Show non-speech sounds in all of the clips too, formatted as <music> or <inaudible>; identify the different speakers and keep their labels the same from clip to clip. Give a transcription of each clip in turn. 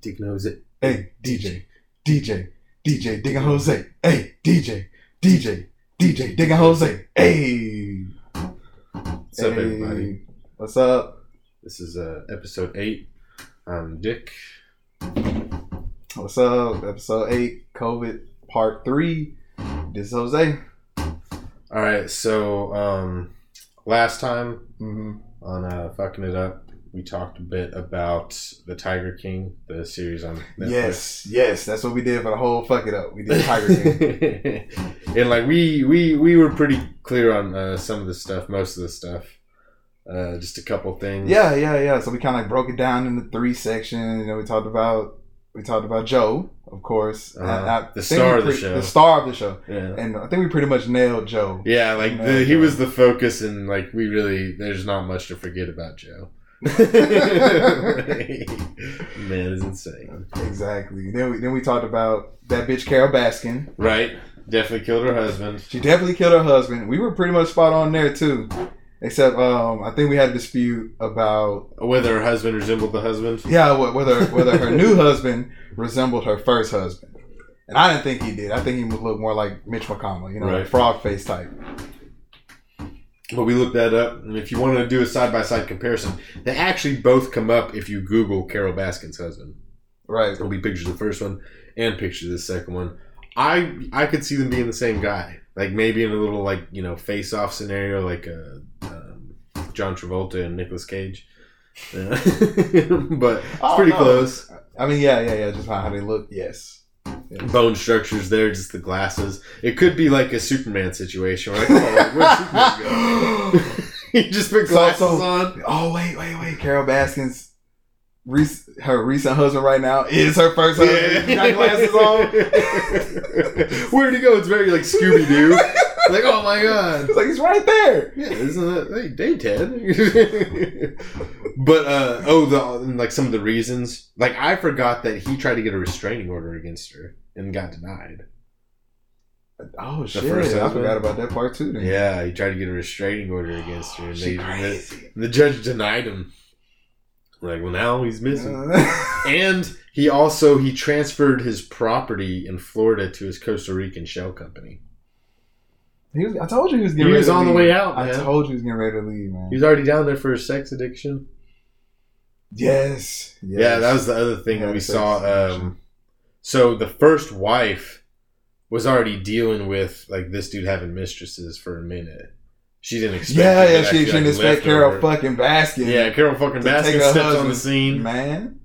Speaker 1: Dick knows it.
Speaker 2: Hey, DJ, DJ, DJ, Digga Jose. Hey, DJ, DJ, DJ, Digga Jose. Hey.
Speaker 1: What's up, everybody?
Speaker 2: Hey. What's up?
Speaker 1: This is uh, episode eight. I'm Dick.
Speaker 2: What's up? Episode 8, COVID Part 3. This is Jose.
Speaker 1: All right, so um, last time
Speaker 2: Mm-hmm.
Speaker 1: on uh, fucking it up, we talked a bit about the Tiger King, the series on Netflix.
Speaker 2: Yes, yes. That's what we did for the whole fuck it up. We did Tiger
Speaker 1: <laughs>
Speaker 2: King.
Speaker 1: and like we we we were pretty clear on uh, some of the stuff, most of the stuff. Uh, just a couple things.
Speaker 2: yeah, yeah, yeah. So we kind of like broke it down into three sections. You know, we talked about we talked about Joe, of course, And
Speaker 1: Uh-huh. The
Speaker 2: think
Speaker 1: star
Speaker 2: we
Speaker 1: of the
Speaker 2: pre-
Speaker 1: show.
Speaker 2: the star of the show.
Speaker 1: Yeah.
Speaker 2: And I think we pretty much nailed Joe.
Speaker 1: Yeah, like the, he was the focus, and like we really, there's not much to forget about Joe. Man is insane,
Speaker 2: Exactly. Then we then we talked about that bitch Carol Baskin.
Speaker 1: right? Definitely killed her husband.
Speaker 2: She definitely killed her husband. We were pretty much spot on there too, except um, I think we had a dispute about
Speaker 1: Whether her husband resembled the husband,
Speaker 2: yeah wh- whether whether her
Speaker 1: <laughs>
Speaker 2: new husband resembled her first husband, and I didn't think he did. I think he would look more like Mitch McConnell, you know,
Speaker 1: Right.
Speaker 2: frog face type.
Speaker 1: but we looked that up, and if you wanted to do a side by side comparison, they actually both come up if you Google Carol Baskin's husband.
Speaker 2: Right.
Speaker 1: There'll be pictures of the first one and pictures of the second one. I I could see them being the same guy, like maybe in a little like you know face off scenario, like uh, um, John Travolta and Nicolas Cage. Uh, <laughs> but it's
Speaker 2: Oh,
Speaker 1: pretty
Speaker 2: no.
Speaker 1: close.
Speaker 2: I mean, yeah, yeah, yeah. Just how how they look. Yes. Yes.
Speaker 1: Bone structures there, just the glasses. It could be like a Superman situation. We're like, oh, where's Superman Oh,
Speaker 2: <laughs>
Speaker 1: go? <laughs> he just put
Speaker 2: So-
Speaker 1: glasses
Speaker 2: so-
Speaker 1: on.
Speaker 2: Oh wait, wait, wait! Carol Baskin's rec- her recent husband right now is her first husband. Got glasses on.
Speaker 1: <laughs> Where'd he go? It's very like Scooby
Speaker 2: <laughs>
Speaker 1: Doo. like, oh my god.
Speaker 2: It's like he's right there.
Speaker 1: Yeah, isn't that hey, dang Ted? <laughs> but uh, oh, the and, like some of the reasons. Like I forgot that he tried to get a restraining order against her and got denied.
Speaker 2: Oh shit!
Speaker 1: first
Speaker 2: I
Speaker 1: husband?
Speaker 2: forgot about that part too. Then.
Speaker 1: Yeah, he tried to get a restraining order against her, and
Speaker 2: Hmm. She
Speaker 1: they, the,
Speaker 2: crazy.
Speaker 1: the judge denied him. Like, well, now he's missing.
Speaker 2: Uh, <laughs>
Speaker 1: And he also he transferred his property in Florida to his Costa Rican shell company.
Speaker 2: he was, I told you he was getting
Speaker 1: He
Speaker 2: ready
Speaker 1: was
Speaker 2: to
Speaker 1: on the
Speaker 2: leave.
Speaker 1: way out,
Speaker 2: I
Speaker 1: man.
Speaker 2: told you he was getting ready to leave, man.
Speaker 1: He was already down there for his sex addiction.
Speaker 2: yes, yes.
Speaker 1: Yeah, that was the other thing
Speaker 2: Yeah,
Speaker 1: that we
Speaker 2: the sex
Speaker 1: saw. Um,
Speaker 2: addiction.
Speaker 1: so the first wife was already dealing with like this dude having mistresses for a minute. She didn't expect.
Speaker 2: Yeah,
Speaker 1: it,
Speaker 2: yeah.
Speaker 1: it
Speaker 2: She, she
Speaker 1: actually,
Speaker 2: didn't
Speaker 1: like,
Speaker 2: expect
Speaker 1: left
Speaker 2: Carol
Speaker 1: over.
Speaker 2: fucking Baskin.
Speaker 1: Yeah, Carol fucking
Speaker 2: to take
Speaker 1: Baskin
Speaker 2: her
Speaker 1: steps on the
Speaker 2: husband.
Speaker 1: scene,
Speaker 2: man.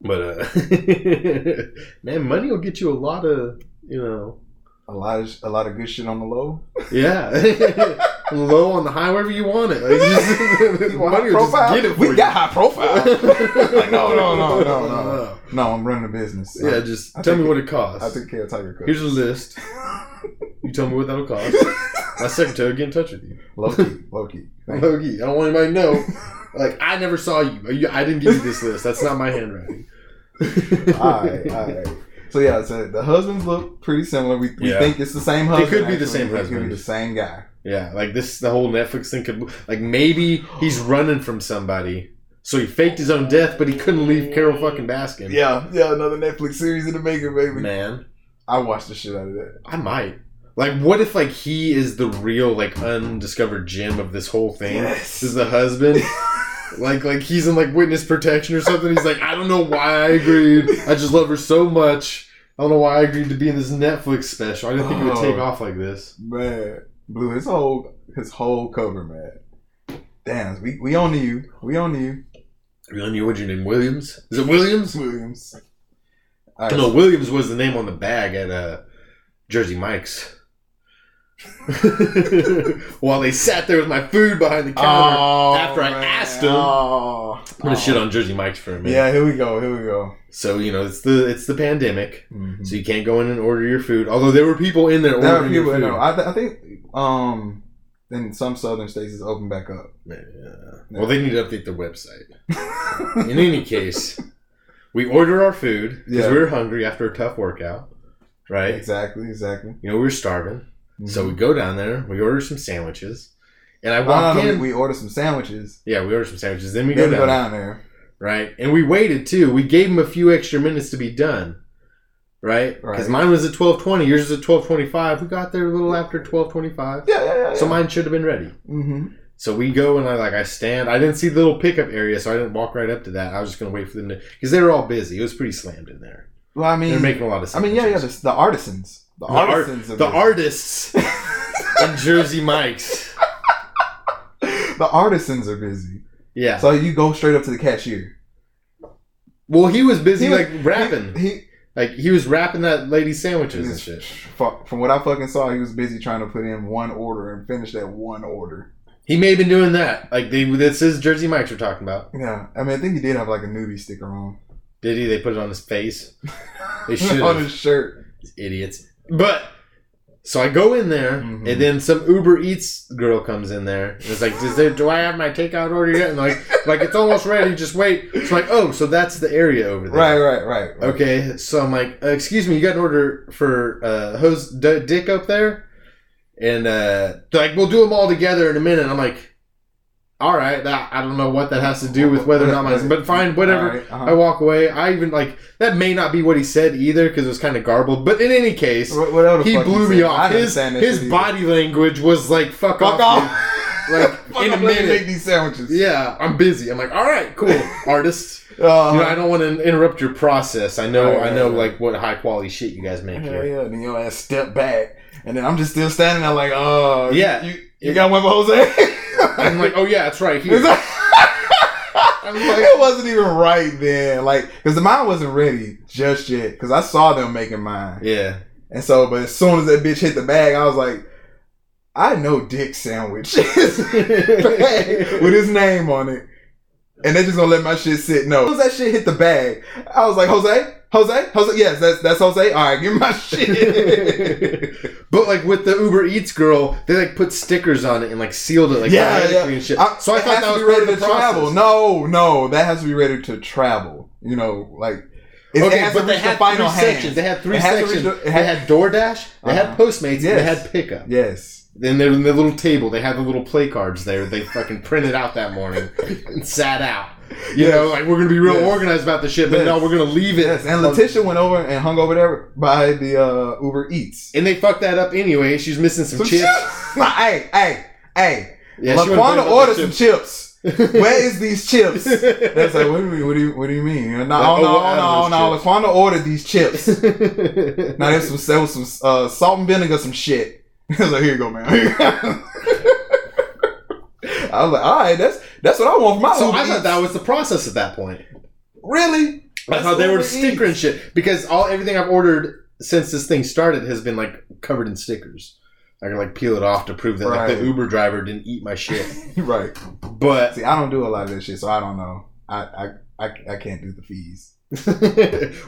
Speaker 1: but uh, <laughs> man, money will get you a lot of you know.
Speaker 2: A lot of a lot of good shit on the low. <laughs>
Speaker 1: Yeah, low on the high wherever you want it. Like,
Speaker 2: <laughs>
Speaker 1: just, <laughs> money will just
Speaker 2: profile.
Speaker 1: get it for
Speaker 2: we
Speaker 1: you.
Speaker 2: got high profile. <laughs> Like, no, no, no, no, no.
Speaker 1: no.
Speaker 2: No, I'm running a business.
Speaker 1: <laughs> Yeah, just
Speaker 2: I
Speaker 1: tell me
Speaker 2: think-
Speaker 1: what it
Speaker 2: I
Speaker 1: costs.
Speaker 2: took care of Tiger Cook.
Speaker 1: Here's
Speaker 2: <laughs>
Speaker 1: a list. You tell me what that'll cost. My secretary will get in touch with you.
Speaker 2: Loki,
Speaker 1: <laughs>
Speaker 2: Loki.
Speaker 1: Loki, I don't want anybody to know. Like, I never saw you. You- I didn't give you this list. That's not my handwriting.
Speaker 2: <laughs> all right, all right. So yeah, so the husbands look pretty similar. We, we
Speaker 1: Yeah.
Speaker 2: think it's the same husband.
Speaker 1: could be the same
Speaker 2: It Could
Speaker 1: husband.
Speaker 2: be the same guy.
Speaker 1: Yeah, like this, the whole Netflix thing could, like, maybe he's running from somebody. So he faked his own death, but he couldn't leave Carol fucking Baskin.
Speaker 2: Yeah, yeah. Another Netflix series in the making, baby.
Speaker 1: Man,
Speaker 2: I watched the shit out of that.
Speaker 1: I might. Like, what if, like, he is the real, like, undiscovered gem of this whole thing?
Speaker 2: Yes.
Speaker 1: This is the
Speaker 2: <laughs>
Speaker 1: husband. Like, like he's in like witness protection or something. He's like, I don't know why I agreed. I just love her so much. I don't know why I agreed to be in this Netflix special. I didn't think it would
Speaker 2: Oh.
Speaker 1: take off like this.
Speaker 2: man, blew his whole his whole cover, man. Damn, we we on to you. We on to you,
Speaker 1: Really, knew what's your name? Williams? Is it Williams?
Speaker 2: Williams. All right.
Speaker 1: No, Williams was the name on the bag at uh, Jersey Mike's. <laughs> While they sat there with my food behind the counter,
Speaker 2: Oh,
Speaker 1: after I asked him.
Speaker 2: Oh,
Speaker 1: I'm gonna shit on Jersey Mike's for a minute.
Speaker 2: Yeah, here we go. Here we go.
Speaker 1: So you know it's the it's the pandemic,
Speaker 2: Mhm.
Speaker 1: so you can't go in and order your food. Although there were people in there ordering
Speaker 2: There are people.
Speaker 1: your
Speaker 2: that
Speaker 1: food.
Speaker 2: know. I, th- I think um, in some southern states it's open back up.
Speaker 1: Yeah. uh,
Speaker 2: <laughs>
Speaker 1: Well, they need to update their website. In any case, we order our food because
Speaker 2: Yeah.
Speaker 1: we were hungry after a tough workout, right?
Speaker 2: exactly, exactly. Mm-hmm.
Speaker 1: You know, we were starving. So we go down there, we order some sandwiches, and I
Speaker 2: No, no,
Speaker 1: walk
Speaker 2: no,
Speaker 1: in.
Speaker 2: Um, we, we order some sandwiches.
Speaker 1: yeah, we order some sandwiches. Then we
Speaker 2: We then
Speaker 1: go
Speaker 2: we go down
Speaker 1: down.
Speaker 2: there.
Speaker 1: right? And we waited too. We gave him a few extra minutes to be done, right? Because
Speaker 2: Right.
Speaker 1: mine was at twelve twenty. Yours is at twelve twenty five. We got there a little after twelve twenty five,
Speaker 2: Yeah, yeah, yeah.
Speaker 1: so mine should have been ready.
Speaker 2: hmm
Speaker 1: So we go and I like I stand. I didn't see the little pickup area, so I didn't walk right up to that. I was just gonna wait for them to because they were all busy. It was pretty slammed in there.
Speaker 2: Well, I mean,
Speaker 1: They're making a lot of.
Speaker 2: I mean, yeah, yeah.
Speaker 1: sandwiches.
Speaker 2: The, the artisans, the,
Speaker 1: The art-
Speaker 2: artisans, of
Speaker 1: The
Speaker 2: this.
Speaker 1: artists and Jersey Mike's.
Speaker 2: <laughs> the artisans are busy.
Speaker 1: Yeah.
Speaker 2: So you go straight up to the cashier.
Speaker 1: Well, he was busy
Speaker 2: He was-
Speaker 1: like rapping.
Speaker 2: He, he
Speaker 1: Like he was wrapping that lady's sandwiches and
Speaker 2: is,
Speaker 1: shit.
Speaker 2: from what I fucking saw, he was busy trying to put in one order and finish that one order.
Speaker 1: He may have been doing that. Like they, this is Jersey Mike's we're talking about.
Speaker 2: Yeah, I mean, I think he did have like a newbie sticker on.
Speaker 1: Did he? They put it on his face. <laughs> They should've.
Speaker 2: on his shirt.
Speaker 1: These idiots. But so I go in there,
Speaker 2: Mhm.
Speaker 1: and then some Uber Eats girl comes in there. And it's like, Does there, do I have my takeout order yet? And like, like it's almost ready. Just wait. It's like, oh, so that's the area over there.
Speaker 2: Right, right, right. right.
Speaker 1: Okay, so I'm like, uh, excuse me, you got an order for uh, hose d- dick up there, and uh, they're like we'll do them all together in a minute. I'm like, all right, that, I don't know what that has to do with whether or not my, but fine, whatever.
Speaker 2: Alright, uh-huh.
Speaker 1: I walk away. I even like that may not be what he said either because it was kind of garbled. But in any case,
Speaker 2: What- whatever the
Speaker 1: he
Speaker 2: fuck
Speaker 1: blew me
Speaker 2: said. I
Speaker 1: off.
Speaker 2: didn't
Speaker 1: His
Speaker 2: stand that
Speaker 1: his
Speaker 2: shit either.
Speaker 1: body language was like, "Fuck,
Speaker 2: Fuck
Speaker 1: off." dude.
Speaker 2: off.
Speaker 1: <laughs> Like,
Speaker 2: Fuck
Speaker 1: in a
Speaker 2: off, let me
Speaker 1: minute.
Speaker 2: make these sandwiches.
Speaker 1: Yeah, I'm busy. I'm like, all
Speaker 2: <laughs>
Speaker 1: right, cool, artist.
Speaker 2: Uh,
Speaker 1: You know, I don't want to interrupt your process. I know,
Speaker 2: Right,
Speaker 1: I know,
Speaker 2: right, right.
Speaker 1: like what high quality shit you guys make
Speaker 2: Hell
Speaker 1: here.
Speaker 2: yeah, then your ass step back, and then I'm just still standing there like, oh,
Speaker 1: Yeah.
Speaker 2: you, you got one for
Speaker 1: <laughs>
Speaker 2: Jose. <laughs>
Speaker 1: I'm like, oh yeah, it's right
Speaker 2: It's
Speaker 1: here.
Speaker 2: like-
Speaker 1: I'm like,
Speaker 2: it wasn't even right then, like, because the mine wasn't ready just yet, because I saw them making mine, <laughs>
Speaker 1: yeah, <laughs>
Speaker 2: and so, but as soon as that bitch hit the bag, I was like, I know Dick sandwich is bag <laughs> with his name on it, and they just gonna let my shit sit. No, as soon as that shit hit the bag, I was like, Jose, Jose, Jose, yes, that's that's Jose. All right, give me my shit.
Speaker 1: <laughs> but like with the Uber Eats girl, they like put stickers on it and like sealed it like
Speaker 2: Yeah,
Speaker 1: hermetically
Speaker 2: yeah. <laughs>
Speaker 1: and shit.
Speaker 2: I-
Speaker 1: so I
Speaker 2: it
Speaker 1: thought
Speaker 2: has
Speaker 1: that was
Speaker 2: to be
Speaker 1: ready
Speaker 2: ready
Speaker 1: to
Speaker 2: to travel. No, no, that has to be ready to travel. You know, like it, it
Speaker 1: Okay,
Speaker 2: has
Speaker 1: but
Speaker 2: to
Speaker 1: they
Speaker 2: reach the
Speaker 1: had
Speaker 2: final
Speaker 1: three
Speaker 2: hand.
Speaker 1: sections. They had three
Speaker 2: It has to reach
Speaker 1: sections.
Speaker 2: the- it
Speaker 1: they
Speaker 2: had-
Speaker 1: had DoorDash. They
Speaker 2: Uh-huh.
Speaker 1: had Postmates. and They
Speaker 2: Yes.
Speaker 1: had pickup.
Speaker 2: yes,
Speaker 1: Then there was the little table. They had the little play cards there. They fucking printed out
Speaker 2: <laughs>
Speaker 1: that morning and sat out. You
Speaker 2: Yes.
Speaker 1: know, like we're gonna be real
Speaker 2: Yes.
Speaker 1: organized about this shit, but
Speaker 2: Yes.
Speaker 1: no, we're gonna leave it.
Speaker 2: yes. And
Speaker 1: on-
Speaker 2: Letitia went over and hung over there by the uh, Uber Eats.
Speaker 1: And they fucked that up anyway. She's missing some,
Speaker 2: Some
Speaker 1: chips.
Speaker 2: chips. <laughs> Like, hey, hey, hey.
Speaker 1: Yeah, she wouldn't
Speaker 2: Laquana
Speaker 1: blame
Speaker 2: ordered
Speaker 1: the
Speaker 2: some chips. Where is these
Speaker 1: <laughs>
Speaker 2: chips? <laughs> That's
Speaker 1: chips.
Speaker 2: like, what do you mean? What do you, what do you mean? No,
Speaker 1: oh,
Speaker 2: no,
Speaker 1: what
Speaker 2: no,
Speaker 1: are
Speaker 2: no.
Speaker 1: those
Speaker 2: Laquana ordered these chips.
Speaker 1: <laughs>
Speaker 2: Now there's some there was some uh, salt and vinegar, some shit. <laughs> I was like, here you go, man. Here you go." I was like, all right, that's that's what I want for my.
Speaker 1: so
Speaker 2: Uber
Speaker 1: Oh, I thought
Speaker 2: Eats."
Speaker 1: that was the process at that point.
Speaker 2: really.
Speaker 1: I
Speaker 2: That's
Speaker 1: thought they were
Speaker 2: Uber
Speaker 1: sticker and
Speaker 2: Eats.
Speaker 1: shit because all everything I've ordered since this thing started has been like covered in stickers. I can like peel it off to prove that like
Speaker 2: Right.
Speaker 1: the Uber driver didn't eat my shit.
Speaker 2: <laughs> right.
Speaker 1: But <laughs>
Speaker 2: See, I don't do a lot of that shit, so I don't know. I I, I, I can't do the fees.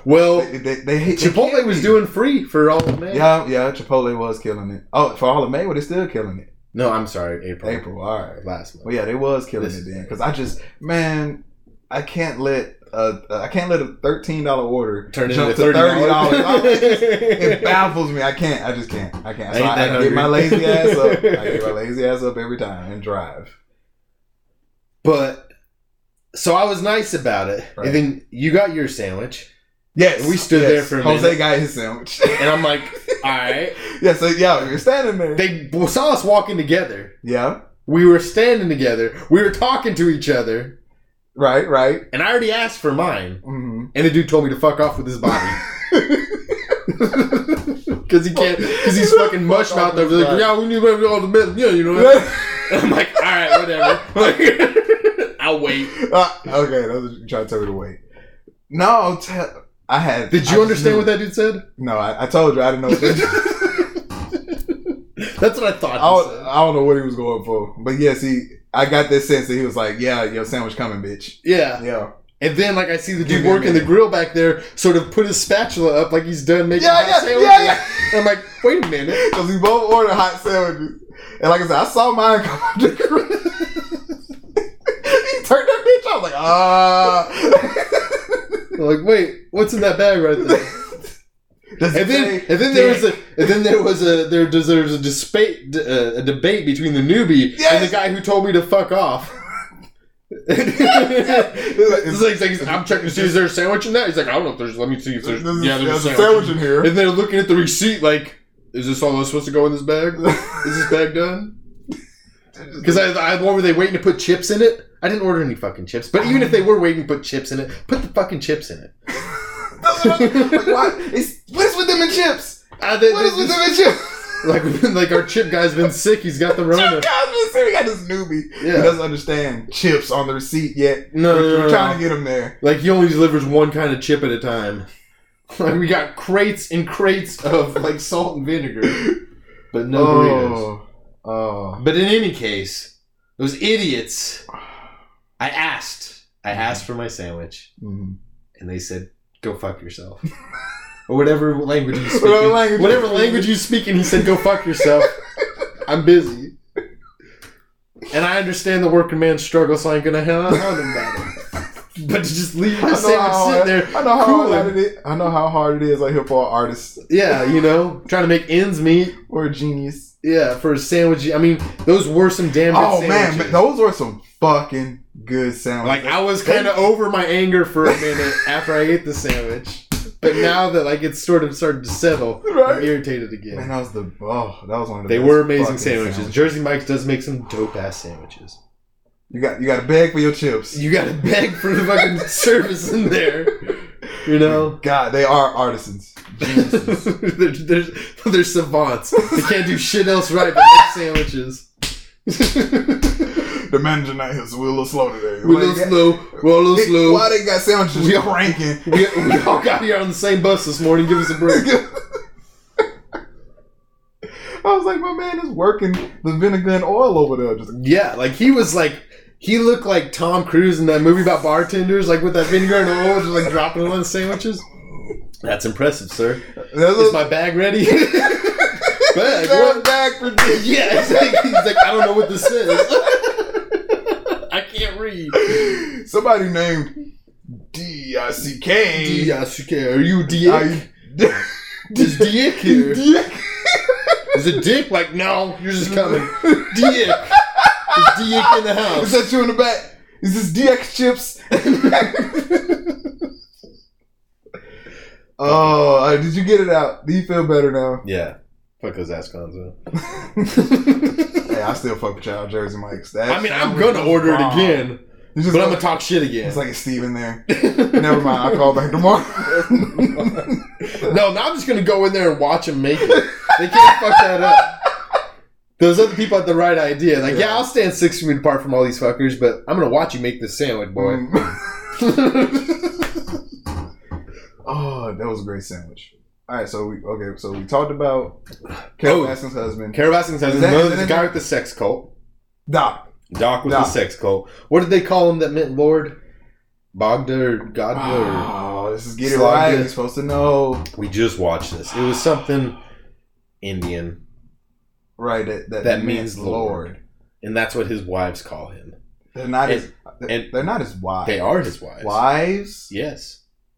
Speaker 1: well,
Speaker 2: They, they, they hate they
Speaker 1: Chipotle
Speaker 2: kill
Speaker 1: was
Speaker 2: me.
Speaker 1: doing free for all of May.
Speaker 2: Yeah, yeah. Chipotle was killing it. Oh, for all of May, well, they're still killing it.
Speaker 1: No, I'm sorry, April.
Speaker 2: April, all right.
Speaker 1: last month.
Speaker 2: Well, yeah, they was killing
Speaker 1: This-
Speaker 2: it then, because I just man, I can't let uh, I can't let a thirteen dollar order
Speaker 1: Turned
Speaker 2: jump
Speaker 1: into
Speaker 2: to
Speaker 1: thirty <laughs>
Speaker 2: $30. it
Speaker 1: dollars.
Speaker 2: baffles me. I can't. I just can't. I can't. So
Speaker 1: Ain't
Speaker 2: I,
Speaker 1: that
Speaker 2: I get my
Speaker 1: hungry.
Speaker 2: lazy ass up. I get
Speaker 1: <laughs>
Speaker 2: my lazy ass up every time and drive.
Speaker 1: but so I was nice about it,
Speaker 2: Right.
Speaker 1: and then you got your sandwich,
Speaker 2: Yes,
Speaker 1: We stood
Speaker 2: yes.
Speaker 1: there for a
Speaker 2: Jose
Speaker 1: minute.
Speaker 2: got his sandwich. <laughs>
Speaker 1: and I'm like, all right.
Speaker 2: yeah, so yeah, you're standing there.
Speaker 1: They saw us walking together.
Speaker 2: yeah,
Speaker 1: We were standing together. We were talking to each other,
Speaker 2: right, right.
Speaker 1: and I already asked for mine,
Speaker 2: hmm
Speaker 1: <laughs> and the dude told me to fuck off with his body. <laughs> Cause he can't, cause he's fucking mush mouth over there. Like, yeah, we need to all the best. Yeah, you know. What I mean? And I'm like, all right,
Speaker 2: <laughs>
Speaker 1: whatever. Like, <laughs> I'll wait.
Speaker 2: Ah, okay, that's what you trying to tell me to wait. No, tell. I had.
Speaker 1: Did you understand what that dude said? <laughs>
Speaker 2: No, I, I told you I didn't know. What that-
Speaker 1: That's what I thought.
Speaker 2: I,
Speaker 1: he
Speaker 2: don't, I don't know what he was going for, but yes, he. I got this sense that he was like, "Yeah, your sandwich coming, bitch."
Speaker 1: said. Yeah.
Speaker 2: Yeah,
Speaker 1: And then, like, I see the
Speaker 2: Give
Speaker 1: dude
Speaker 2: me a
Speaker 1: working the
Speaker 2: minute.
Speaker 1: grill back there, sort of put his spatula up like he's done making
Speaker 2: yeah,
Speaker 1: hot
Speaker 2: yeah,
Speaker 1: sandwiches.
Speaker 2: yeah, yeah.
Speaker 1: And I'm like, wait a minute.
Speaker 2: Because we both ordered hot sandwiches. And like I said, I saw mine come out the grill. <laughs> he turned that bitch off. I was like, ah. <laughs>
Speaker 1: I'm like, wait, what's in that bag right there? <laughs>
Speaker 2: Does it
Speaker 1: And then,
Speaker 2: say
Speaker 1: and then there was a, and then there was a, there was there was a uh, debate, a debate between the newbie and
Speaker 2: Yes.
Speaker 1: <laughs> the guy who told me to fuck off. it's like, it's like, I'm checking to see is there a sandwich in that. He's like, I don't know if there's. Let me see if there's.
Speaker 2: There's,
Speaker 1: yeah, there's, a sandwich.
Speaker 2: in here.
Speaker 1: And they're looking at the receipt like, is this all that's supposed to go in this <laughs> bag? Is this
Speaker 2: <laughs>
Speaker 1: bag done? Because I, I were they waiting to put chips in it? I didn't order any fucking chips. But even if they were waiting to put chips in it, put the fucking chips in it.
Speaker 2: That's what I'm- like, why? It's, what is with them and chips?
Speaker 1: Uh, they-
Speaker 2: What is with them and chips?
Speaker 1: <laughs> like like our chip guy's been sick. He's got the Rona.
Speaker 2: Chip Cosby, see, we got this newbie
Speaker 1: Yeah.
Speaker 2: who doesn't understand chips on the receipt yet.
Speaker 1: No,
Speaker 2: we're,
Speaker 1: no, no,
Speaker 2: we're
Speaker 1: no.
Speaker 2: trying to get him there.
Speaker 1: Like he only delivers one kind of chip at a time. Like we got crates and crates of like salt and <laughs> vinegar, but no burritos.
Speaker 2: Oh.
Speaker 1: But in any case, those idiots. I asked. I asked for my sandwich,
Speaker 2: Mhm.
Speaker 1: and they said, "Go fuck yourself," or whatever language you speak.
Speaker 2: Whatever
Speaker 1: in-
Speaker 2: language-
Speaker 1: whatever language you speak, and he said, "Go fuck yourself." <laughs> I'm busy, and I understand the working man's struggle, so I ain't gonna hound him about it. <laughs> But to just leave
Speaker 2: I
Speaker 1: my
Speaker 2: know
Speaker 1: sandwich
Speaker 2: how
Speaker 1: sitting
Speaker 2: hard-
Speaker 1: there,
Speaker 2: I know how
Speaker 1: Cool.
Speaker 2: hard it is. I know how hard it is like here for an artist
Speaker 1: yeah, you know, trying to make ends meet,
Speaker 2: or a genius.
Speaker 1: yeah, for a sandwich. I mean, those were some damn good
Speaker 2: Oh man,
Speaker 1: sandwiches.
Speaker 2: man, those were some fucking good sandwiches.
Speaker 1: Like I was kind of over my anger for a minute after I ate the sandwich, but now that like it's sort of started to settle,
Speaker 2: Right.
Speaker 1: I'm irritated
Speaker 2: man,
Speaker 1: again.
Speaker 2: that was the oh, that was one of the
Speaker 1: They
Speaker 2: best
Speaker 1: were amazing
Speaker 2: fucking
Speaker 1: sandwiches. Jersey Mike's does make some dope ass sandwiches.
Speaker 2: You got you got a bag for your chips.
Speaker 1: You gotta beg for
Speaker 2: <laughs>
Speaker 1: the fucking service in there, you know.
Speaker 2: God, they are artisans.
Speaker 1: <laughs>
Speaker 2: Geniuses.
Speaker 1: they're, they're, they're savants. They can't do shit else right but make sandwiches. <laughs>
Speaker 2: the manager not here, so we're a little slow today.
Speaker 1: We're a little slow. We're all a little slow.
Speaker 2: Why they got sandwiches?
Speaker 1: We-
Speaker 2: We are <laughs> ranking.
Speaker 1: We, we all got here on the same bus this morning. Give us a break.
Speaker 2: I was like, my man is working the vinegar and oil over there. Just
Speaker 1: Yeah, like he was like he looked like Tom Cruise in that movie about bartenders, like with that vinegar and oil, just like dropping it on the sandwiches. That's impressive, sir.
Speaker 2: that's
Speaker 1: Is
Speaker 2: a-
Speaker 1: my bag ready? <laughs> bag?
Speaker 2: They're
Speaker 1: What?
Speaker 2: back for this.
Speaker 1: Yeah, he's like, he's like, I don't know what this is. <laughs> I can't read.
Speaker 2: Somebody named D I C K.
Speaker 1: D-I-C-K. Are you D-I?
Speaker 2: I-
Speaker 1: Is Dick here?
Speaker 2: Dick.
Speaker 1: Is it Dick? Like, no, you're just coming. Dick. Is Dick in the
Speaker 2: Is
Speaker 1: house?
Speaker 2: that you in the back? Is this DX chips? <laughs> oh, uh, did you get it out? Do you feel better now?
Speaker 1: Yeah. Fuck those ass cons, man.
Speaker 2: Hey, I still fuck with y'all Jersey Mike's. That
Speaker 1: I mean, I'm
Speaker 2: sandwich
Speaker 1: gonna
Speaker 2: was
Speaker 1: order it
Speaker 2: bomb.
Speaker 1: again,
Speaker 2: It's just
Speaker 1: but I'm
Speaker 2: like,
Speaker 1: gonna talk shit
Speaker 2: it's
Speaker 1: again.
Speaker 2: like it's Steve in
Speaker 1: <laughs>
Speaker 2: there. Never mind. I'll call back tomorrow.
Speaker 1: no, now I'm just gonna go in there and watch them
Speaker 2: <laughs>
Speaker 1: make it. They can't fuck that up. Those other people had the right idea. Like, yeah,
Speaker 2: Yeah.
Speaker 1: I'll stand six feet apart from all these fuckers, but I'm gonna watch you make this sandwich, <laughs> boy.
Speaker 2: Mm.
Speaker 1: <laughs>
Speaker 2: oh, that was a great sandwich. All right, so we okay, so we talked about
Speaker 1: Oh.
Speaker 2: Carol Baskin's husband,
Speaker 1: Carol Baskin says,
Speaker 2: Is that-
Speaker 1: "No,
Speaker 2: is
Speaker 1: the
Speaker 2: that-
Speaker 1: guy with the sex cult.
Speaker 2: Doc.
Speaker 1: Doc was
Speaker 2: Doc.
Speaker 1: the sex cult. What did they call him that meant Lord? Bogda or Godda?
Speaker 2: Oh, this is get it
Speaker 1: Slug
Speaker 2: right.
Speaker 1: it.
Speaker 2: You're supposed to know,
Speaker 1: Or... We just watched this. It was something Indian,
Speaker 2: right? That that,
Speaker 1: That
Speaker 2: meant
Speaker 1: means Lord. and that's what his wives call him.
Speaker 2: They're not
Speaker 1: And-
Speaker 2: his.
Speaker 1: and-
Speaker 2: they're not his wives.
Speaker 1: They are his wives.
Speaker 2: wives.
Speaker 1: Yes.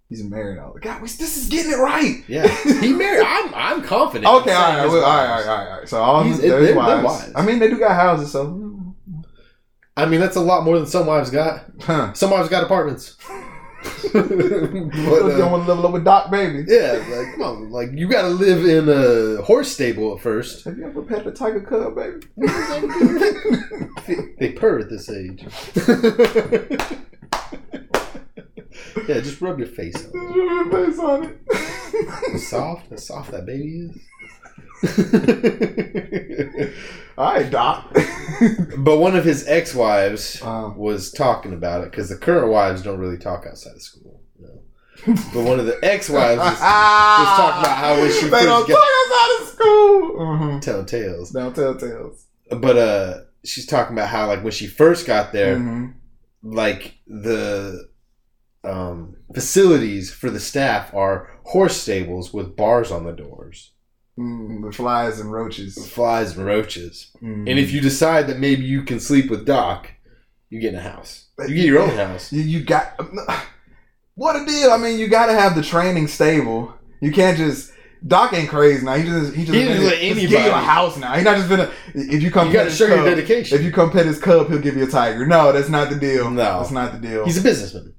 Speaker 2: He's married. All God, we, this is getting it right.
Speaker 1: Yeah. He married. I'm. I'm confident.
Speaker 2: Okay, all right,
Speaker 1: in saying
Speaker 2: all right, well, all
Speaker 1: his
Speaker 2: right, all
Speaker 1: wives.
Speaker 2: right, all right, all right. So all
Speaker 1: He's-
Speaker 2: they're, his
Speaker 1: they're- they're
Speaker 2: wives.
Speaker 1: wives.
Speaker 2: I mean, they do got houses, so hmm.
Speaker 1: I mean, that's a lot more than some wives got.
Speaker 2: huh.
Speaker 1: Some wives got apartments. <laughs> but,
Speaker 2: you don't
Speaker 1: uh,
Speaker 2: want to level up with Doc, baby.
Speaker 1: yeah, like come on, like you got to live in a horse stable at first.
Speaker 2: Have you ever pet a tiger cub, <laughs> baby?
Speaker 1: They purr at this age. <laughs> yeah, just rub your face on
Speaker 2: Just rub your face on it.
Speaker 1: it. Soft, as soft that baby is.
Speaker 2: <laughs>
Speaker 1: <laughs>
Speaker 2: All right, Doc.
Speaker 1: but one of his ex-wives
Speaker 2: <laughs> um,
Speaker 1: was talking about it because the current wives don't really talk outside of school. You know? but one of the ex-wives was
Speaker 2: <laughs> ah,
Speaker 1: talk about how when she
Speaker 2: they
Speaker 1: first
Speaker 2: don't
Speaker 1: got-
Speaker 2: talk us out of school. Mm-hmm.
Speaker 1: telling tales.
Speaker 2: Now tell tales.
Speaker 1: But uh, she's talking about how like when she first got there,
Speaker 2: Mhm.
Speaker 1: like the um, facilities for the staff are horse stables with bars on the doors,
Speaker 2: Mm, the flies and roaches.
Speaker 1: flies and roaches.
Speaker 2: Mm.
Speaker 1: And if you decide that maybe you can sleep with Doc, you get in a house. You get your own house.
Speaker 2: you, um, you <sighs> got what a deal. I mean, you got to have the training stable. You can't just Doc ain't crazy now. He just he just,
Speaker 1: He just let
Speaker 2: give you a
Speaker 1: anybody.
Speaker 2: house now. He's not just gonna if you come
Speaker 1: You
Speaker 2: pet
Speaker 1: got to
Speaker 2: his
Speaker 1: show your
Speaker 2: cub-
Speaker 1: dedication.
Speaker 2: if you come pet his cub, he'll give you a tiger. No, that's not the deal.
Speaker 1: No.
Speaker 2: that's not the deal. <laughs>
Speaker 1: He's a businessman.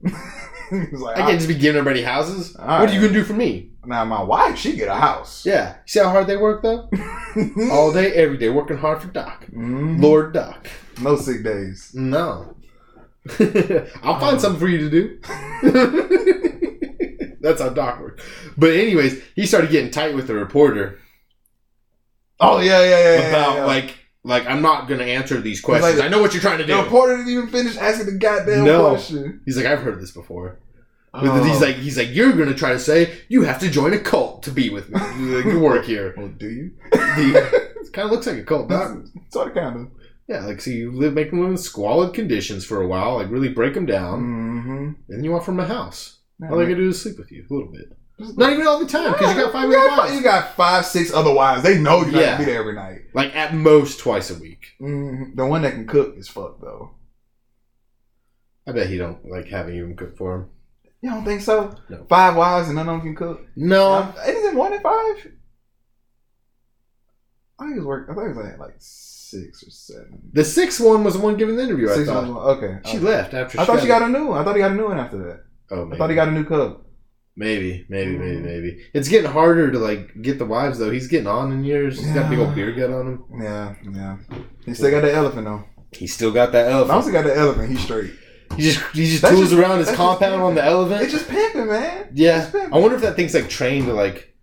Speaker 2: He's like,
Speaker 1: I
Speaker 2: "Ah,
Speaker 1: can't just be giving everybody houses.
Speaker 2: All
Speaker 1: What are you
Speaker 2: right.
Speaker 1: gonna do for me?
Speaker 2: now my wife, she get a house.
Speaker 1: Yeah. See how hard they work though?
Speaker 2: <laughs>
Speaker 1: All day, every day, working hard for Doc.
Speaker 2: Mhm.
Speaker 1: Lord Doc.
Speaker 2: No sick days.
Speaker 1: No. <laughs> I'll
Speaker 2: Um,
Speaker 1: find something for you to do. <laughs> That's how Doc works. But anyways, he started getting tight with the reporter
Speaker 2: Oh yeah, yeah, yeah. yeah,
Speaker 1: about
Speaker 2: yeah.
Speaker 1: like like I'm not gonna answer these questions.
Speaker 2: like-
Speaker 1: I know what you're trying to
Speaker 2: the
Speaker 1: do.
Speaker 2: reporter didn't even finish asking the goddamn
Speaker 1: No.
Speaker 2: question.
Speaker 1: He's like, I've heard this before.
Speaker 2: Oh.
Speaker 1: He's like, he's like, you're gonna try to say you have to join a cult to be with me. He's like, you
Speaker 2: <laughs>
Speaker 1: work here.
Speaker 2: Well, Oh, do you?
Speaker 1: It kind of looks like a cult, Doc.
Speaker 2: Sort of, kind of.
Speaker 1: Yeah, like, so you live, make them live in squalid conditions for a while, like really break them down,
Speaker 2: Mm-hmm.
Speaker 1: and then you offer them a house. All Um, they gotta do is sleep with you a little bit.
Speaker 2: Just-
Speaker 1: Not even all the time, because you got five
Speaker 2: you
Speaker 1: minutes.
Speaker 2: got, five, you got five, six other wives. They know you're not
Speaker 1: Yeah.
Speaker 2: gonna be there every night.
Speaker 1: Like at most twice a week.
Speaker 2: Mhm. The one that can cook is fucked though.
Speaker 1: I bet he don't like having you even cook for him.
Speaker 2: You don't think so?
Speaker 1: No.
Speaker 2: Five wives and none of them can cook.
Speaker 1: No,
Speaker 2: Um, Isn't it one in five? I think it was work. I think it was like, like six or seven.
Speaker 1: the sixth one was the one giving the interview.
Speaker 2: Six
Speaker 1: I
Speaker 2: was
Speaker 1: thought
Speaker 2: one. Okay.
Speaker 1: she
Speaker 2: okay.
Speaker 1: left after.
Speaker 2: I thought she got a new one. I thought he got a new one after that.
Speaker 1: Oh, maybe.
Speaker 2: I thought he got a new cub.
Speaker 1: Maybe, maybe, maybe,
Speaker 2: Mhm.
Speaker 1: maybe. It's getting harder to like get the wives though. He's getting on in years. He's got a big old
Speaker 2: Yeah.
Speaker 1: beer gut on him.
Speaker 2: Yeah, yeah. He still got that elephant though.
Speaker 1: He still got that
Speaker 2: I
Speaker 1: elephant.
Speaker 2: also got that elephant. He's straight.
Speaker 1: He just he just
Speaker 2: That's
Speaker 1: tools
Speaker 2: just-
Speaker 1: around his
Speaker 2: that's just
Speaker 1: compound on the elephant.
Speaker 2: It's just pimping, man.
Speaker 1: yeah.
Speaker 2: It's pimping.
Speaker 1: I wonder if that thing's like trained to like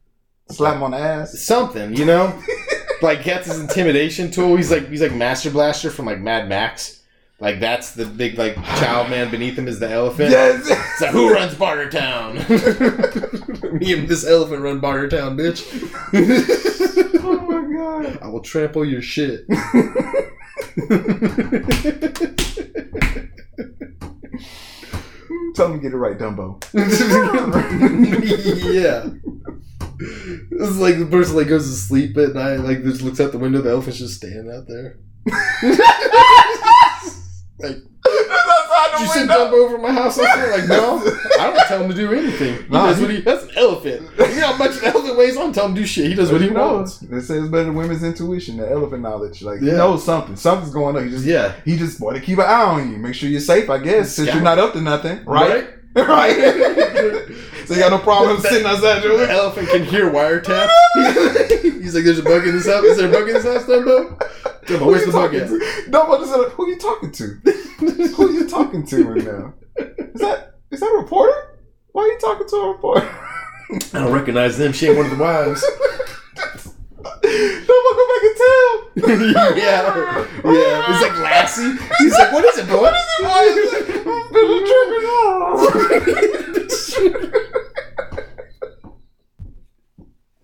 Speaker 2: Slap him on the ass.
Speaker 1: something, you know? like that's his intimidation tool. He's like he's like Master Blaster from like Mad Max. Like that's the big like child man beneath him is the elephant.
Speaker 2: Yes. <laughs>
Speaker 1: It's like who runs Barter Town? <laughs> Me and this elephant run Barter Town, bitch.
Speaker 2: oh my god.
Speaker 1: <laughs> I will trample your shit.
Speaker 2: Tell him to get it right,
Speaker 1: <laughs>
Speaker 2: Dumbo.
Speaker 1: <laughs>
Speaker 2: <laughs>
Speaker 1: yeah. It's like the person like goes to sleep at night, like just looks out the window, the elephant's just standing out there. like,
Speaker 2: outside
Speaker 1: you send Dumbo over to my house like that? Like, no, I don't tell him to do anything. He
Speaker 2: Nah,
Speaker 1: does
Speaker 2: he-
Speaker 1: what he, that's an elephant. You know how much an elephant weighs? I don't tell him to do shit. He does what he wants.
Speaker 2: They say it's better than women's intuition, the elephant knowledge. Like he
Speaker 1: Yeah.
Speaker 2: knows something. Something's going on. He just
Speaker 1: Yeah.
Speaker 2: he just want to keep an eye on you. Make sure you're safe, I guess, since
Speaker 1: Scout.
Speaker 2: you're not up to nothing. Right? <laughs> Right. so you got no problem sitting outside your
Speaker 1: <laughs> The
Speaker 2: window.
Speaker 1: elephant can hear wiretaps. <laughs> He's like, there's a bug in this house. Is there a bug in this house, Dumbo? Dumbo,
Speaker 2: Who
Speaker 1: where's
Speaker 2: you
Speaker 1: the bug
Speaker 2: talking
Speaker 1: at?
Speaker 2: to? Dumbo just said, who you talking to? who you talking to right now? Is that is that a reporter? Why are you talking to a reporter? <laughs>
Speaker 1: I don't recognize them. She ain't one of the wives.
Speaker 2: Dumbo go back and tell.
Speaker 1: <laughs> yeah.
Speaker 2: <laughs>
Speaker 1: Yeah. It's like Lassie. He's like, what is it, boy?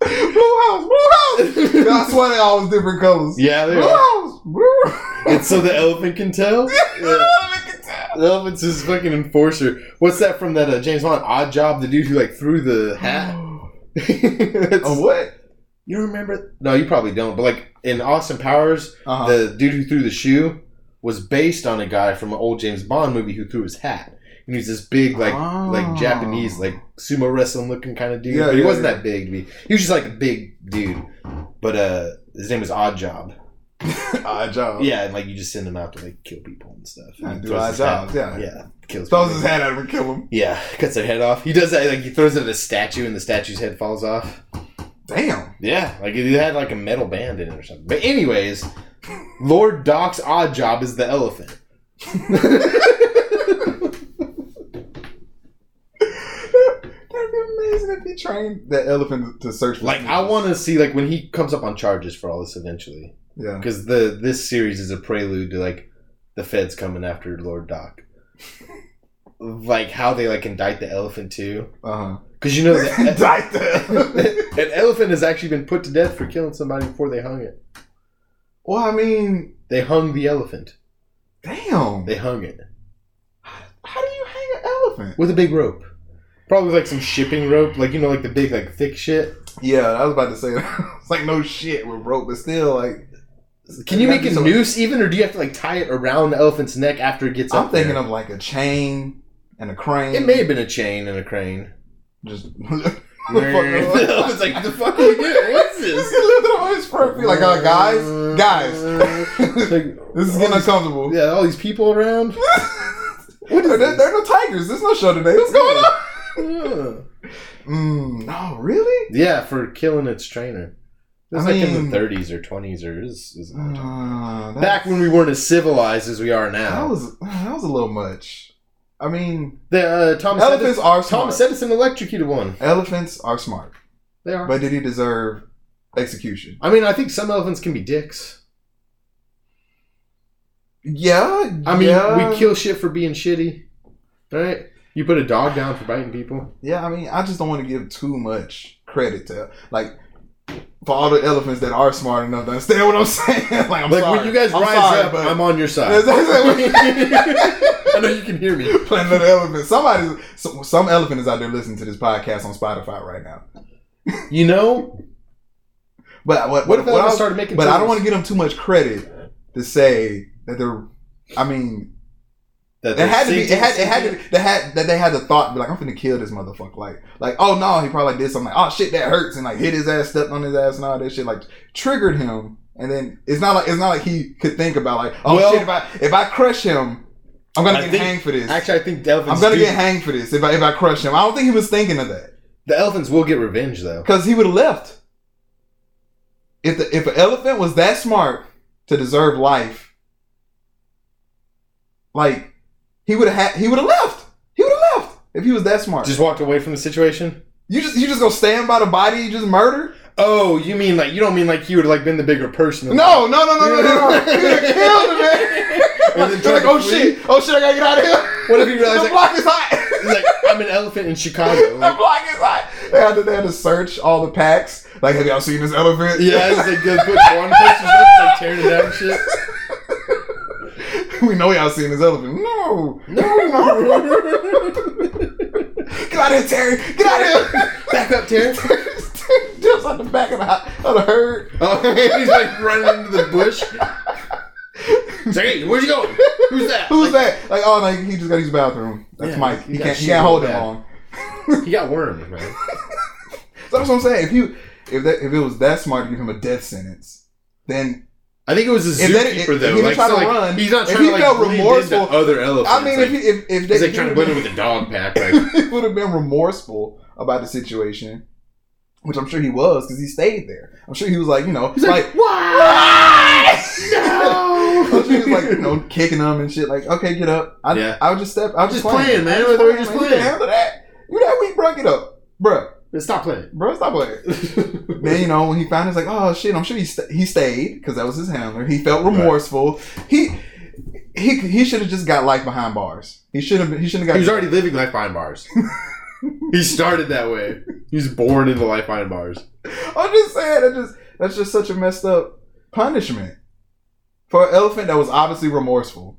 Speaker 2: Blue house, blue house. <laughs> I swear they all was different colors.
Speaker 1: <laughs> yeah, they
Speaker 2: blue
Speaker 1: are.
Speaker 2: house, blue.
Speaker 1: And so the elephant can tell?
Speaker 2: <laughs>
Speaker 1: Yeah. The elephant's his fucking enforcer. What's that from that uh, James Bond odd job? The dude who like threw
Speaker 2: <gasps>
Speaker 1: the hat. <laughs>
Speaker 2: Oh
Speaker 1: That's-
Speaker 2: what?
Speaker 1: you remember? No, you probably don't. But like in Austin Powers,
Speaker 2: Uh-huh.
Speaker 1: the dude who threw the shoe was based on a guy from an old James Bond movie who threw his hat. And he's this big, like,
Speaker 2: Oh.
Speaker 1: like Japanese,
Speaker 2: <laughs>
Speaker 1: like sumo wrestling looking kind of dude.
Speaker 2: Yeah,
Speaker 1: but he
Speaker 2: yeah,
Speaker 1: wasn't
Speaker 2: yeah.
Speaker 1: that big to be. He was just like a big dude. But uh, his name was Odd Job.
Speaker 2: odd job.
Speaker 1: Yeah, and like you just send him out to like kill people and stuff.
Speaker 2: Yeah,
Speaker 1: He
Speaker 2: do
Speaker 1: throws
Speaker 2: odd
Speaker 1: his hat.
Speaker 2: jobs, yeah.
Speaker 1: yeah, kills.
Speaker 2: Throws
Speaker 1: people.
Speaker 2: his hat at him and kill him.
Speaker 1: Yeah, cuts their head off. He does that, like, he throws it at a statue and the statue's head falls off.
Speaker 2: Damn.
Speaker 1: Yeah, like, it had, like, a metal band in it or something. But, anyways, Lord Doc's odd job is the elephant.
Speaker 2: That'd be amazing if he trained that elephant to search. for
Speaker 1: Like, I
Speaker 2: things.
Speaker 1: want to see, like, when he comes up on charges for all this eventually.
Speaker 2: Yeah.
Speaker 1: Because the this series is a prelude to, like, the feds coming after Lord Doc. Like, how they, like, indict the elephant, too.
Speaker 2: <laughs> Uh
Speaker 1: Because, you know,
Speaker 2: huh.
Speaker 1: <laughs> the,
Speaker 2: Died there.
Speaker 1: an elephant has actually been put to death for killing somebody before they hung it.
Speaker 2: <laughs> Well, I mean,
Speaker 1: They hung the elephant.
Speaker 2: damn.
Speaker 1: They hung it.
Speaker 2: How do you hang an elephant?
Speaker 1: with a big rope. Probably like some shipping rope, like you know, like the big, like thick shit.
Speaker 2: Yeah, I was about to say <laughs> it's like no shit with rope, but still, like
Speaker 1: Can you
Speaker 2: Yeah,
Speaker 1: make a
Speaker 2: so-
Speaker 1: noose even, or do you have to like tie it around the elephant's neck after it gets
Speaker 2: I'm
Speaker 1: up?
Speaker 2: thinking
Speaker 1: there?
Speaker 2: of like a chain and a crane.
Speaker 1: it may have been a chain and a crane.
Speaker 2: just <laughs> Motherfucker.
Speaker 1: I was like, what the fuck are you doing? What's this?
Speaker 2: He lifted up his profile. Like, uh, guys, guys.
Speaker 1: It's like,
Speaker 2: <laughs> This is getting
Speaker 1: all these-
Speaker 2: uncomfortable. <laughs>
Speaker 1: yeah, all these people around.
Speaker 2: What is there, there are no tigers. There's no show today. What's going on?
Speaker 1: Yeah.
Speaker 2: Mm, no, really?
Speaker 1: Yeah, for killing its trainer. It was
Speaker 2: I
Speaker 1: like in
Speaker 2: mean-
Speaker 1: the 30s or 20s or is is
Speaker 2: Uh, that-
Speaker 1: back when we weren't as civilized as we are
Speaker 2: that
Speaker 1: now.
Speaker 2: was that was a little much. I mean,
Speaker 1: the uh, Thomas
Speaker 2: elephants
Speaker 1: Edison,
Speaker 2: are smart.
Speaker 1: Thomas Edison electrocuted one.
Speaker 2: elephants are smart,
Speaker 1: They are.
Speaker 2: but did he deserve execution?
Speaker 1: I mean, I think some elephants can be dicks.
Speaker 2: Yeah,
Speaker 1: I mean,
Speaker 2: yeah.
Speaker 1: we kill shit for being shitty, right? You put a dog down for biting people.
Speaker 2: Yeah, I mean, I just don't want to give too much credit to like for all the elephants that are smart enough to understand what I'm <laughs> saying. like, I'm
Speaker 1: like
Speaker 2: sorry.
Speaker 1: when you guys
Speaker 2: I'm
Speaker 1: rise
Speaker 2: sorry,
Speaker 1: up,
Speaker 2: but <laughs>
Speaker 1: I'm on your side.
Speaker 2: That's-
Speaker 1: <laughs>
Speaker 2: that's-
Speaker 1: I know you can hear me.
Speaker 2: Planet of the Elephants. Somebody, some, some elephant is out there listening to this podcast on Spotify right now.
Speaker 1: You know,
Speaker 2: But what?
Speaker 1: what
Speaker 2: What,
Speaker 1: if
Speaker 2: what, I
Speaker 1: I
Speaker 2: was-
Speaker 1: started making?
Speaker 2: But I don't want to give them too much credit to say that they're. I mean,
Speaker 1: That
Speaker 2: it had to be. It had. It had to. Be, they had that they had the thought be like, I'm finna kill this motherfucker. Like, like, oh no, he probably did something. Like, oh shit, that hurts, and like hit his ass, stepped on his ass, and all that shit. Like triggered him, and then it's not like it's not like he could think about like, oh
Speaker 1: Well-
Speaker 2: shit, if I if I crush him, I'm gonna
Speaker 1: I
Speaker 2: get
Speaker 1: think-
Speaker 2: hanged for this.
Speaker 1: Actually, I think the elephants.
Speaker 2: I'm gonna
Speaker 1: do-
Speaker 2: get hanged for this if I if I crush him. I don't think he was thinking of that
Speaker 1: the elephants will get revenge though.
Speaker 2: because he would have left. If the if an elephant was that smart to deserve life, like he would have he would have left. He would have left if he was that smart.
Speaker 1: Just walked away from the situation.
Speaker 2: you just you just gonna stand by the body you just murdered?
Speaker 1: Oh, you mean like you don't mean like you would have like been the bigger person?
Speaker 2: No, no, no, no, no, no! no. <laughs> He would have killed him, man.
Speaker 1: <laughs> And
Speaker 2: You're
Speaker 1: then tried
Speaker 2: like,
Speaker 1: to
Speaker 2: oh
Speaker 1: flee.
Speaker 2: shit, oh shit, I gotta get out of here.
Speaker 1: What if he
Speaker 2: <laughs>
Speaker 1: realized,
Speaker 2: the
Speaker 1: like-
Speaker 2: block is hot?
Speaker 1: It's like I'm an elephant in Chicago.
Speaker 2: the <laughs>
Speaker 1: Like,
Speaker 2: block is hot. They had, to, they had to search all the packs. Like, have y'all seen this elephant?
Speaker 1: yeah, it's like just put porn pictures up, like tearing it down and
Speaker 2: <laughs>
Speaker 1: shit.
Speaker 2: we know y'all seen this elephant. No, no, <laughs> no.
Speaker 1: <laughs> No.
Speaker 2: Get out of here, Terry. Get out of here. <laughs>
Speaker 1: Back up, Terry.
Speaker 2: Jumps out the back of the, of the herd.
Speaker 1: <laughs> Oh, he's like running into the bush. It's like, hey, where'd you go? Who's that?
Speaker 2: Who's that? Like, oh, like, he just got his bathroom. That's
Speaker 1: Yeah,
Speaker 2: Mike.
Speaker 1: he
Speaker 2: He
Speaker 1: got
Speaker 2: can't, he
Speaker 1: shit
Speaker 2: can't hold
Speaker 1: like
Speaker 2: him
Speaker 1: that.
Speaker 2: long.
Speaker 1: He got wormed, man.
Speaker 2: So that's what I'm saying. If you, if that, if it was that smart to give him a death sentence, then
Speaker 1: I think it was a
Speaker 2: If that-
Speaker 1: zookeeper
Speaker 2: if-
Speaker 1: though.
Speaker 2: if he
Speaker 1: like,
Speaker 2: tried
Speaker 1: so,
Speaker 2: to
Speaker 1: like,
Speaker 2: run,
Speaker 1: he's not
Speaker 2: if
Speaker 1: trying
Speaker 2: he
Speaker 1: to like
Speaker 2: felt
Speaker 1: bleed
Speaker 2: remorseful-
Speaker 1: into other elephants.
Speaker 2: I mean,
Speaker 1: like,
Speaker 2: if he, if if they
Speaker 1: he's like trying to <laughs> blend in with a dog pack. Like,
Speaker 2: he would have been <laughs> remorseful about the situation, which I'm sure he was because he stayed there. I'm sure he was like, you know,
Speaker 1: he's
Speaker 2: like
Speaker 1: like, why?
Speaker 2: "What?"
Speaker 1: <laughs> No.
Speaker 2: I'm sure he was like, you
Speaker 1: <laughs>
Speaker 2: know, kicking them and shit. Like, okay, get up. I,
Speaker 1: Yeah.
Speaker 2: I would just step. I was
Speaker 1: Just
Speaker 2: just,
Speaker 1: playing, man.
Speaker 2: I was
Speaker 1: We're just
Speaker 2: man. You
Speaker 1: playing.
Speaker 2: can handle that. You that weak, bro? Get up, bruh.
Speaker 1: Stop playing.
Speaker 2: Bruh, stop
Speaker 1: <laughs>
Speaker 2: playing. Then you know when he found, it, he's like, oh shit. I'm sure he sta he stayed because that was his handler. He felt remorseful. He he he should have just got life behind bars. He should have he should have got.
Speaker 1: He was already living life
Speaker 2: <laughs>
Speaker 1: behind bars. he started that way. He was born into life behind bars.
Speaker 2: I'm just saying that just that's just such a messed up punishment for an elephant that was obviously remorseful.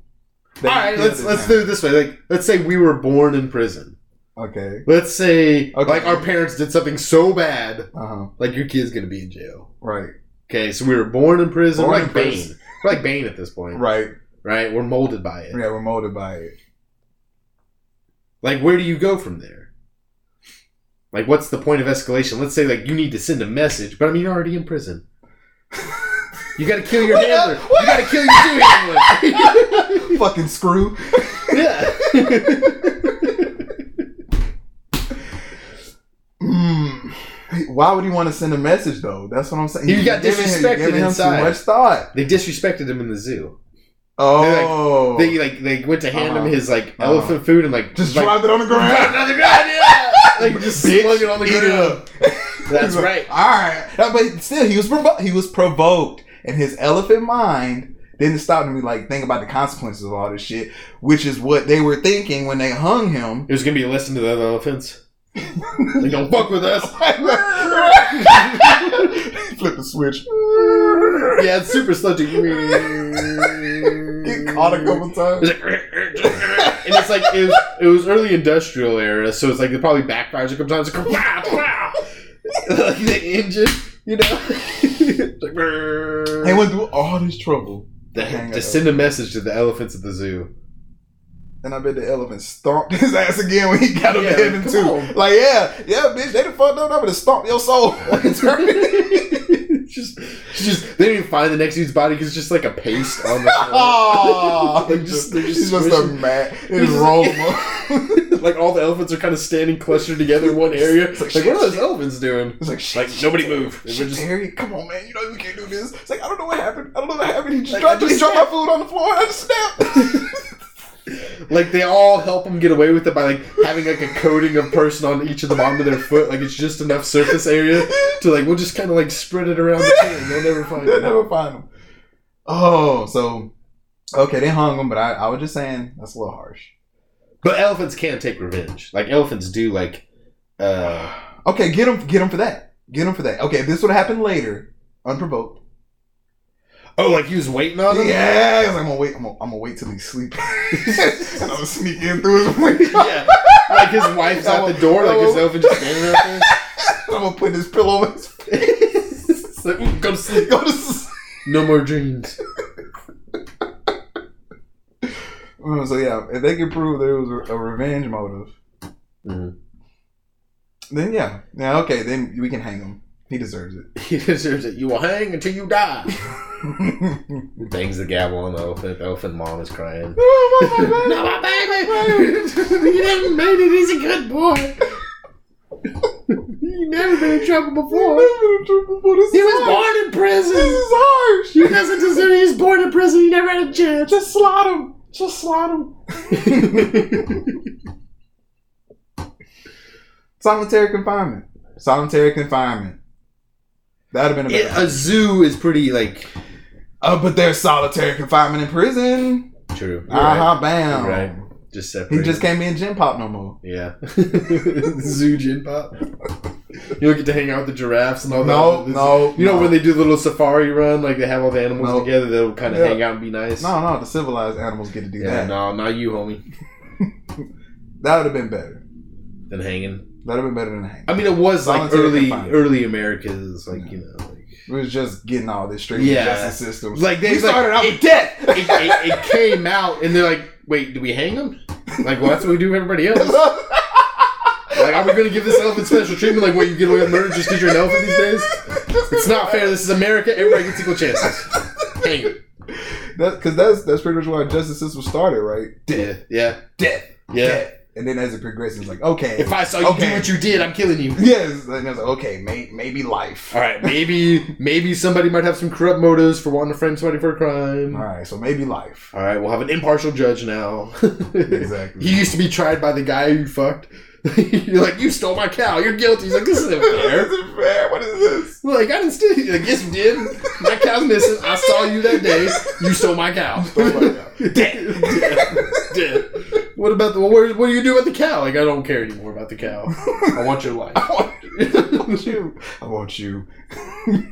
Speaker 1: All right, let's let's do it this way. Like, let's say we were born in prison.
Speaker 2: Okay.
Speaker 1: Let's say
Speaker 2: Okay.
Speaker 1: like our parents did something so bad,
Speaker 2: Uh huh.
Speaker 1: like your kid's gonna be in jail.
Speaker 2: Right.
Speaker 1: Okay, so we were born in prison.
Speaker 2: Born
Speaker 1: we're like
Speaker 2: in
Speaker 1: Bane.
Speaker 2: prison.
Speaker 1: We're like Bane at this point, right?
Speaker 2: Right.
Speaker 1: We're molded by it.
Speaker 2: Yeah, we're molded by it.
Speaker 1: Like, where do you go from there? Like, what's the point of escalation? Let's say like you need to send a message, but I mean you're already in prison. You gotta kill your
Speaker 2: What
Speaker 1: handler.
Speaker 2: el- what-
Speaker 1: You gotta kill your two handler.
Speaker 2: Fucking screw.
Speaker 1: <laughs> yeah.
Speaker 2: Mm. Why would he want to send a message though? That's what I'm saying.
Speaker 1: He
Speaker 2: You're
Speaker 1: got
Speaker 2: giving him- you're
Speaker 1: disrespected
Speaker 2: giving him
Speaker 1: inside.
Speaker 2: too much thought.
Speaker 1: they disrespected him in the zoo.
Speaker 2: Oh.
Speaker 1: They like they went to hand
Speaker 2: Uh-huh.
Speaker 1: him his like
Speaker 2: Uh-huh.
Speaker 1: elephant food and like
Speaker 2: just
Speaker 1: like,
Speaker 2: dropped it on the
Speaker 1: dropped <laughs>
Speaker 2: ground.
Speaker 1: it on the ground. Yeah.
Speaker 2: <laughs>
Speaker 1: Like just
Speaker 2: Bitch,
Speaker 1: slung it on the
Speaker 2: eat it
Speaker 1: ground.
Speaker 2: up.
Speaker 1: That's
Speaker 2: He's like,
Speaker 1: right.
Speaker 2: All right, No, Uh, but still, he was provo- he was provoked, and his elephant mind didn't stop to be like think about the consequences of all this shit, which is what they were thinking when they hung him. <laughs>
Speaker 1: It was gonna be a lesson to the other elephants. Like, don't fuck with us.
Speaker 2: Flip the switch. <laughs>
Speaker 1: Yeah, it's super sludgy.
Speaker 2: Get caught a couple times.
Speaker 1: <laughs> It's like, and it's like it was, it was early industrial era, so it's like it probably backfires a couple times. It's Like, wow, wow. like the engine, you know. It's like,
Speaker 2: They went through all this trouble.
Speaker 1: the, to send a message to the elephants at the zoo.
Speaker 2: And I bet the elephant stomped <laughs> his ass again when he got up to
Speaker 1: Yeah, like,
Speaker 2: heaven
Speaker 1: come
Speaker 2: too.
Speaker 1: on.
Speaker 2: Like, yeah, yeah, bitch, they done fucked up. I would have stomped your soul. <laughs> for
Speaker 1: <laughs>
Speaker 2: eternity.
Speaker 1: <laughs> just, just they didn't even find the next dude's body because it's just like a paste on the
Speaker 2: <laughs> Oh,
Speaker 1: They're just- they're just
Speaker 2: he's just a
Speaker 1: squishing.
Speaker 2: mad. They
Speaker 1: They're
Speaker 2: just
Speaker 1: just-
Speaker 2: roll him up.
Speaker 1: <laughs> like all the elephants are kind of standing clustered together in one area.
Speaker 2: It's
Speaker 1: Like,
Speaker 2: like,
Speaker 1: what are those elephants doing?
Speaker 2: <laughs> It's like, shit,
Speaker 1: Like
Speaker 2: shit,
Speaker 1: nobody
Speaker 2: Terry.
Speaker 1: move. They
Speaker 2: Shit,
Speaker 1: were just-
Speaker 2: Terry, come on, man. You know you can't do this. It's like I don't know what happened. I don't know what happened. He just
Speaker 1: Like,
Speaker 2: dropped, he
Speaker 1: I just
Speaker 2: dropped my food on the floor. I just snapped.
Speaker 1: like they all help them get away with it by like having like a coating of person on each of the bottom of their foot. Like it's just enough surface area to like we'll just kind of like spread it around the thing. They'll never find
Speaker 2: <laughs> They'll
Speaker 1: it.
Speaker 2: never find him. Oh, so okay, they hung him, but I, I was just saying that's a little harsh. <sighs>
Speaker 1: But elephants can take revenge. Like elephants do. Like uh,
Speaker 2: Okay, get him, get him for that. Get him for that. Okay, if this would have happened later, unprovoked.
Speaker 1: oh, like he was waiting on <laughs> them.
Speaker 2: Yeah, 'cause I'm gonna wait. I'm gonna, I'm gonna wait till he's sleeping, <laughs> and I'm gonna sneak in through his window. <laughs>
Speaker 1: Yeah. Like his wife's out the door. Like his elephant just standing out there.
Speaker 2: I'm gonna put his pillow in his
Speaker 1: It's <laughs> like, "Ooh, go to sleep.
Speaker 2: go to sleep.
Speaker 1: No more dreams.
Speaker 2: Mm, So yeah, if they could prove there was a a revenge motive,
Speaker 1: Mhm.
Speaker 2: then yeah, yeah, okay, then we can hang him. He deserves it. <laughs>
Speaker 1: <laughs> He deserves it. You will hang until you <laughs> die. Bangs the gavel on the elephant. The elephant mom is crying.
Speaker 2: oh, <laughs>
Speaker 1: my baby! you never made it. He's a good boy. you never been in trouble
Speaker 2: He
Speaker 1: born in prison.
Speaker 2: is harsh.
Speaker 1: You doesn't deserve. He was born in prison. You never had a <laughs> chance.
Speaker 2: Just slot him. Just slot him. Solitary confinement. Solitary confinement. That'd have been a better.
Speaker 1: a zoo is pretty like
Speaker 2: Oh, but there's solitary confinement in prison.
Speaker 1: true. You're
Speaker 2: Uh
Speaker 1: right.
Speaker 2: huh. Bam.
Speaker 1: You're right. Just separate.
Speaker 2: He just can't be in gym pop no more. <laughs>
Speaker 1: Yeah. Zoo gin pop. You don't get to hang out with the giraffes and all
Speaker 2: Oh, No,
Speaker 1: that.
Speaker 2: no.
Speaker 1: You know
Speaker 2: no.
Speaker 1: when they do the little safari run, like they have all the animals
Speaker 2: No.
Speaker 1: together, they'll kind of
Speaker 2: Yeah.
Speaker 1: hang out and be nice.
Speaker 2: No, no, the civilized animals get to do
Speaker 1: yeah,
Speaker 2: that.
Speaker 1: no, not you, homie.
Speaker 2: That would have been better.
Speaker 1: Than hanging.
Speaker 2: That would have been better than hanging.
Speaker 1: I mean, it was like
Speaker 2: Solitary
Speaker 1: early,
Speaker 2: confinement.
Speaker 1: early Americas, like
Speaker 2: Yeah.
Speaker 1: you know, like,
Speaker 2: It was just getting all this straight
Speaker 1: Yeah.
Speaker 2: justice systems.
Speaker 1: like they
Speaker 2: we
Speaker 1: like,
Speaker 2: started out
Speaker 1: it,
Speaker 2: with death.
Speaker 1: <laughs> it,
Speaker 2: <laughs>
Speaker 1: it, it came out, and they're like, "Wait, do we hang them? Like, well, that's what we do with everybody <laughs> else. Like, are we going to give this elephant special treatment? Like, what you get away with murder just because you're an elephant these days? It's not fair. This is America. Everybody gets equal chances. Hang 'em.
Speaker 2: Because that's that's pretty much why our justice system started, right?
Speaker 1: Yeah, yeah,
Speaker 2: Death.
Speaker 1: yeah.
Speaker 2: Death. And then as it progresses, it's like okay,
Speaker 1: If I saw you
Speaker 2: Okay.
Speaker 1: do what you did, I'm killing you.
Speaker 2: <laughs> yes, and it's like okay, may, maybe life.
Speaker 1: All right, maybe maybe somebody might have some corrupt motives for wanting to frame somebody for a crime.
Speaker 2: All right, so maybe life.
Speaker 1: All right, we'll have an impartial judge now. <laughs>
Speaker 2: Exactly.
Speaker 1: he used to be tried by the guy who fucked. <laughs> You're like, you stole my cow. You're guilty. He's like, this
Speaker 2: <laughs>
Speaker 1: isn't <laughs> fair.
Speaker 2: This isn't fair. What is this?
Speaker 1: Like, I didn't steal. He's Like, yes, you did. My cow's missing. I saw you that day. You stole my cow. <laughs> Dead. What about the? What, what do you do with the cow? Like, I don't care anymore about the cow. I want your life.
Speaker 2: I want you. I want you. <laughs> I want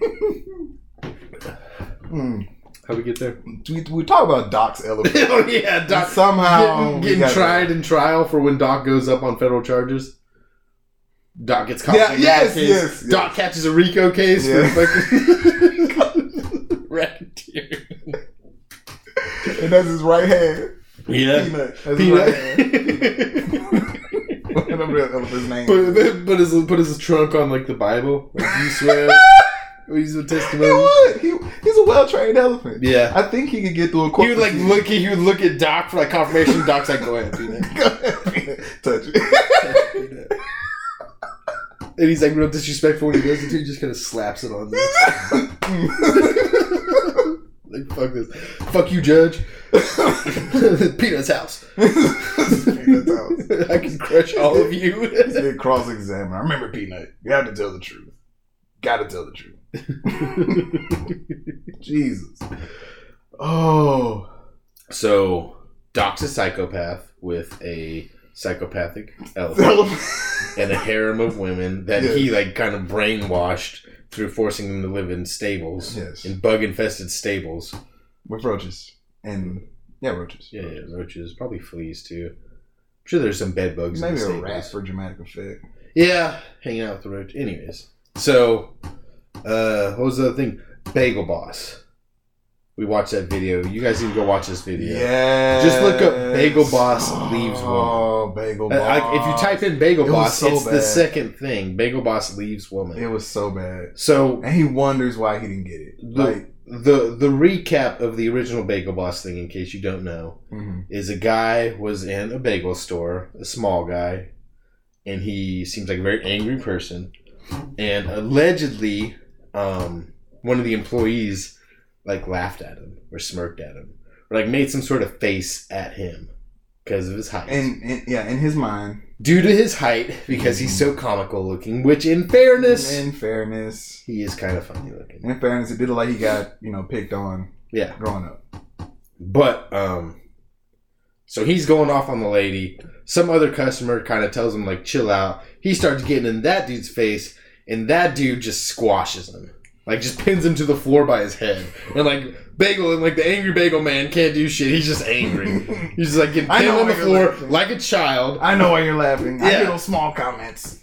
Speaker 2: you. <laughs> Hmm.
Speaker 1: How we get there?
Speaker 2: We, we talk about Doc's elephant.
Speaker 1: <laughs> oh yeah, <laughs> Doc.
Speaker 2: Somehow
Speaker 1: getting,
Speaker 2: Oh, we
Speaker 1: getting
Speaker 2: got
Speaker 1: tried in trial for when Doc goes up on federal charges. Doc gets caught.
Speaker 2: Yeah,
Speaker 1: in a
Speaker 2: yes,
Speaker 1: case.
Speaker 2: yes, yes.
Speaker 1: Doc catches a Rico case
Speaker 2: Yeah.
Speaker 1: for <laughs> fucking racketeering.
Speaker 2: that. and that's his right hand.
Speaker 1: Yeah,
Speaker 2: Peanut. That's
Speaker 1: Peanut.
Speaker 2: <laughs> his right hand. I don't know the elephant's name.
Speaker 1: <laughs> put, put his put his trunk on like the Bible. Like
Speaker 2: <laughs>
Speaker 1: you swear, or he's a
Speaker 2: he
Speaker 1: testimony.
Speaker 2: would. He, he's a well trained elephant.
Speaker 1: Yeah.
Speaker 2: I think he could get through a
Speaker 1: He
Speaker 2: court.
Speaker 1: would like
Speaker 2: proceeding.
Speaker 1: look. He would look at Doc for like confirmation. Doc's like, go ahead, do that.
Speaker 2: <laughs> Touch it.
Speaker 1: Do
Speaker 2: <laughs>
Speaker 1: that. And he's like real disrespectful when he goes into. it, He just kind of slaps it on. Them.
Speaker 2: <laughs>
Speaker 1: like fuck this, fuck you, Judge. <laughs> Peanut's house.
Speaker 2: Peanut's house.
Speaker 1: <laughs> I can crush all of you.
Speaker 2: He's been cross examined. I remember Peanut. You have to tell the truth. Got to tell the truth. Jesus. Oh.
Speaker 1: <laughs> so Doc's a psychopath with a psychopathic <laughs> elephant.
Speaker 2: Elephant.
Speaker 1: and a harem of women that
Speaker 2: Yeah.
Speaker 1: he like kind of brainwashed through forcing them to live in stables,
Speaker 2: yes.
Speaker 1: in bug infested stables.
Speaker 2: With roaches. And, yeah, roaches.
Speaker 1: Yeah, yeah, roaches, probably fleas too. I'm sure there's some bed bugs. in
Speaker 2: Maybe
Speaker 1: the
Speaker 2: a
Speaker 1: stables.
Speaker 2: rat for dramatic effect.
Speaker 1: Yeah, hanging out with the roach. Anyways, so uh, what was the other thing? Bagel Boss. We watched that video. You guys need to go watch this video.
Speaker 2: Yeah.
Speaker 1: Just look up Bagel Boss leaves woman.
Speaker 2: Oh, Bagel
Speaker 1: Uh,
Speaker 2: Boss.
Speaker 1: Like if you type in Bagel
Speaker 2: It was
Speaker 1: Boss,
Speaker 2: so
Speaker 1: it's the
Speaker 2: bad.
Speaker 1: second thing. Bagel Boss leaves
Speaker 2: it
Speaker 1: woman.
Speaker 2: was so bad,
Speaker 1: So
Speaker 2: and he wonders why he didn't get it.
Speaker 1: The-
Speaker 2: Like,
Speaker 1: the the recap of the original Bagel Boss thing, in case you don't know,
Speaker 2: mhm.
Speaker 1: is a guy was in a bagel store, a small guy, and he seems like a very angry person. And allegedly, um, one of the employees like laughed at him or smirked at him or like made some sort of face at him because of his height.
Speaker 2: and, and yeah, in his mind,
Speaker 1: Due to his height, because he's so comical looking, which in fairness,
Speaker 2: in fairness,
Speaker 1: he is kind of funny looking.
Speaker 2: in fairness, it did look like he got you know picked on.
Speaker 1: Yeah.
Speaker 2: growing
Speaker 1: <laughs>
Speaker 2: up.
Speaker 1: But um so he's going off on the lady. Some other customer kind of tells him like chill out. He starts getting in that dude's face and that dude just squashes him. Like just pins him to the floor by his head. And like bagel and like the angry bagel man can't do shit. He's just angry.
Speaker 2: <laughs>
Speaker 1: He's just like getting
Speaker 2: I
Speaker 1: pinned
Speaker 2: know
Speaker 1: on the
Speaker 2: what
Speaker 1: floor
Speaker 2: you're laughing.
Speaker 1: like a child. <laughs>
Speaker 2: I know why you're laughing. I
Speaker 1: Yeah.
Speaker 2: get those small comments.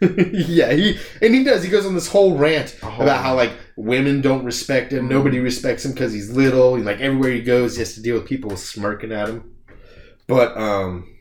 Speaker 1: yeah, he and he does. He goes on this whole rant
Speaker 2: A whole
Speaker 1: about how like women don't respect him. Nobody
Speaker 2: Mm.
Speaker 1: respects him because he's little. And, like everywhere he goes, he has to deal with people smirking at him. But um,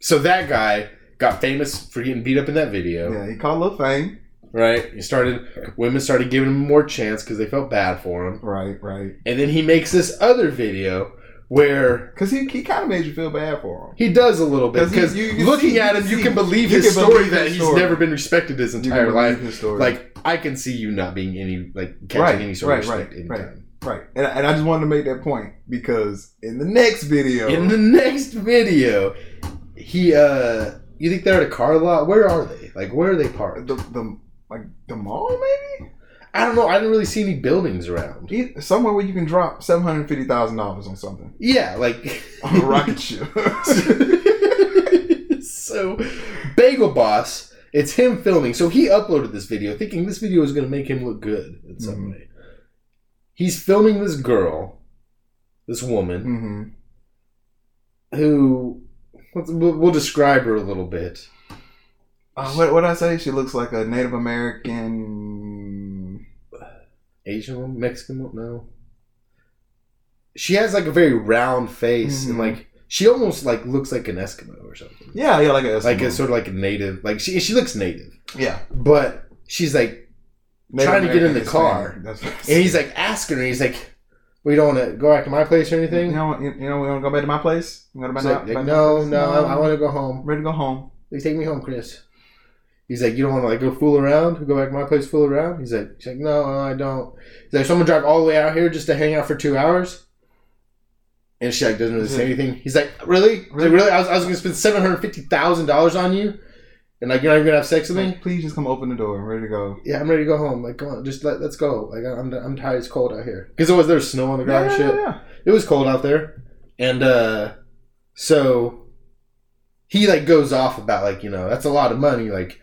Speaker 1: so that guy got famous for getting beat up in that video,
Speaker 2: Yeah, he called Lil Fame.
Speaker 1: right? He started women started giving him more chance because they felt bad for him,
Speaker 2: Right, right.
Speaker 1: and then he makes this other video where.
Speaker 2: Because he, he kind of made you feel bad for him.
Speaker 1: He does a little bit
Speaker 2: 'Cause he-
Speaker 1: because
Speaker 2: you- you can
Speaker 1: looking
Speaker 2: see-
Speaker 1: at
Speaker 2: you
Speaker 1: him,
Speaker 2: can
Speaker 1: you
Speaker 2: see-
Speaker 1: can believe
Speaker 2: you
Speaker 1: his
Speaker 2: can
Speaker 1: story
Speaker 2: believe
Speaker 1: that
Speaker 2: his
Speaker 1: he's
Speaker 2: story.
Speaker 1: never been respected his
Speaker 2: You can
Speaker 1: entire
Speaker 2: believe
Speaker 1: life.
Speaker 2: his story.
Speaker 1: Like I can see you not being any like catching
Speaker 2: Right,
Speaker 1: any sort of
Speaker 2: right,
Speaker 1: respect
Speaker 2: right,
Speaker 1: anytime.
Speaker 2: right. And, and I just wanted to make that point because in the next video,
Speaker 1: In the next video, he uh you think they're at a car lot? Where are they? Like where are they parked?
Speaker 2: the, the like the mall maybe
Speaker 1: I don't know. I didn't really see any buildings around.
Speaker 2: Eith- somewhere where you can drop seven hundred fifty thousand dollars on something <laughs>
Speaker 1: Yeah, like <laughs>
Speaker 2: on a rocket ship. <laughs>
Speaker 1: so Bagel Boss, it's him filming. So he uploaded this video thinking this video is going to make him look good in some
Speaker 2: Mhm.
Speaker 1: way. He's filming this girl, this woman,
Speaker 2: hmm
Speaker 1: who let's- we'll, we'll describe her a little bit.
Speaker 2: uh, what what I say? She looks like a Native American.
Speaker 1: Asian woman, Mexican woman, no. She has like a very round face and
Speaker 2: Mhm.
Speaker 1: like she almost like looks like an Eskimo or something.
Speaker 2: Yeah, yeah, like a
Speaker 1: Like a sort of like a native. Like she she looks native,
Speaker 2: yeah.
Speaker 1: but she's like Trying to get in the car.
Speaker 2: That's what I
Speaker 1: and
Speaker 2: said.
Speaker 1: he's like asking her. He's like, "We don't want to go back to my place or
Speaker 2: You
Speaker 1: anything."
Speaker 2: know, what- you, you know, we want to go back to my place. You wanna go
Speaker 1: She's
Speaker 2: back to-
Speaker 1: like,
Speaker 2: back to my
Speaker 1: no,
Speaker 2: place?
Speaker 1: no, I, I want to go home.
Speaker 2: ready to go home.
Speaker 1: They take me home, Chris. He's like, you don't want to like go fool around, go back to my place, fool around. He's like, she's like, no, I don't. He's like, someone drive all the way out here just to hang out for two hours. And she like doesn't really say anything. He's like, really, He's like, really, I was, I was gonna spend seven hundred fifty thousand dollars on you, and like you're not even gonna have sex with me.
Speaker 2: Like, please just come open the door. I'm ready to go.
Speaker 1: Yeah, I'm ready to go home. Like, come on, just let, let's go. Like, I'm I'm tired. It's cold out here because there was there was snow on the ground and shit
Speaker 2: yeah.
Speaker 1: it was cold out there and uh so he like goes off about like you know that's a lot of money like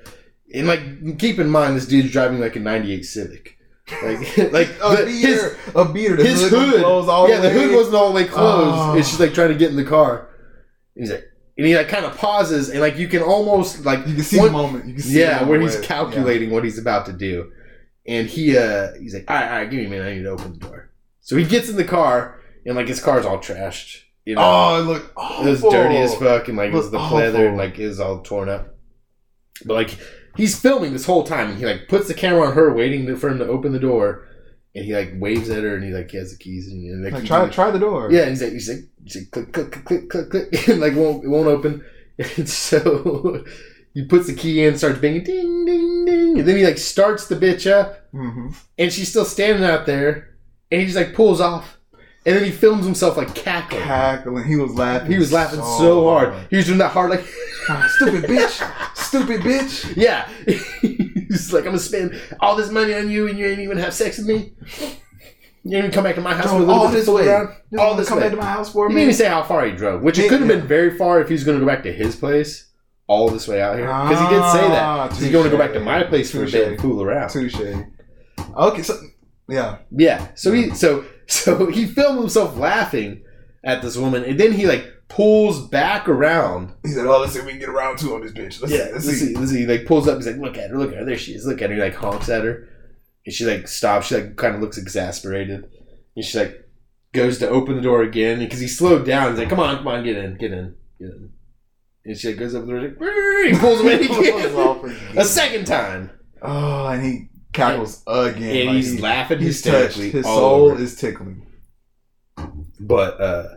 Speaker 1: and like keep in mind this dude's driving like a 98 civic like <laughs>
Speaker 2: <laughs>
Speaker 1: like
Speaker 2: A
Speaker 1: the-
Speaker 2: beater,
Speaker 1: his,
Speaker 2: a beater. The
Speaker 1: his hood
Speaker 2: closed Oh, all
Speaker 1: yeah the
Speaker 2: way.
Speaker 1: hood wasn't all the way closed
Speaker 2: Oh.
Speaker 1: and she's like trying to get in the car and he's like and he like kind of pauses and like you can almost like
Speaker 2: You can see
Speaker 1: one-
Speaker 2: the moment. You can <laughs> see
Speaker 1: yeah
Speaker 2: the
Speaker 1: where
Speaker 2: moment
Speaker 1: he's calculating what he's about to do and he uh he's like all right all right give me a minute i need to open the door so he gets in the car and like his car's all trashed you know
Speaker 2: Yeah. Oh, it looked
Speaker 1: it
Speaker 2: awful.
Speaker 1: was dirty as fuck and like it was the
Speaker 2: Look
Speaker 1: leather and
Speaker 2: awful.
Speaker 1: like it was all torn up but like he's filming this whole time and he like puts the camera on her waiting to- for him to open the door and he like waves at her and he like he has the keys and, and like,
Speaker 2: Like,
Speaker 1: he-
Speaker 2: try, try the door.
Speaker 1: yeah, he's like, he's like, he's like click, click, click, click, click, click, <laughs> and like won't, it won't open. <laughs> And so <laughs> he puts the key in, starts banging, ding, ding, ding, and then he like starts the bitch up,
Speaker 2: hmm
Speaker 1: and she's still standing out there, and he just like pulls off, and then he films himself like cackling.
Speaker 2: Cackling. He was laughing.
Speaker 1: He was laughing so hard. He was doing that hard, like, <laughs>
Speaker 2: hard. Stupid bitch. Stupid bitch.
Speaker 1: yeah. <laughs> He's like, I'm gonna spend all this money on you, and you ain't even have sex with me. You ain't even come back to my house
Speaker 2: Drove
Speaker 1: for a little
Speaker 2: all
Speaker 1: bit
Speaker 2: this
Speaker 1: fool
Speaker 2: way.
Speaker 1: around.
Speaker 2: Just
Speaker 1: All
Speaker 2: wanna
Speaker 1: this
Speaker 2: come
Speaker 1: way.
Speaker 2: back to my house for
Speaker 1: He
Speaker 2: a
Speaker 1: didn't even
Speaker 2: minute.
Speaker 1: say how far he drove, which it
Speaker 2: Yeah,
Speaker 1: could have
Speaker 2: yeah.
Speaker 1: been very far if he was going to go back to his place all this way out here. Because he did say that.
Speaker 2: Ah,
Speaker 1: He's going to go
Speaker 2: touche.
Speaker 1: back to my place for a bit and
Speaker 2: Touche.
Speaker 1: fool around.
Speaker 2: Touche. Okay, so yeah,
Speaker 1: Yeah. So he so so he filmed himself laughing at this woman, and then he like pulls back around.
Speaker 2: he said, "Oh, let's see if we can get around two on this bitch." <laughs> Let's see. Let's
Speaker 1: Let's
Speaker 2: see.
Speaker 1: see. Let's see. He like pulls up. He's like, look at her. Look at her. There she is. Look at her. He like honks at her, and she like stops. She like kind of looks exasperated, and she's like, goes to open the door again because he slowed down. He's like, "Come on, come on, get in, get in, get in." And she goes up the door, like, "Brrr," he
Speaker 2: <laughs>
Speaker 1: pulls away again a second time,
Speaker 2: Oh, and he cackles again.
Speaker 1: and
Speaker 2: Like,
Speaker 1: he's
Speaker 2: he-
Speaker 1: laughing
Speaker 2: He's touched.
Speaker 1: hysterically.
Speaker 2: His
Speaker 1: all
Speaker 2: soul
Speaker 1: over.
Speaker 2: is tickling.
Speaker 1: but uh,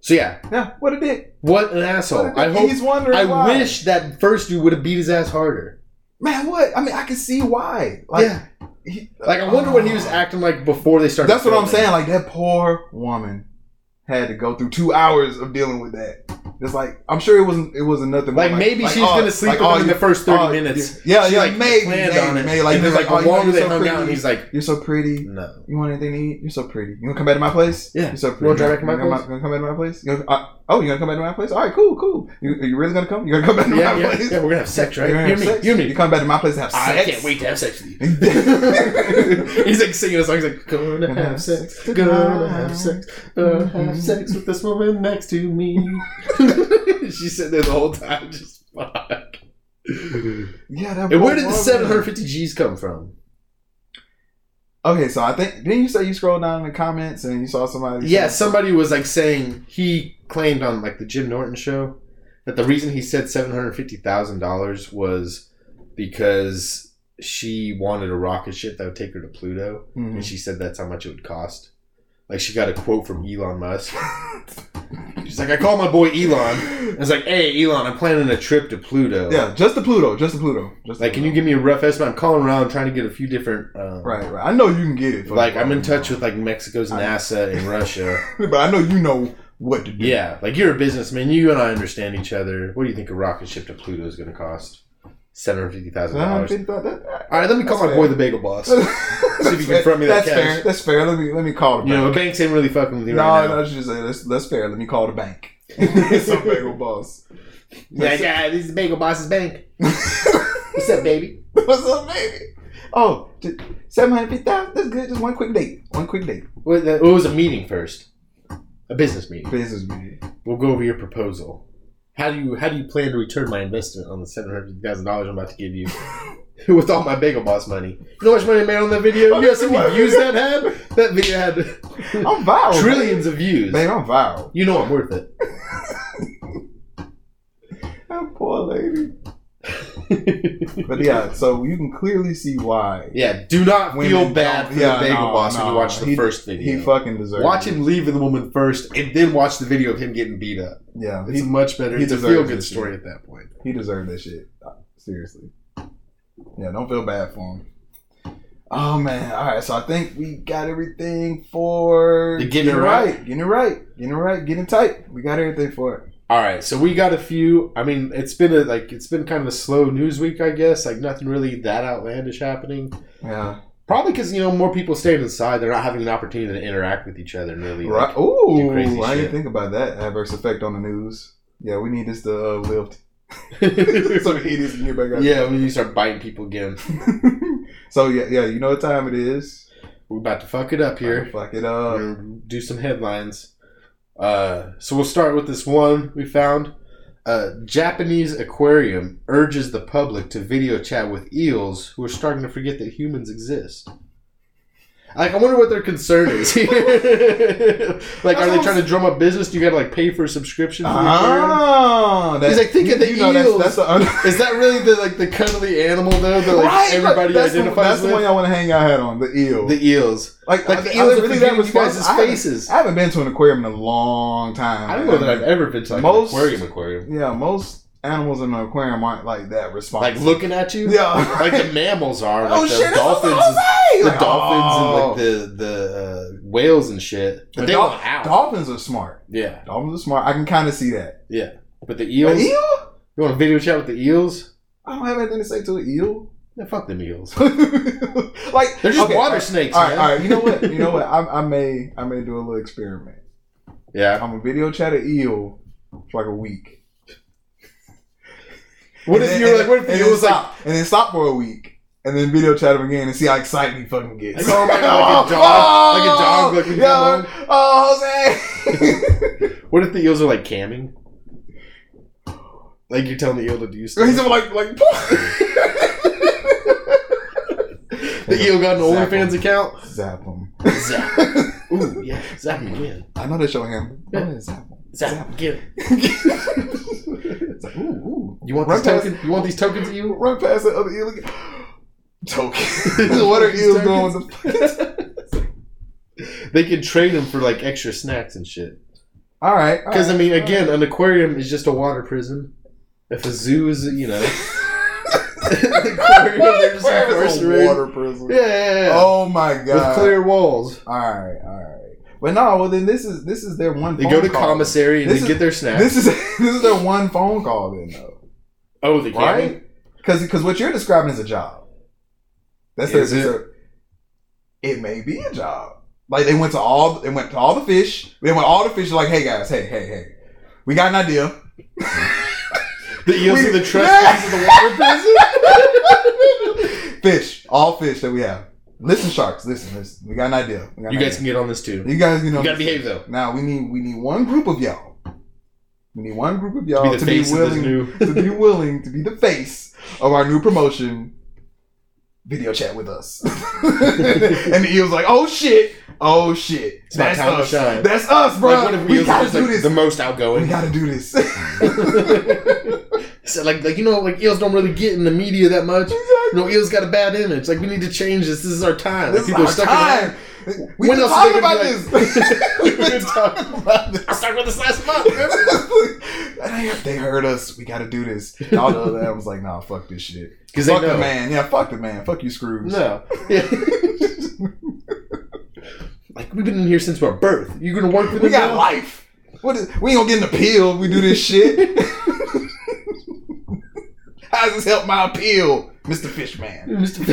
Speaker 1: so yeah,
Speaker 2: Yeah, what a dick.
Speaker 1: what an
Speaker 2: What a
Speaker 1: asshole!
Speaker 2: dick.
Speaker 1: I hope.
Speaker 2: he's wondering.
Speaker 1: I
Speaker 2: why.
Speaker 1: wish that first dude would have beat his ass harder.
Speaker 2: Man, what? I mean, I can see why. Like,
Speaker 1: yeah,
Speaker 2: he-
Speaker 1: like I wonder what he was acting like before they started.
Speaker 2: That's what I'm
Speaker 1: filming.
Speaker 2: saying. Like that poor woman had to go through two hours of dealing with that. It's like I'm sure it wasn't. It wasn't nothing.
Speaker 1: Like, maybe she's
Speaker 2: oh,
Speaker 1: gonna sleep
Speaker 2: like,
Speaker 1: with
Speaker 2: oh,
Speaker 1: him in the
Speaker 2: you-
Speaker 1: first thirty
Speaker 2: oh,
Speaker 1: minutes.
Speaker 2: Yeah,
Speaker 1: She,
Speaker 2: yeah,
Speaker 1: like,
Speaker 2: maybe,
Speaker 1: planned
Speaker 2: maybe,
Speaker 1: on it.
Speaker 2: maybe. Like,
Speaker 1: and
Speaker 2: they're
Speaker 1: then, like,
Speaker 2: oh,
Speaker 1: the
Speaker 2: you know,
Speaker 1: longer
Speaker 2: you're
Speaker 1: they
Speaker 2: so
Speaker 1: hung
Speaker 2: pretty.
Speaker 1: out, and he's like,
Speaker 2: "You're so pretty.
Speaker 1: no.
Speaker 2: You want anything to eat? You're so pretty. You gonna come back to my place?
Speaker 1: Yeah.
Speaker 2: You're so pretty.
Speaker 1: wanna drive back to my
Speaker 2: You gonna
Speaker 1: place?
Speaker 2: Come, gonna come back to my place? You gonna, uh, oh, you gonna come back to my place? All right, cool, cool. You, are you really gonna come? You gonna come back to
Speaker 1: <laughs> Yeah,
Speaker 2: my
Speaker 1: yeah,
Speaker 2: place?
Speaker 1: yeah, we're gonna have sex, <laughs> right?
Speaker 2: You,
Speaker 1: You
Speaker 2: gonna
Speaker 1: and
Speaker 2: have
Speaker 1: me,
Speaker 2: sex?
Speaker 1: you and me.
Speaker 2: You come back to my place and have sex?
Speaker 1: I can't wait to have sex with you. <laughs> He's like singing a song. He's like, gonna have sex, gonna have sex, gonna have sex with this woman next to me. <laughs> She's sitting there the whole time, just <laughs> fuck. And
Speaker 2: yeah, that
Speaker 1: where did the
Speaker 2: woman.
Speaker 1: 750 G's come from?
Speaker 2: Okay, so I think didn't you say you scrolled down in the comments and you saw somebody?
Speaker 1: Yeah, somebody was like saying he claimed on like the Jim Norton show that the reason he said seven hundred fifty thousand dollars was because she wanted a rocket ship that would take her to Pluto. and <laughs>
Speaker 2: Mhm.
Speaker 1: she said that's how much it would cost. Like she got a quote from Elon Musk. She's like, I called my boy Elon. I was like, Hey Elon, I'm planning a trip to Pluto.
Speaker 2: Yeah, just the Pluto, just the Pluto, just the
Speaker 1: Like, can you
Speaker 2: Pluto.
Speaker 1: give me a rough estimate? I'm calling around, trying to get a few different. Um,
Speaker 2: right? Right. I know you can get it. for
Speaker 1: Like
Speaker 2: the
Speaker 1: I'm in
Speaker 2: Pluto.
Speaker 1: touch with like Mexico's
Speaker 2: I-
Speaker 1: NASA and Russia.
Speaker 2: <laughs> but I know you know what to do.
Speaker 1: Yeah, like you're a businessman. You and I understand each other. What do you think a rocket ship to Pluto is going to cost? Seven hundred fifty thousand
Speaker 2: I
Speaker 1: dollars.
Speaker 2: think that- that-
Speaker 1: All right, let me call
Speaker 2: That's
Speaker 1: my
Speaker 2: fair.
Speaker 1: boy the Bagel
Speaker 2: <laughs>
Speaker 1: <laughs> Boss. You
Speaker 2: that's
Speaker 1: if you can
Speaker 2: fair.
Speaker 1: front me that
Speaker 2: That's
Speaker 1: cash.
Speaker 2: fair. That's fair. Let me let me call the
Speaker 1: know,
Speaker 2: bank.
Speaker 1: the banks ain't really fucking with you
Speaker 2: no,
Speaker 1: right now.
Speaker 2: no, I should just say that's that's fair. Let me call the bank.
Speaker 1: <laughs>
Speaker 2: <laughs> Some bagel boss. <laughs>
Speaker 1: Like, yeah, this is Bagel Boss's bank. What's up, baby?
Speaker 2: What's up, baby? Oh, seven hundred fifty thousand. That's good. Just one quick date. One quick date.
Speaker 1: Well, that- it was a meeting first, a business meeting.
Speaker 2: Business meeting.
Speaker 1: We'll go over your proposal. How do you how do you plan to return my investment on the seven hundred thousand dollars I'm about to give you <laughs> with all my bagel boss money? You know how much money I made on that video? You know how many views that had? That video had
Speaker 2: I'm viral.
Speaker 1: trillions of views.
Speaker 2: Babe, I'm viral.
Speaker 1: You know I'm worth it.
Speaker 2: That poor
Speaker 1: <laughs>
Speaker 2: lady. But yeah, so you can clearly see why
Speaker 1: yeah, do not
Speaker 2: Women
Speaker 1: feel
Speaker 2: don't-
Speaker 1: bad for
Speaker 2: yeah,
Speaker 1: the bagel
Speaker 2: no,
Speaker 1: boss when
Speaker 2: no.
Speaker 1: you watch the
Speaker 2: He-
Speaker 1: first
Speaker 2: he
Speaker 1: video.
Speaker 2: fucking deserves.
Speaker 1: watch
Speaker 2: it.
Speaker 1: him leaving the woman first, and then watch the video of him getting beat up.
Speaker 2: Yeah,
Speaker 1: It's
Speaker 2: he,
Speaker 1: much better.
Speaker 2: he
Speaker 1: It's a
Speaker 2: deserves
Speaker 1: feel good
Speaker 2: this,
Speaker 1: story at that point.
Speaker 2: he deserved that shit. Uh, Seriously. Yeah, don't feel bad for him. Oh man! All right, so I think we got everything for
Speaker 1: The getting it
Speaker 2: getting it right, getting it right, getting tight. We got everything for it.
Speaker 1: All right, so we got a few. I mean, it's been a like it's been kind of a slow news week, I guess. Like nothing really that outlandish happening.
Speaker 2: Yeah.
Speaker 1: Probably because you know more people staying inside; they're not having an opportunity to interact with each other. and Really, <laughs> like,
Speaker 2: Right. <laughs> Ooh,
Speaker 1: do crazy
Speaker 2: I
Speaker 1: shit.
Speaker 2: didn't think about that adverse effect on the news. Yeah, we need this to uh,
Speaker 1: <laughs>
Speaker 2: lift. so the idiots can get back out.
Speaker 1: yeah, when you start biting people again,
Speaker 2: <laughs> so yeah, yeah, you know what time it is.
Speaker 1: we're about to fuck it up here.
Speaker 2: Fuck it up.
Speaker 1: We're gonna uh, do some headlines. Uh, so we'll start with this one we found. Uh, Japanese aquarium urges the public to video chat with eels who are starting to forget that humans exist. Like, I wonder what their concern is <laughs> here. like, are they trying to drum up business? Do you got to like pay for a subscription? For the aquarium?
Speaker 2: Ah, that,
Speaker 1: He's like, think of the eels.
Speaker 2: That's, that's the un-
Speaker 1: Is that really the like the cuddly animal though that like
Speaker 2: Right,
Speaker 1: everybody
Speaker 2: that's The,
Speaker 1: identifies
Speaker 2: that's the one
Speaker 1: with?
Speaker 2: y'all want to hang your hat on. The eel.
Speaker 1: The eels,
Speaker 2: like,
Speaker 1: like
Speaker 2: are
Speaker 1: the
Speaker 2: they-
Speaker 1: eels
Speaker 2: are
Speaker 1: are
Speaker 2: they
Speaker 1: really
Speaker 2: that
Speaker 1: that you guys'
Speaker 2: responsible? I haven't,
Speaker 1: faces.
Speaker 2: I haven't been to an aquarium in a long time.
Speaker 1: I don't know that I've ever been to like,
Speaker 2: Most-
Speaker 1: an aquarium. Aquarium,
Speaker 2: Yeah, most animals in an aquarium aren't like that
Speaker 1: like
Speaker 2: responsible.
Speaker 1: looking at you.
Speaker 2: Yeah. <laughs>
Speaker 1: like the mammals are. Like
Speaker 2: oh
Speaker 1: the
Speaker 2: shit! that's what
Speaker 1: dolphins,
Speaker 2: I was saying!
Speaker 1: the
Speaker 2: Like,
Speaker 1: dolphins,
Speaker 2: oh.
Speaker 1: and like the the uh, whales and shit. But
Speaker 2: The
Speaker 1: they
Speaker 2: dol-
Speaker 1: want out.
Speaker 2: Oh. dolphins are smart.
Speaker 1: yeah,
Speaker 2: Dolphins are smart. I can kind of see that.
Speaker 1: but the
Speaker 2: An
Speaker 1: eels.
Speaker 2: eel?
Speaker 1: You want to video chat with the eels?
Speaker 2: I don't have anything to say to an eel. <laughs>
Speaker 1: Yeah, fuck them eels.
Speaker 2: like
Speaker 1: They're just
Speaker 2: okay,
Speaker 1: water snakes.
Speaker 2: All right,
Speaker 1: man.
Speaker 2: all right. You know what? You know what? I, I may, I may do a little experiment.
Speaker 1: <laughs> yeah.
Speaker 2: I'm gonna video chat an eel for like a week.
Speaker 1: What
Speaker 2: And
Speaker 1: if
Speaker 2: then-
Speaker 1: you were like? What if
Speaker 2: and
Speaker 1: the
Speaker 2: then
Speaker 1: eel was like?
Speaker 2: stop, and then stop for a week, and then video chat him again and see how excited he fucking gets.
Speaker 1: Like, oh
Speaker 2: <laughs>
Speaker 1: my God, like a dog- like a dog looking
Speaker 2: yeah, Oh,
Speaker 1: <laughs>
Speaker 2: Jose.
Speaker 1: What if the eels are like camming? Like you're telling the eel to
Speaker 2: <laughs>
Speaker 1: do
Speaker 2: He's
Speaker 1: stuff.
Speaker 2: like, like.
Speaker 1: The eel got an
Speaker 2: Zap 'em.
Speaker 1: OnlyFans account.
Speaker 2: <laughs> Zap him.
Speaker 1: Zap. <laughs> Ooh, yeah, Zappa win.
Speaker 2: I know they show him.
Speaker 1: Yeah.
Speaker 2: Oh, it's Apple.
Speaker 1: Zappa get it.
Speaker 2: <laughs> It's like, ooh, ooh.
Speaker 1: You want
Speaker 2: Run
Speaker 1: these
Speaker 2: past-
Speaker 1: tokens? You want these tokens? of You?
Speaker 2: Run past the other eel again. Token. <laughs> what are eels doing with the
Speaker 1: <laughs> They can trade them for like extra snacks and shit.
Speaker 2: All right. all
Speaker 1: Because I
Speaker 2: Oh, right,
Speaker 1: mean,
Speaker 2: all <laughs>
Speaker 1: again, an aquarium is just a water prison. If a zoo is, you
Speaker 2: <laughs>
Speaker 1: know, <laughs> an aquarium, they're just
Speaker 2: Where is a
Speaker 1: incarcerated.
Speaker 2: water prison.
Speaker 1: Yeah, yeah, yeah.
Speaker 2: Oh my god.
Speaker 1: with clear walls.
Speaker 2: All right, all right. But no, well then this is this is their one.
Speaker 1: They
Speaker 2: phone
Speaker 1: go to
Speaker 2: call.
Speaker 1: commissary and
Speaker 2: This
Speaker 1: they
Speaker 2: is-
Speaker 1: get their snacks.
Speaker 2: This is <laughs> this is their one phone call then though,
Speaker 1: oh, they can.
Speaker 2: right? Because what you're describing is a job. That's their,
Speaker 1: Is
Speaker 2: that's
Speaker 1: it?
Speaker 2: their- it may be a job. Like they went to all they went to all the fish. They went to all the fish. Like hey guys, hey hey hey, we got an idea.
Speaker 1: The eels
Speaker 2: We- <laughs>
Speaker 1: are the trustees of the water prison.
Speaker 2: <laughs> Fish, all fish that we have. Listen, sharks, listen, listen. We got an idea. We got
Speaker 1: You
Speaker 2: an
Speaker 1: guys can get on this too.
Speaker 2: idea. you guys, you know,
Speaker 1: You gotta behave though.
Speaker 2: Now we need we need one group of y'all. We need one group of y'all
Speaker 1: Be
Speaker 2: to
Speaker 1: the
Speaker 2: be
Speaker 1: face of this
Speaker 2: willing <laughs>
Speaker 1: new.
Speaker 2: to be willing to be the face of our new promotion. Video chat with us, <laughs> and the eels like, oh shit, oh shit,
Speaker 1: It's my time to
Speaker 2: us,
Speaker 1: shine.
Speaker 2: that's us, bro.
Speaker 1: Like, what if
Speaker 2: we,
Speaker 1: eels are
Speaker 2: gotta
Speaker 1: just,
Speaker 2: do
Speaker 1: like,
Speaker 2: this.
Speaker 1: The most
Speaker 2: we
Speaker 1: outgoing.
Speaker 2: gotta do
Speaker 1: <laughs>
Speaker 2: this.
Speaker 1: so like, like you know, like eels don't really get in the media that much. <laughs> You know, eels got a bad image. Like we need to change this. This is our time.
Speaker 2: this
Speaker 1: Like,
Speaker 2: is our
Speaker 1: <laughs>
Speaker 2: time. We
Speaker 1: When
Speaker 2: been
Speaker 1: else are
Speaker 2: talking
Speaker 1: they
Speaker 2: about
Speaker 1: gonna be
Speaker 2: <laughs> this. We've been talking about this.
Speaker 1: I started with this last month. remember?
Speaker 2: They- they heard us. We gotta do <laughs> this. And all the other animals like, nah, fuck this shit.
Speaker 1: <laughs> 'Cause they
Speaker 2: Fuck
Speaker 1: know.
Speaker 2: the man. Yeah, fuck the man. Fuck you, screws.
Speaker 1: No. <laughs> Yeah. like we've been in here since our birth. You're gonna work with
Speaker 2: We
Speaker 1: us
Speaker 2: got
Speaker 1: now? <laughs>
Speaker 2: life. What is, we ain't gonna get an appeal if we do this shit. <laughs> How does this help my appeal, Mr. Fishman?
Speaker 1: <laughs> Mr.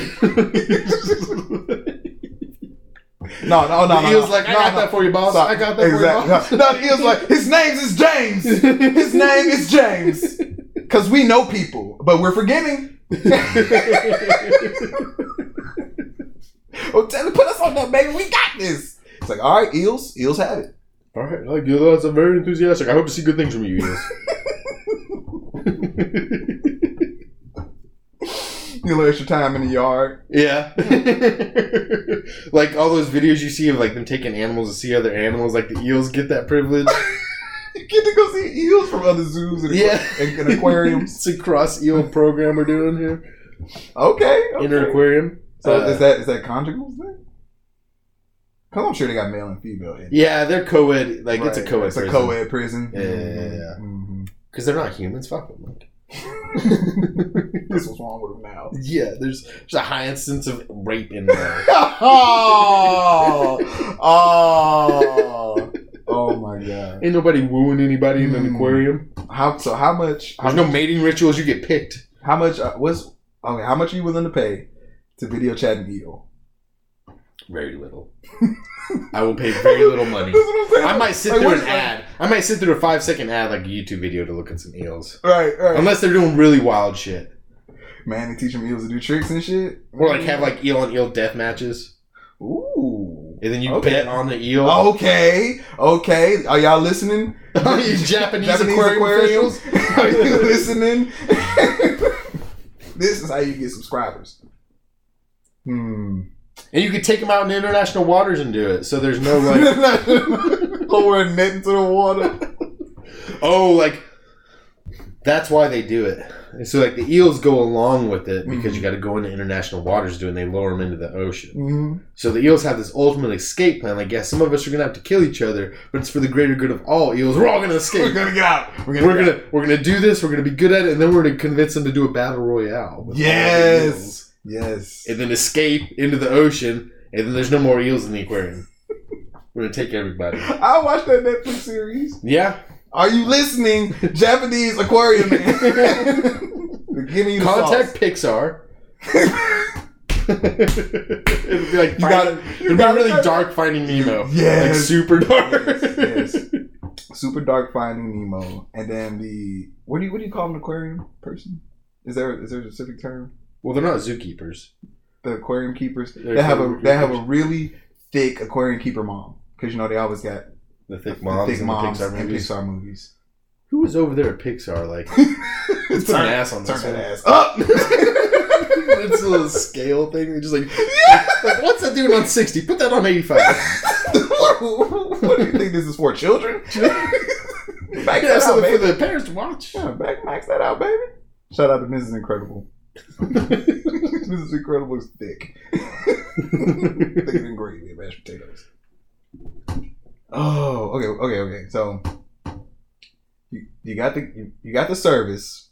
Speaker 2: No, no, no, no.
Speaker 1: the eels
Speaker 2: no,
Speaker 1: like, I
Speaker 2: no,
Speaker 1: got
Speaker 2: no.
Speaker 1: that for you, boss. I got that
Speaker 2: Exactly.
Speaker 1: for <laughs>
Speaker 2: No,
Speaker 1: you, boss.
Speaker 2: no, the eels like, his name is <laughs> James. His name is James. Because we know people, but we're forgiving. Oh, tell, put us on that, baby. We got this. It's like, all right, eels, eels have it.
Speaker 1: <laughs> All right, like you lots are very enthusiastic. I hope to see good things from you, <laughs> eels.
Speaker 2: You little extra time in the yard.
Speaker 1: yeah, <laughs> like all those videos you see of like them taking animals to see other animals. Like the eels get that privilege.
Speaker 2: You get to go see eels from other zoos and,
Speaker 1: Yeah.
Speaker 2: and, and aquariums.
Speaker 1: it's a cross eel program we're doing here. <laughs>
Speaker 2: Okay. okay.
Speaker 1: Inner aquarium.
Speaker 2: So
Speaker 1: Uh,
Speaker 2: is that is that conjugals then? Because I'm sure they got male and female. In.
Speaker 1: Yeah, they're co-ed. Like it's a
Speaker 2: Right.
Speaker 1: co-ed.
Speaker 2: It's a co-ed prison.
Speaker 1: Yeah, yeah, yeah.
Speaker 2: Mhm.
Speaker 1: because they're not humans. Fuck them. Like.
Speaker 2: Mm-hmm. <laughs> this was wrong with them now. <laughs>
Speaker 1: Yeah, there's there's a high instance of rape in there.
Speaker 2: oh, oh, oh my god!
Speaker 1: Ain't nobody wooing anybody in an
Speaker 2: Hmm.
Speaker 1: aquarium.
Speaker 2: How so? How much? How,
Speaker 1: There's no mating rituals. You get picked.
Speaker 2: how much? Uh, what's okay? How much are you willing to pay to video chat an eel?
Speaker 1: Very <laughs> little. I will pay very little money.
Speaker 2: That's what I'm saying.
Speaker 1: I might sit
Speaker 2: Like,
Speaker 1: through
Speaker 2: what
Speaker 1: an
Speaker 2: is-
Speaker 1: ad. I might sit through a five second ad like a YouTube video to look at some eels.
Speaker 2: Right, right.
Speaker 1: Unless they're doing really wild shit.
Speaker 2: Man, they teach them eels to do tricks and shit.
Speaker 1: Or like have like eel on eel death matches.
Speaker 2: ooh.
Speaker 1: And then you
Speaker 2: Okay. Oh.
Speaker 1: bet on the eel. <laughs>
Speaker 2: Okay, okay. Are y'all listening?
Speaker 1: All you Japanese,
Speaker 2: Japanese
Speaker 1: aquarium
Speaker 2: aquariums?
Speaker 1: officials.
Speaker 2: Are you listening? <laughs> this is how you get subscribers. Hmm.
Speaker 1: And you could take them out in international waters and do it. So there's
Speaker 2: <laughs>
Speaker 1: no like
Speaker 2: Lower a net into the water.
Speaker 1: Oh, like that's why they do it. And so like the eels go along with it
Speaker 2: Mm-hmm.
Speaker 1: because you got to go into international waters doing. They lower them into the ocean.
Speaker 2: Mhm.
Speaker 1: So the eels have this ultimate escape plan. Like, yeah, some of us are gonna have to kill each other, but it's for the greater good of all. Eels, we're all gonna
Speaker 2: We're
Speaker 1: escape.
Speaker 2: gonna get out. We're gonna.
Speaker 1: We're
Speaker 2: get
Speaker 1: gonna we're gonna do this. We're gonna be good at it, and then we're gonna convince them to do a battle royale. with all the
Speaker 2: Yes.
Speaker 1: eels.
Speaker 2: Yes.
Speaker 1: and then escape into the ocean, and then there's no more eels in the aquarium. we're gonna
Speaker 2: <laughs>
Speaker 1: take everybody.
Speaker 2: I watched that Netflix series.
Speaker 1: Yeah,
Speaker 2: Are you <laughs> listening, Japanese aquarium man? Give me the
Speaker 1: contact
Speaker 2: <laughs>
Speaker 1: Pixar.
Speaker 2: sauce.
Speaker 1: It'd be like
Speaker 2: You
Speaker 1: find-
Speaker 2: gotta- you
Speaker 1: it'd be
Speaker 2: gotta-
Speaker 1: really dark Finding Nemo.
Speaker 2: Yes.
Speaker 1: like super dark.
Speaker 2: Yes, <laughs> Super Dark Finding Nemo, and then the what do you what do you call an aquarium person? Is there is there a specific term?
Speaker 1: <laughs> Well, they're not zookeepers.
Speaker 2: The aquarium keepers
Speaker 1: They're
Speaker 2: they have a
Speaker 1: aquarium
Speaker 2: they have a
Speaker 1: keepers.
Speaker 2: really thick aquarium keeper mom because you know they always got
Speaker 1: The thick
Speaker 2: the
Speaker 1: moms,
Speaker 2: thick
Speaker 1: and
Speaker 2: moms
Speaker 1: the Pixar
Speaker 2: in
Speaker 1: movies.
Speaker 2: Pixar movies.
Speaker 1: Who was over there at
Speaker 2: <laughs>
Speaker 1: Pixar? Like,
Speaker 2: It's
Speaker 1: it's an ass on
Speaker 2: Turn
Speaker 1: this
Speaker 2: that ass
Speaker 1: <laughs> one.
Speaker 2: up. <laughs>
Speaker 1: it's a little scale thing. They're just like, like, what's that doing on sixty? Put that on eighty-five.
Speaker 2: <laughs> what, what do you think this is for? Children? back
Speaker 1: Yeah,
Speaker 2: that out,
Speaker 1: something for
Speaker 2: baby.
Speaker 1: the parents to watch.
Speaker 2: Yeah, back max that out, baby. Shout out to Mrs. Incredible. <laughs> Mrs. Incredible is thick. thick and gravy and mashed potatoes. Oh, okay, okay, okay. So you, you got the you, you got the service.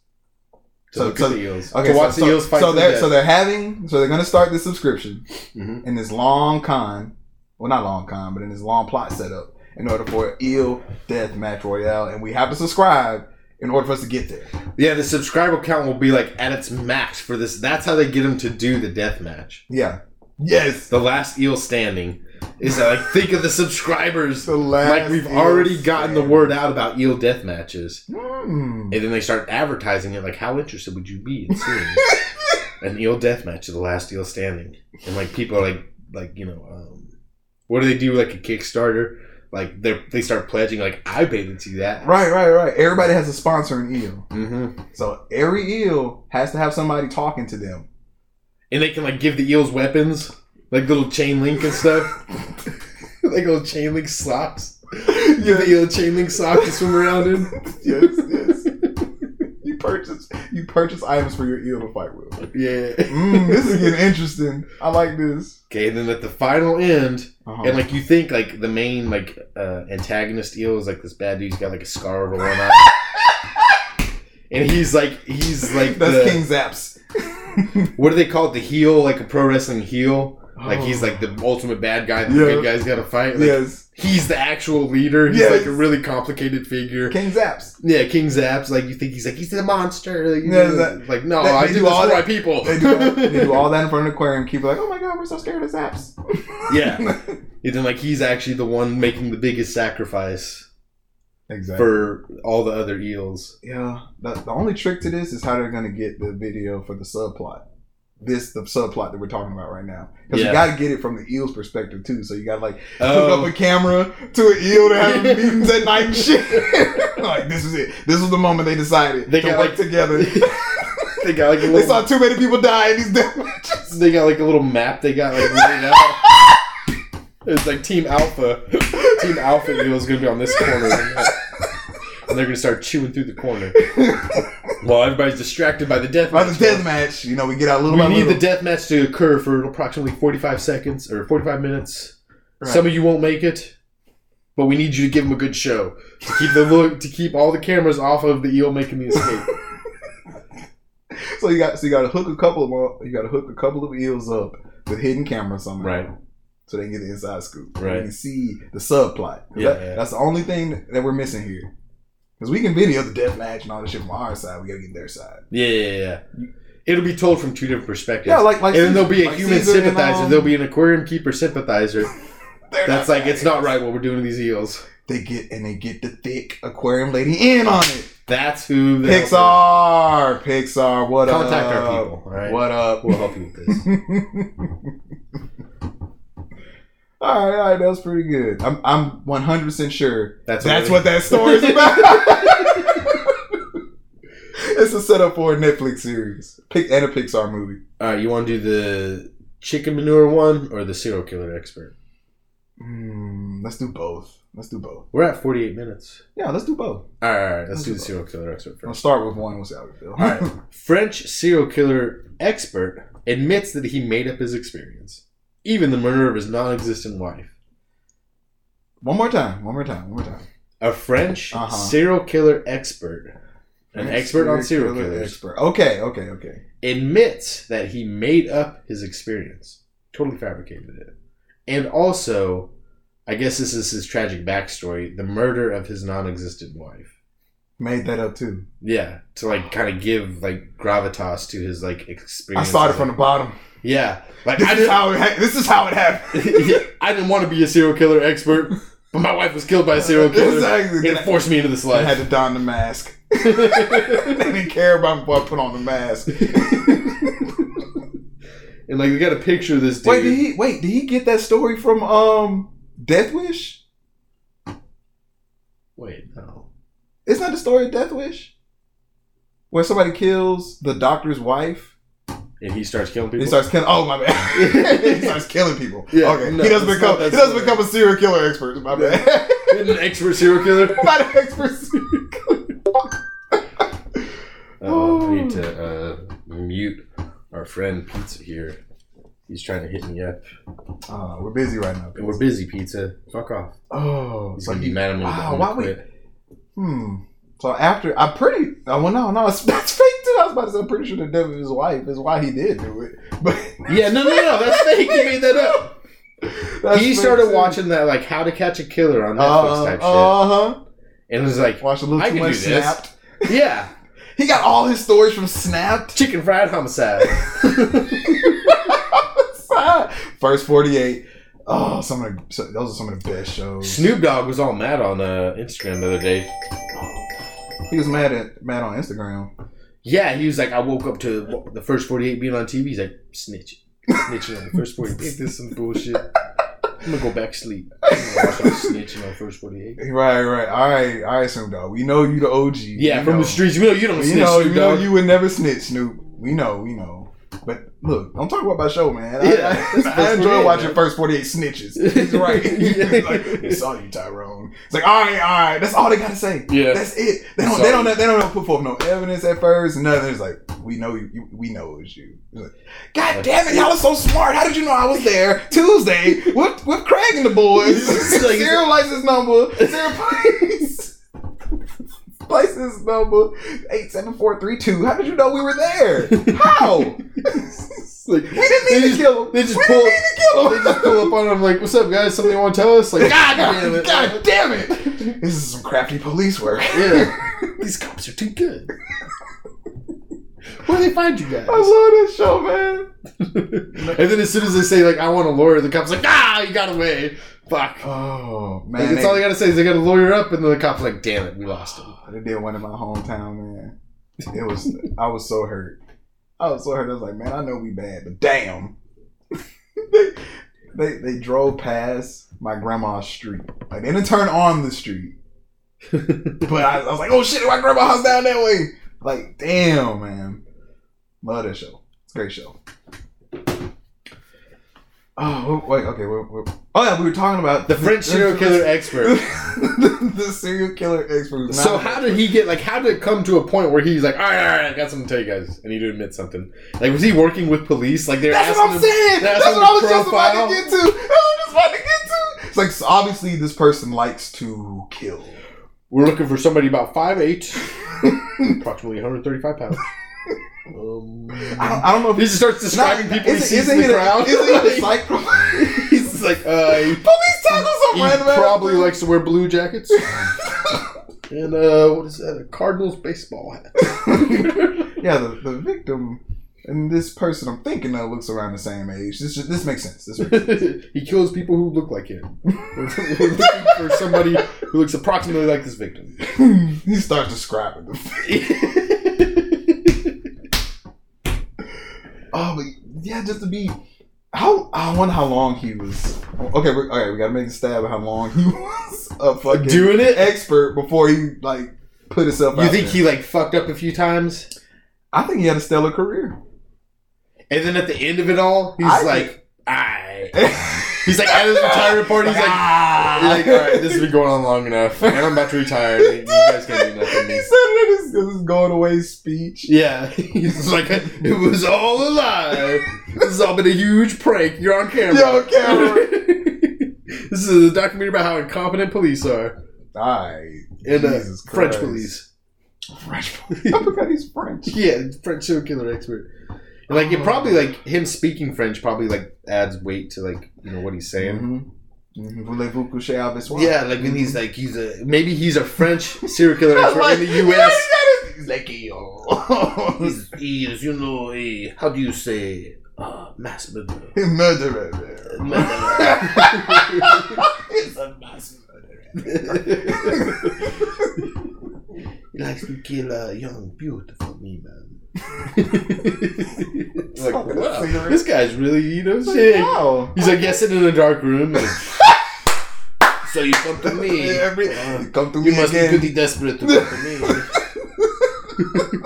Speaker 1: To
Speaker 2: So-
Speaker 1: look
Speaker 2: so-
Speaker 1: at the eels.
Speaker 2: Okay,
Speaker 1: to watch
Speaker 2: so,
Speaker 1: the
Speaker 2: so-
Speaker 1: eels fight.
Speaker 2: So
Speaker 1: to
Speaker 2: they're
Speaker 1: death.
Speaker 2: so they're having so they're gonna start this subscription
Speaker 1: Mhm.
Speaker 2: in this long con, well not long con, but in this long plot setup in order for an ill death match royale, and we have to subscribe in order for us to get there.
Speaker 1: Yeah, the subscriber count will be like at its max for this. That's how they get them to do the death match.
Speaker 2: Yeah. Yes.
Speaker 1: The last eel standing is uh, like think of the subscribers.
Speaker 2: The last
Speaker 1: Like we've already gotten the word out about eel death matches,
Speaker 2: Mm.
Speaker 1: and then they start advertising it. Like, how interested would you be in <laughs> seeing an eel death match to the last eel standing? And like people are like, like you know, um, what do they do? Like a Kickstarter, like they they start pledging. Like I paid to see that.
Speaker 2: Right, right, right. Everybody has a sponsor in eel.
Speaker 1: Mm-hmm.
Speaker 2: So every eel has to have somebody talking to
Speaker 1: <laughs>
Speaker 2: them.
Speaker 1: And they can like give the eels weapons, like little chain link and stuff, <laughs> like little chain link <laughs> socks. Give the eel chain link sock to swim around in.
Speaker 2: yes, yes. <laughs> You purchase you purchase items for your eel to fight with.
Speaker 1: Yeah.
Speaker 2: Mm, this is getting interesting. I like this.
Speaker 1: Okay, and then at the final end,
Speaker 2: Uh-huh.
Speaker 1: and like you think like the main like uh, antagonist eel is like this bad dude. He's got like a scar over one eye,
Speaker 2: <laughs>
Speaker 1: and he's like he's like
Speaker 2: that's
Speaker 1: the,
Speaker 2: King Zaps.
Speaker 1: what do they call it? The heel, like a pro wrestling heel. Like he's like the ultimate bad guy. that The
Speaker 2: Oh. Yeah.
Speaker 1: good guy's got to fight. Like,
Speaker 2: Oh. yes,
Speaker 1: He's the actual leader. He's
Speaker 2: Yes.
Speaker 1: like a really complicated figure.
Speaker 2: King Zaps.
Speaker 1: Yeah, King Zap's like you think he's like he's the monster. Like, you
Speaker 2: Yeah,
Speaker 1: know,
Speaker 2: that-
Speaker 1: like no,
Speaker 2: that-
Speaker 1: I
Speaker 2: they do
Speaker 1: did this
Speaker 2: all
Speaker 1: for my
Speaker 2: that-
Speaker 1: people.
Speaker 2: They do, that, they do all that in front of an aquarium. Keep like, oh my god, we're so scared of Zaps.
Speaker 1: <laughs>
Speaker 2: <laughs>
Speaker 1: Yeah. and then like he's actually the one making the biggest sacrifice
Speaker 2: exactly.
Speaker 1: for all the
Speaker 2: <laughs>
Speaker 1: other eels.
Speaker 2: yeah, the, the only trick to this is how they're gonna get the video for the subplot. This the subplot that we're talking about right now because
Speaker 1: Yeah.
Speaker 2: you got to get it from the eel's perspective too. So you got to like hook
Speaker 1: Oh,
Speaker 2: up a camera to an eel to have
Speaker 1: <laughs>
Speaker 2: meetings at night and shit. <laughs> like this is it. This was the moment they decided
Speaker 1: They
Speaker 2: to
Speaker 1: got,
Speaker 2: work
Speaker 1: like- <laughs>
Speaker 2: together.
Speaker 1: they got like
Speaker 2: They
Speaker 1: a little,
Speaker 2: saw too many people die in these death matches.
Speaker 1: they got like a little map. They got like laid out. It's like Team Alpha. Team Alpha eel is gonna be on this corner, and they're gonna start chewing through the corner while everybody's distracted by the
Speaker 2: <laughs>
Speaker 1: death.
Speaker 2: By the
Speaker 1: match.
Speaker 2: death match, you know, we get out little
Speaker 1: We
Speaker 2: by
Speaker 1: need
Speaker 2: little.
Speaker 1: the death match to occur for approximately 45 seconds or 45 minutes.
Speaker 2: Right.
Speaker 1: Some of you won't make it, but we need you to give them a good show to keep the look to keep all the cameras off of the eel making the escape.
Speaker 2: so you got so you got to hook a couple of you got to hook a couple of eels up with hidden cameras somehow,
Speaker 1: Right.
Speaker 2: So they can get the inside scoop.
Speaker 1: Right.
Speaker 2: You can see the subplot. 'Cause
Speaker 1: Yeah,
Speaker 2: that-
Speaker 1: yeah.
Speaker 2: That's the only thing that we're missing here. Because we can video the death match and all this shit from our side. We got to get their side.
Speaker 1: yeah, yeah, yeah, yeah. It'll be told from two different perspectives.
Speaker 2: Yeah, like like
Speaker 1: and then there'll be a
Speaker 2: like
Speaker 1: human
Speaker 2: Caesar and,
Speaker 1: sympathizer.
Speaker 2: um,
Speaker 1: there'll be an aquarium keeper sympathizer.
Speaker 2: they're
Speaker 1: That's
Speaker 2: not
Speaker 1: like it's not right what we're doing to these eels.
Speaker 2: They get and they get the thick aquarium lady in on it.
Speaker 1: That's who the
Speaker 2: Pixar, Pixar, what up?
Speaker 1: Contact our people, all right?
Speaker 2: What up?
Speaker 1: will help you with
Speaker 2: <laughs>
Speaker 1: this.
Speaker 2: all right, all right, that was pretty good. I'm I'm 100 percent sure
Speaker 1: That's
Speaker 2: that's
Speaker 1: they-
Speaker 2: what that story is about. <laughs> it's a setup for a Netflix series Pic- and a Pixar movie.
Speaker 1: All right, you want to do the chicken manure one or the serial killer expert?
Speaker 2: Hmm, let's do both. Let's do both.
Speaker 1: We're at 48 minutes.
Speaker 2: Yeah, let's do both.
Speaker 1: All right, all right, let's
Speaker 2: Let's
Speaker 1: do
Speaker 2: do
Speaker 1: the serial killer expert
Speaker 2: I'll
Speaker 1: first.
Speaker 2: start with one. We'll see how we feel. <laughs> All
Speaker 1: right. French serial killer expert admits that he made up his experience, even the murder of his non existent wife.
Speaker 2: one more time. One more time. One more time.
Speaker 1: A French
Speaker 2: Uh-huh.
Speaker 1: serial killer expert, an expert on serial killers,
Speaker 2: Expert. Okay. Okay. Okay.
Speaker 1: admits that he made up his experience, totally fabricated it. And also, I guess this is his tragic backstory the murder of his non existent wife.
Speaker 2: Made that up too.
Speaker 1: Yeah, to like kind of give like gravitas to his like
Speaker 2: I
Speaker 1: experience.
Speaker 2: started from the bottom.
Speaker 1: Yeah, like
Speaker 2: This
Speaker 1: I
Speaker 2: is
Speaker 1: didn't,
Speaker 2: how it. Ha- this is how it happened.
Speaker 1: <laughs> I didn't want to be a serial killer expert, but my wife was killed by
Speaker 2: <laughs>
Speaker 1: a serial killer.
Speaker 2: Exactly.
Speaker 1: It forced me into this
Speaker 2: I had
Speaker 1: life.
Speaker 2: to don the mask. <laughs>
Speaker 1: <laughs>
Speaker 2: they didn't care about before I put on the mask.
Speaker 1: <laughs> And like we got a picture of this dude.
Speaker 2: wait, did he? Wait, did he get that story from um Death Wish?
Speaker 1: Wait, no.
Speaker 2: It's not the story of Death Wish, where somebody kills the doctor's wife
Speaker 1: and he starts killing people.
Speaker 2: He
Speaker 1: <laughs>
Speaker 2: starts killing. Oh my bad. <laughs> he starts killing people.
Speaker 1: Yeah,
Speaker 2: okay.
Speaker 1: no,
Speaker 2: he doesn't
Speaker 1: it's
Speaker 2: become.
Speaker 1: not
Speaker 2: He
Speaker 1: that
Speaker 2: doesn't
Speaker 1: serious.
Speaker 2: become a serial killer expert. My
Speaker 1: Yeah.
Speaker 2: bad.
Speaker 1: an expert serial killer.
Speaker 2: <laughs> Not an expert <laughs> serial killer. Oh.
Speaker 1: Uh, I need to uh, mute our friend Pizza here. He's trying to hit me up.
Speaker 2: Uh, we're busy right now.
Speaker 1: And We're busy, Pizza. Fuck off.
Speaker 2: Oh,
Speaker 1: He's
Speaker 2: so
Speaker 1: gonna be
Speaker 2: you-
Speaker 1: mad at me.
Speaker 2: Wow, why
Speaker 1: Wow,
Speaker 2: we- Hmm. So after, I'm pretty. uh, Well, no, <laughs> no, it's, that's fake too. I was about to say, I'm pretty sure the death of his wife is why he did do it. But <laughs>
Speaker 1: Yeah, no, no, no, that's fake. You made that up.
Speaker 2: that's
Speaker 1: he
Speaker 2: fake,
Speaker 1: started
Speaker 2: too.
Speaker 1: watching that, like, How to Catch a Killer on Netflix
Speaker 2: Uh,
Speaker 1: type shit,
Speaker 2: uh huh.
Speaker 1: and it was like,
Speaker 2: Watched a little
Speaker 1: I
Speaker 2: too
Speaker 1: can
Speaker 2: much
Speaker 1: do this.
Speaker 2: Snapped.
Speaker 1: yeah,
Speaker 2: He got all his stories from <laughs> Snapped.
Speaker 1: chicken fried homicide.
Speaker 2: <laughs> First forty eight. Oh, some of the, so- those are some of the best shows.
Speaker 1: Snoop Dogg was all mad on uh, Instagram the other day.
Speaker 2: He was mad at mad on Instagram.
Speaker 1: Yeah, he was like, I woke up to the first 48 being on TV. He's like, snitching. Snitching on the first 48. This is some bullshit. I'm gonna go back to sleep. I'm gonna watch him snitching on first 48.
Speaker 2: Right, right. All right, all right, Snoop Dogg. We know you the OG.
Speaker 1: Yeah,
Speaker 2: We
Speaker 1: from
Speaker 2: know.
Speaker 1: the streets. We know you don't
Speaker 2: You
Speaker 1: snitch,
Speaker 2: know,
Speaker 1: Snoop
Speaker 2: you know,
Speaker 1: Dogg.
Speaker 2: you would never snitch, Snoop. We know, we know. But look, don't talk about my show, man. I-
Speaker 1: Yeah,
Speaker 2: I,
Speaker 1: <laughs> it's
Speaker 2: I
Speaker 1: first
Speaker 2: enjoy
Speaker 1: 48,
Speaker 2: watching
Speaker 1: man.
Speaker 2: first forty eight
Speaker 1: <laughs>
Speaker 2: snitches. He's right. He's <laughs> like, I saw you, Tyrone. It's like, all right, all right. That's all they gotta say.
Speaker 1: yeah.
Speaker 2: That's it. They don't.
Speaker 1: Sorry.
Speaker 2: They don't. They don't put forth no evidence at first. Nothing. It's like we know you. you- We know it was you. It's like, God damn it! Y'all are so smart. How did you know I was
Speaker 1: <laughs>
Speaker 2: there Tuesday with with Craig and the boys?
Speaker 1: It's <laughs> like-
Speaker 2: Serial license number.
Speaker 1: <laughs>
Speaker 2: Serial place. License number eight seven four three two. How did you know we were there?
Speaker 1: <laughs>
Speaker 2: How? we
Speaker 1: It's like,
Speaker 2: didn't
Speaker 1: They
Speaker 2: mean to
Speaker 1: just-
Speaker 2: kill him.
Speaker 1: they just
Speaker 2: we
Speaker 1: pull-
Speaker 2: didn't mean to kill
Speaker 1: they
Speaker 2: him. <laughs>
Speaker 1: just pull up on him like, what's up, guys? Something you want to tell us? Like,
Speaker 2: God
Speaker 1: <laughs> damn it.
Speaker 2: God damn it! This is some crafty police work.
Speaker 1: yeah. These cops are too good. Where do they find you guys?
Speaker 2: <laughs> I love this show, man.
Speaker 1: And then as soon as they say, like, I want a lawyer, the cop's like, ah, you got away. Fuck.
Speaker 2: Oh man,
Speaker 1: Like, that's
Speaker 2: they,
Speaker 1: all they gotta say is they gotta lawyer up, and then the cop's like, damn it, we lost him.
Speaker 2: <sighs> they did one in my hometown, man. It was I was so hurt. I was so hurt. I was like, man, I know we bad, but damn. <laughs> they, they they drove past my grandma's street. Like they didn't turn on the
Speaker 1: <laughs>
Speaker 2: street, but I, I was like, oh shit, my grandma's house down that way. Like damn, man. Love that show. It's a great show. Oh wait, okay. We're, we're, oh yeah, we were talking about
Speaker 1: The <laughs> French serial killer expert.
Speaker 2: the, <laughs> the serial killer expert. was
Speaker 1: <laughs> So
Speaker 2: not-
Speaker 1: how did he get like how did it come to a point where he's like, all right, all right, I got something to tell you guys, and he to admit something? Like was he working with police? Like they're
Speaker 2: That's
Speaker 1: asking
Speaker 2: what I'm
Speaker 1: him,
Speaker 2: saying.
Speaker 1: they're
Speaker 2: That's
Speaker 1: asking
Speaker 2: what I was
Speaker 1: him
Speaker 2: just about
Speaker 1: profile.
Speaker 2: to get to. <laughs> I was just about to get to. It's like so obviously this person likes to kill.
Speaker 1: We're looking for somebody
Speaker 2: <laughs>
Speaker 1: about 5'8", approximately 135 pounds.
Speaker 2: I
Speaker 1: Um,
Speaker 2: don't. I don't know. If
Speaker 1: he just starts describing
Speaker 2: Nah,
Speaker 1: people he
Speaker 2: isn't-
Speaker 1: sees
Speaker 2: isn't
Speaker 1: in
Speaker 2: he
Speaker 1: the crowd.
Speaker 2: Isn't
Speaker 1: <laughs>
Speaker 2: he the
Speaker 1: Like,
Speaker 2: psycho? <laughs> Police
Speaker 1: he's just like,
Speaker 2: <laughs>
Speaker 1: uh, he,
Speaker 2: tackle some
Speaker 1: he
Speaker 2: random. ass
Speaker 1: probably
Speaker 2: dude.
Speaker 1: likes to wear blue jackets. and uh, what is that? A Cardinals baseball
Speaker 2: <laughs>
Speaker 1: hat.
Speaker 2: <laughs>
Speaker 1: <laughs>
Speaker 2: Yeah, the, the victim and this person I'm thinking of looks around the same age. This this makes sense. This <laughs>
Speaker 1: <laughs>
Speaker 2: makes
Speaker 1: he kills people who look like him. <laughs> We're looking for somebody who looks approximately like
Speaker 2: <laughs>
Speaker 1: this victim.
Speaker 2: sense. he starts describing the Oh, but yeah, just to be. How I wonder how long he was. Okay, we, okay, we gotta make a stab at how long he <laughs> was a fucking
Speaker 1: Doing it?
Speaker 2: expert before he like put himself.
Speaker 1: You
Speaker 2: out
Speaker 1: think
Speaker 2: there.
Speaker 1: he like fucked up a few times,
Speaker 2: I think he had a stellar career. <laughs>
Speaker 1: and then at the end of it all, he's
Speaker 2: I
Speaker 1: like, "I."
Speaker 2: he's
Speaker 1: He's like at his retirement
Speaker 2: <laughs>
Speaker 1: party. He's like,
Speaker 2: ah.
Speaker 1: he's like, "All
Speaker 2: <laughs>
Speaker 1: right, this has been going on long enough, and I'm about to retire. and You guys can't do
Speaker 2: he said
Speaker 1: nothing." to me."
Speaker 2: it in his, his going away speech.
Speaker 1: Yeah, <laughs> he's like, "It was all a lie. This has all been a huge prank. You're on camera.
Speaker 2: You're on camera.
Speaker 1: <laughs> this is a documentary about how incompetent police are."
Speaker 2: Alright,
Speaker 1: and uh,
Speaker 2: Jesus
Speaker 1: French
Speaker 2: Christ.
Speaker 1: police. <laughs>
Speaker 2: French. <laughs> I forgot he's French.
Speaker 1: Yeah, French serial killer expert. And, like it probably like him speaking French probably like adds weight to like you know what he's saying.
Speaker 2: Mhm. Mhm. Voulez-vous coucher avec soi?
Speaker 1: Yeah, like when he's like he's a maybe he's a French serial <laughs> killer
Speaker 2: That's
Speaker 1: expert
Speaker 2: <laughs> like-
Speaker 1: in the U.S.
Speaker 2: He's like, <laughs> yo.
Speaker 1: <laughs> He's, he is, you know, a, how do you say, uh,
Speaker 2: <laughs>
Speaker 1: mass murderer.
Speaker 2: murderer. He's a mass murderer. <laughs>
Speaker 1: he likes to kill uh, young, beautiful me, <laughs> man. like,
Speaker 2: Smoking a
Speaker 1: wow,
Speaker 2: cigarette.
Speaker 1: this guy's really, you know,
Speaker 2: Like,
Speaker 1: shit.
Speaker 2: wow.
Speaker 1: He's like, yeah, sitting in a dark room. like, <laughs> so you come to <laughs> me.
Speaker 2: Yeah, every-
Speaker 1: Uh,
Speaker 2: you come to
Speaker 1: you
Speaker 2: me <laughs>
Speaker 1: must
Speaker 2: again.
Speaker 1: be pretty desperate to come <laughs> to me.
Speaker 2: he don't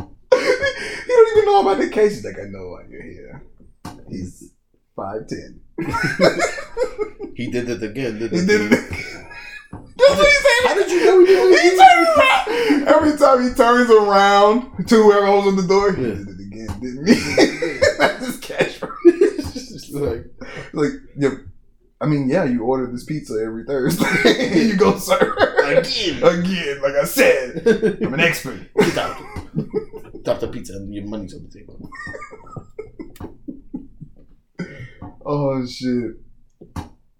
Speaker 2: even know about the case? He's like, I know why you're here. He's five ten.
Speaker 1: He did it again. Did
Speaker 2: He
Speaker 1: it
Speaker 2: did it.
Speaker 1: again.
Speaker 2: That's what he said.
Speaker 1: How did you know he did
Speaker 2: He
Speaker 1: it?
Speaker 2: turned around. Every time he turns around to whoever holds on the door, he
Speaker 1: Yeah.
Speaker 2: did it again, didn't he? <laughs> That's his catchphrase.
Speaker 1: <laughs> Just like,
Speaker 2: Like, yeah, I mean, yeah, you order this pizza every Thursday. you go serve
Speaker 1: again.
Speaker 2: again, like I said. I'm an
Speaker 1: <laughs>
Speaker 2: expert.
Speaker 1: Get out. Drop the pizza and your money's on the table.
Speaker 2: Oh shit.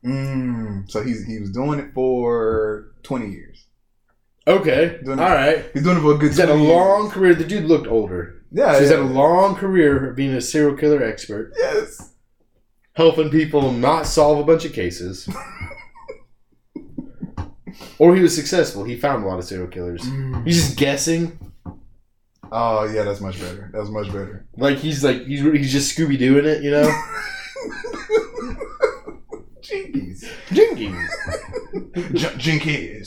Speaker 2: Mm. So he's he was doing it for twenty years.
Speaker 1: Okay. All
Speaker 2: Doing it.
Speaker 1: right.
Speaker 2: He's doing it for a good.
Speaker 1: He's had a
Speaker 2: 20 years.
Speaker 1: long career. The dude looked older.
Speaker 2: Yeah.
Speaker 1: So he's
Speaker 2: yeah.
Speaker 1: had a long career of being a serial killer expert,
Speaker 2: yes.
Speaker 1: helping people not solve a bunch of <laughs> cases. or he was successful. He found a lot of serial killers. He's just guessing.
Speaker 2: Oh yeah, that's much better. That's much better.
Speaker 1: Like he's like he's, he's just Scooby Dooing it, you know. <laughs>
Speaker 2: Jinkies.
Speaker 1: <laughs> Jenkins.
Speaker 2: J- Jinkies.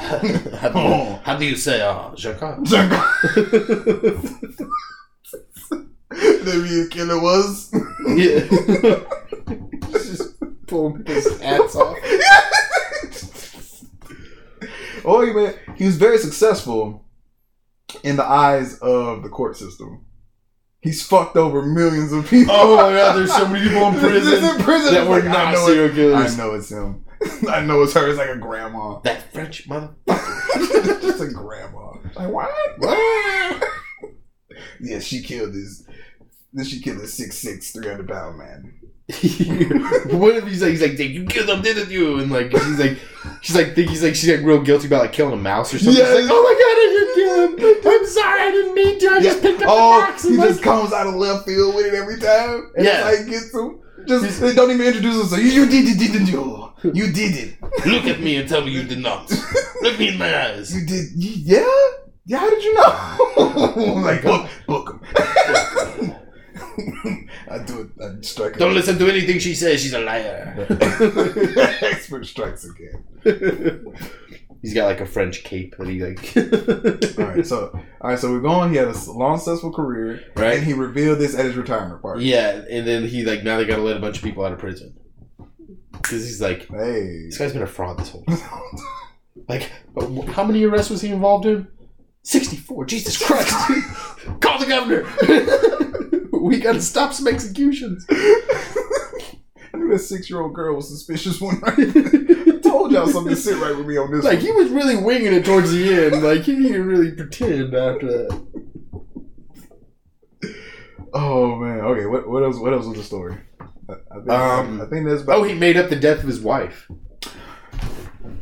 Speaker 1: how, do you,
Speaker 2: Oh.
Speaker 1: how do you say, uh, Jacques?
Speaker 2: Junk. the real killer was.
Speaker 1: <laughs> Yeah. just pulling his hats off.
Speaker 2: <laughs> oh he man, he was very successful in the eyes of the court system. He's fucked over millions of people.
Speaker 1: Oh my god, there's
Speaker 2: <laughs>
Speaker 1: so many people in
Speaker 2: This is
Speaker 1: prison
Speaker 2: in prison.
Speaker 1: that
Speaker 2: It's
Speaker 1: were
Speaker 2: like, I
Speaker 1: not
Speaker 2: know
Speaker 1: serial
Speaker 2: it- I
Speaker 1: killers.
Speaker 2: know it's him. <laughs> I know it's her. It's like a grandma. <laughs>
Speaker 1: That French mother.
Speaker 2: Just a grandma. Like what? What? <laughs> yeah, she killed this. Then she killed this 6'6", 300 pound man.
Speaker 1: <laughs> what if he's like, he's like, "Did you killed them, didn't you? And like, she's like, she's like, think he's like, she's like real guilty about like killing a mouse or something.
Speaker 2: Yes.
Speaker 1: She's like, oh my god, I didn't kill him. I'm sorry, I didn't mean to. I just picked up the
Speaker 2: Oh,
Speaker 1: box.
Speaker 2: he
Speaker 1: And like,
Speaker 2: just comes out of left field with it every time. And
Speaker 1: Yeah.
Speaker 2: yeah, like gets him. Just they don't even introduce himself. You, you did it, didn't you? You did it.
Speaker 1: look at me and tell me you did not. Look me in my eyes.
Speaker 2: You did. You, yeah. Yeah. How did you <laughs> know? like book, book him. <laughs> I do it. I strike.
Speaker 1: Don't listen to anything she says. She's a liar.
Speaker 2: <laughs> Expert strikes again.
Speaker 1: <laughs> He's got like a French cape that he <laughs> like.
Speaker 2: all right, so all right, so we're going. He had a s- long, successful career, and
Speaker 1: right?
Speaker 2: he revealed this at his retirement party.
Speaker 1: Yeah, and then he like now they gotta let a bunch of people out of prison because he's like
Speaker 2: Hey, <laughs>
Speaker 1: this guy's been a fraud this <laughs> whole time. like, wh- how many arrests was he involved in? Sixty-four. Jesus Christ! <laughs> Call the governor. <laughs> we gotta stop some <laughs> executions.
Speaker 2: I knew that six-year-old girl was suspicious one night. <laughs> Told y'all something to sit right with me on this.
Speaker 1: Like
Speaker 2: one.
Speaker 1: he was really winging it towards the end. Like he didn't really pretend after that.
Speaker 2: oh man. Okay, what, what else? What else was the story? I, I think,
Speaker 1: Um,
Speaker 2: I think that's about.
Speaker 1: Oh, he made up the death of his wife.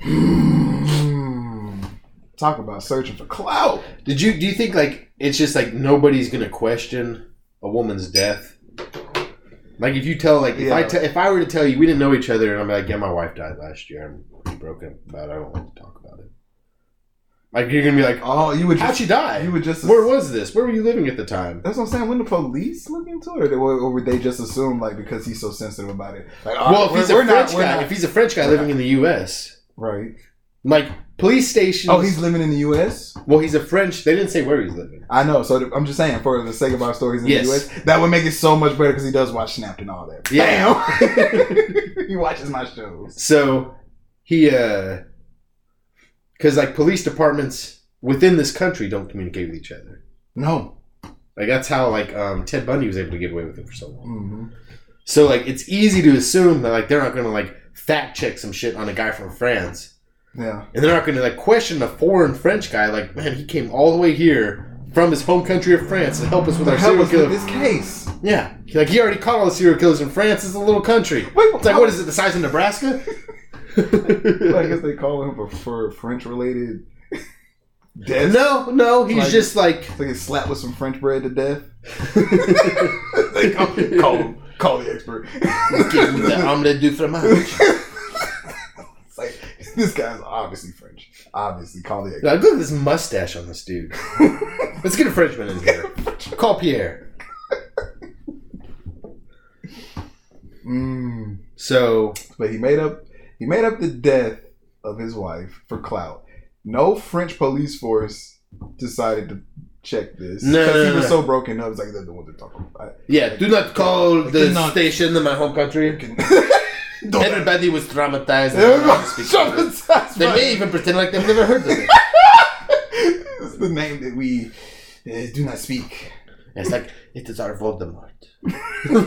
Speaker 2: Hmm. <sighs> Talk about searching for clout.
Speaker 1: Did you do you think like it's just like nobody's gonna question a woman's death? Like if you tell like if I
Speaker 2: Yeah.
Speaker 1: te- if I were to tell you we didn't know each other and I'm like yeah my wife died last year I'm pretty broken about it I don't like to talk about it. Like you're gonna be like
Speaker 2: Oh, you would
Speaker 1: how'd
Speaker 2: just.
Speaker 1: she die?
Speaker 2: You would just.
Speaker 1: Where was this? Where were you living at the time?
Speaker 2: that's what I'm saying. When the police look into it, or, they, or would they just assume like because he's so sensitive about it? Like, oh,
Speaker 1: Well, if
Speaker 2: we're-
Speaker 1: he's a
Speaker 2: we're
Speaker 1: French
Speaker 2: we're
Speaker 1: guy, if he's a French guy
Speaker 2: we're
Speaker 1: living in the U.S.,
Speaker 2: right.
Speaker 1: like police stations.
Speaker 2: Oh, he's living in the U.S.
Speaker 1: well, he's a French. They didn't say where he's living.
Speaker 2: I know. So th- I'm just saying, for the sake of our stories in
Speaker 1: Yes.
Speaker 2: the U.S., that would make it so much better because he does watch Snapped and all that.
Speaker 1: Yeah.
Speaker 2: Damn. <laughs> he watches my shows.
Speaker 1: So he, uh, because like police departments within this country don't communicate with each other.
Speaker 2: No.
Speaker 1: Like that's how like um, Ted Bundy was able to get away with it for so long.
Speaker 2: hmm
Speaker 1: So like it's easy to assume that like they're not gonna like fact check some shit on a guy from France,
Speaker 2: Yeah.
Speaker 1: and they're not gonna like question a foreign French guy. Like man, he came all the way here from his home country of France to help us with
Speaker 2: But
Speaker 1: our
Speaker 2: help
Speaker 1: serial
Speaker 2: us with
Speaker 1: killer.
Speaker 2: this case.
Speaker 1: Yeah, like he already caught all the serial killers in France. It's a little country.
Speaker 2: Wait,
Speaker 1: It's like what is it? The size
Speaker 2: <laughs>
Speaker 1: of Nebraska?
Speaker 2: I guess they call him for, for French <laughs> related death.
Speaker 1: No, no, he's
Speaker 2: Like-
Speaker 1: just <laughs> like
Speaker 2: It's like he's slapped with some French bread to death. <laughs> they call, <laughs> call him. Call the expert.
Speaker 1: give me the omelette du fromage.
Speaker 2: <laughs> It's like, this guy's obviously French. Obviously, call the
Speaker 1: Now, look at this mustache on this dude. Let's get a Frenchman in here. Call Pierre.
Speaker 2: expert. Mm.
Speaker 1: So
Speaker 2: But he made up he made up the death of his wife for clout. No French police force decided to check this.
Speaker 1: No,
Speaker 2: Because
Speaker 1: no,
Speaker 2: he
Speaker 1: no,
Speaker 2: was
Speaker 1: no.
Speaker 2: so broken up. It's like, I don't want to talk about it.
Speaker 1: Yeah, do not call
Speaker 2: I
Speaker 1: the
Speaker 2: cannot-
Speaker 1: station in my home country. <laughs>
Speaker 2: Freaking- don't
Speaker 1: Everybody was traumatized. and don't know
Speaker 2: <laughs>
Speaker 1: how to speak
Speaker 2: Everybody's
Speaker 1: English.
Speaker 2: traumatized
Speaker 1: They
Speaker 2: by
Speaker 1: may
Speaker 2: it.
Speaker 1: even pretend like they've never heard of <laughs> it.
Speaker 2: <laughs> It's the name that we uh, do not speak. <laughs>
Speaker 1: It's like, it is our Voldemort. <laughs> you know a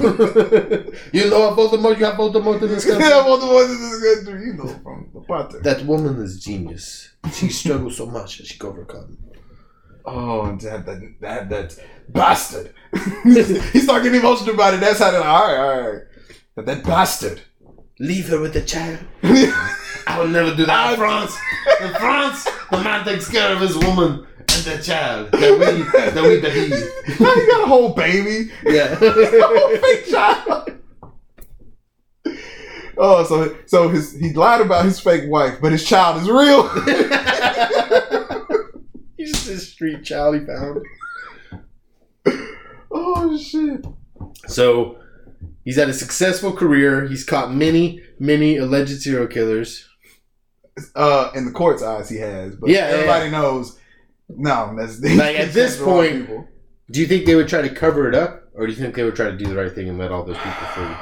Speaker 1: Voldemort, you have Voldemort in this country.
Speaker 2: Yeah, well, the ones in this country, you know, from the Potter.
Speaker 1: That woman is genius. She struggles so much that she can overcome.
Speaker 2: Oh, and to have that, to have that bastard. <laughs> He's not getting emotional about it. That's how they're like, all right, all right. But that bastard. <laughs>
Speaker 1: Leave her with the child. I will never do that in France. In France, the man takes care of his woman and the child. That we, that we baby.
Speaker 2: Now you got a whole baby,
Speaker 1: <laughs>
Speaker 2: a whole
Speaker 1: Yeah.
Speaker 2: fake child. Oh, so so his he lied about his fake wife, but his child is real.
Speaker 1: <laughs> He's just a street child he found.
Speaker 2: oh shit!
Speaker 1: So he's had a successful career. He's caught many, many alleged serial killers.
Speaker 2: Uh, in the court's eyes, he has, but
Speaker 1: Yeah, yeah,
Speaker 2: everybody knows. No, that's
Speaker 1: Like,
Speaker 2: <laughs>
Speaker 1: at this
Speaker 2: the wrong
Speaker 1: point-
Speaker 2: people.
Speaker 1: Do you think they would try to cover it up, or do you think they would try to do the right thing and let all those people free?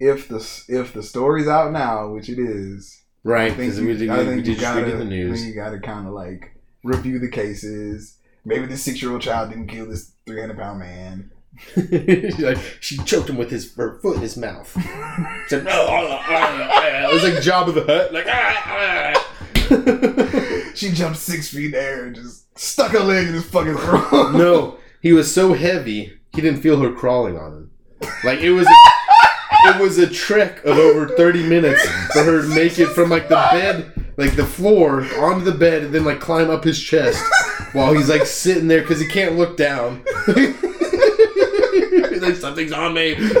Speaker 2: if the if the story's out now, which it is, I
Speaker 1: Right,
Speaker 2: think
Speaker 1: because
Speaker 2: you,
Speaker 1: we, did-
Speaker 2: I
Speaker 1: we
Speaker 2: think
Speaker 1: did
Speaker 2: you
Speaker 1: just
Speaker 2: gotta,
Speaker 1: read in the
Speaker 2: I think
Speaker 1: news.
Speaker 2: you gotta kind of like review the cases. Maybe this six year old child didn't kill this three hundred pound man.
Speaker 1: <laughs> like, she choked him with his her foot in his mouth. It's like, "Oh, oh, oh, oh." It was like Job of the Hut, like ah, ah.
Speaker 2: she jumped six feet in the air and just stuck her leg in his fucking <laughs> throat.
Speaker 1: No, he was so heavy he didn't feel her crawling on him. Like it was, it was a trek of over thirty minutes for her to make it from like the bed, like the floor onto the bed, and then like climb up his chest while he's like sitting there because he can't look down. <laughs> He's like something's on
Speaker 2: I
Speaker 1: me.
Speaker 2: feel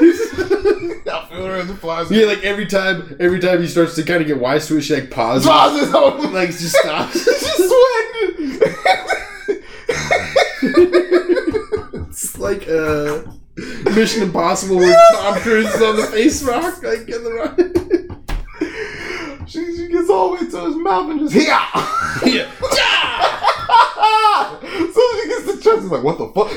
Speaker 2: her as it flies.
Speaker 1: Yeah, like every time, every time he starts to kind of get wise to it, she like pauses,
Speaker 2: Flies his whole-
Speaker 1: <laughs> like just <laughs> stops.
Speaker 2: She's sweating.
Speaker 1: It's like uh, Mission Impossible <laughs> with Tom Cruise is on the face rock, like in the rock.
Speaker 2: she, she gets all the way to his mouth and just yeah.
Speaker 1: Yeah.
Speaker 2: <laughs> so she gets the chest. She's like, what the fuck?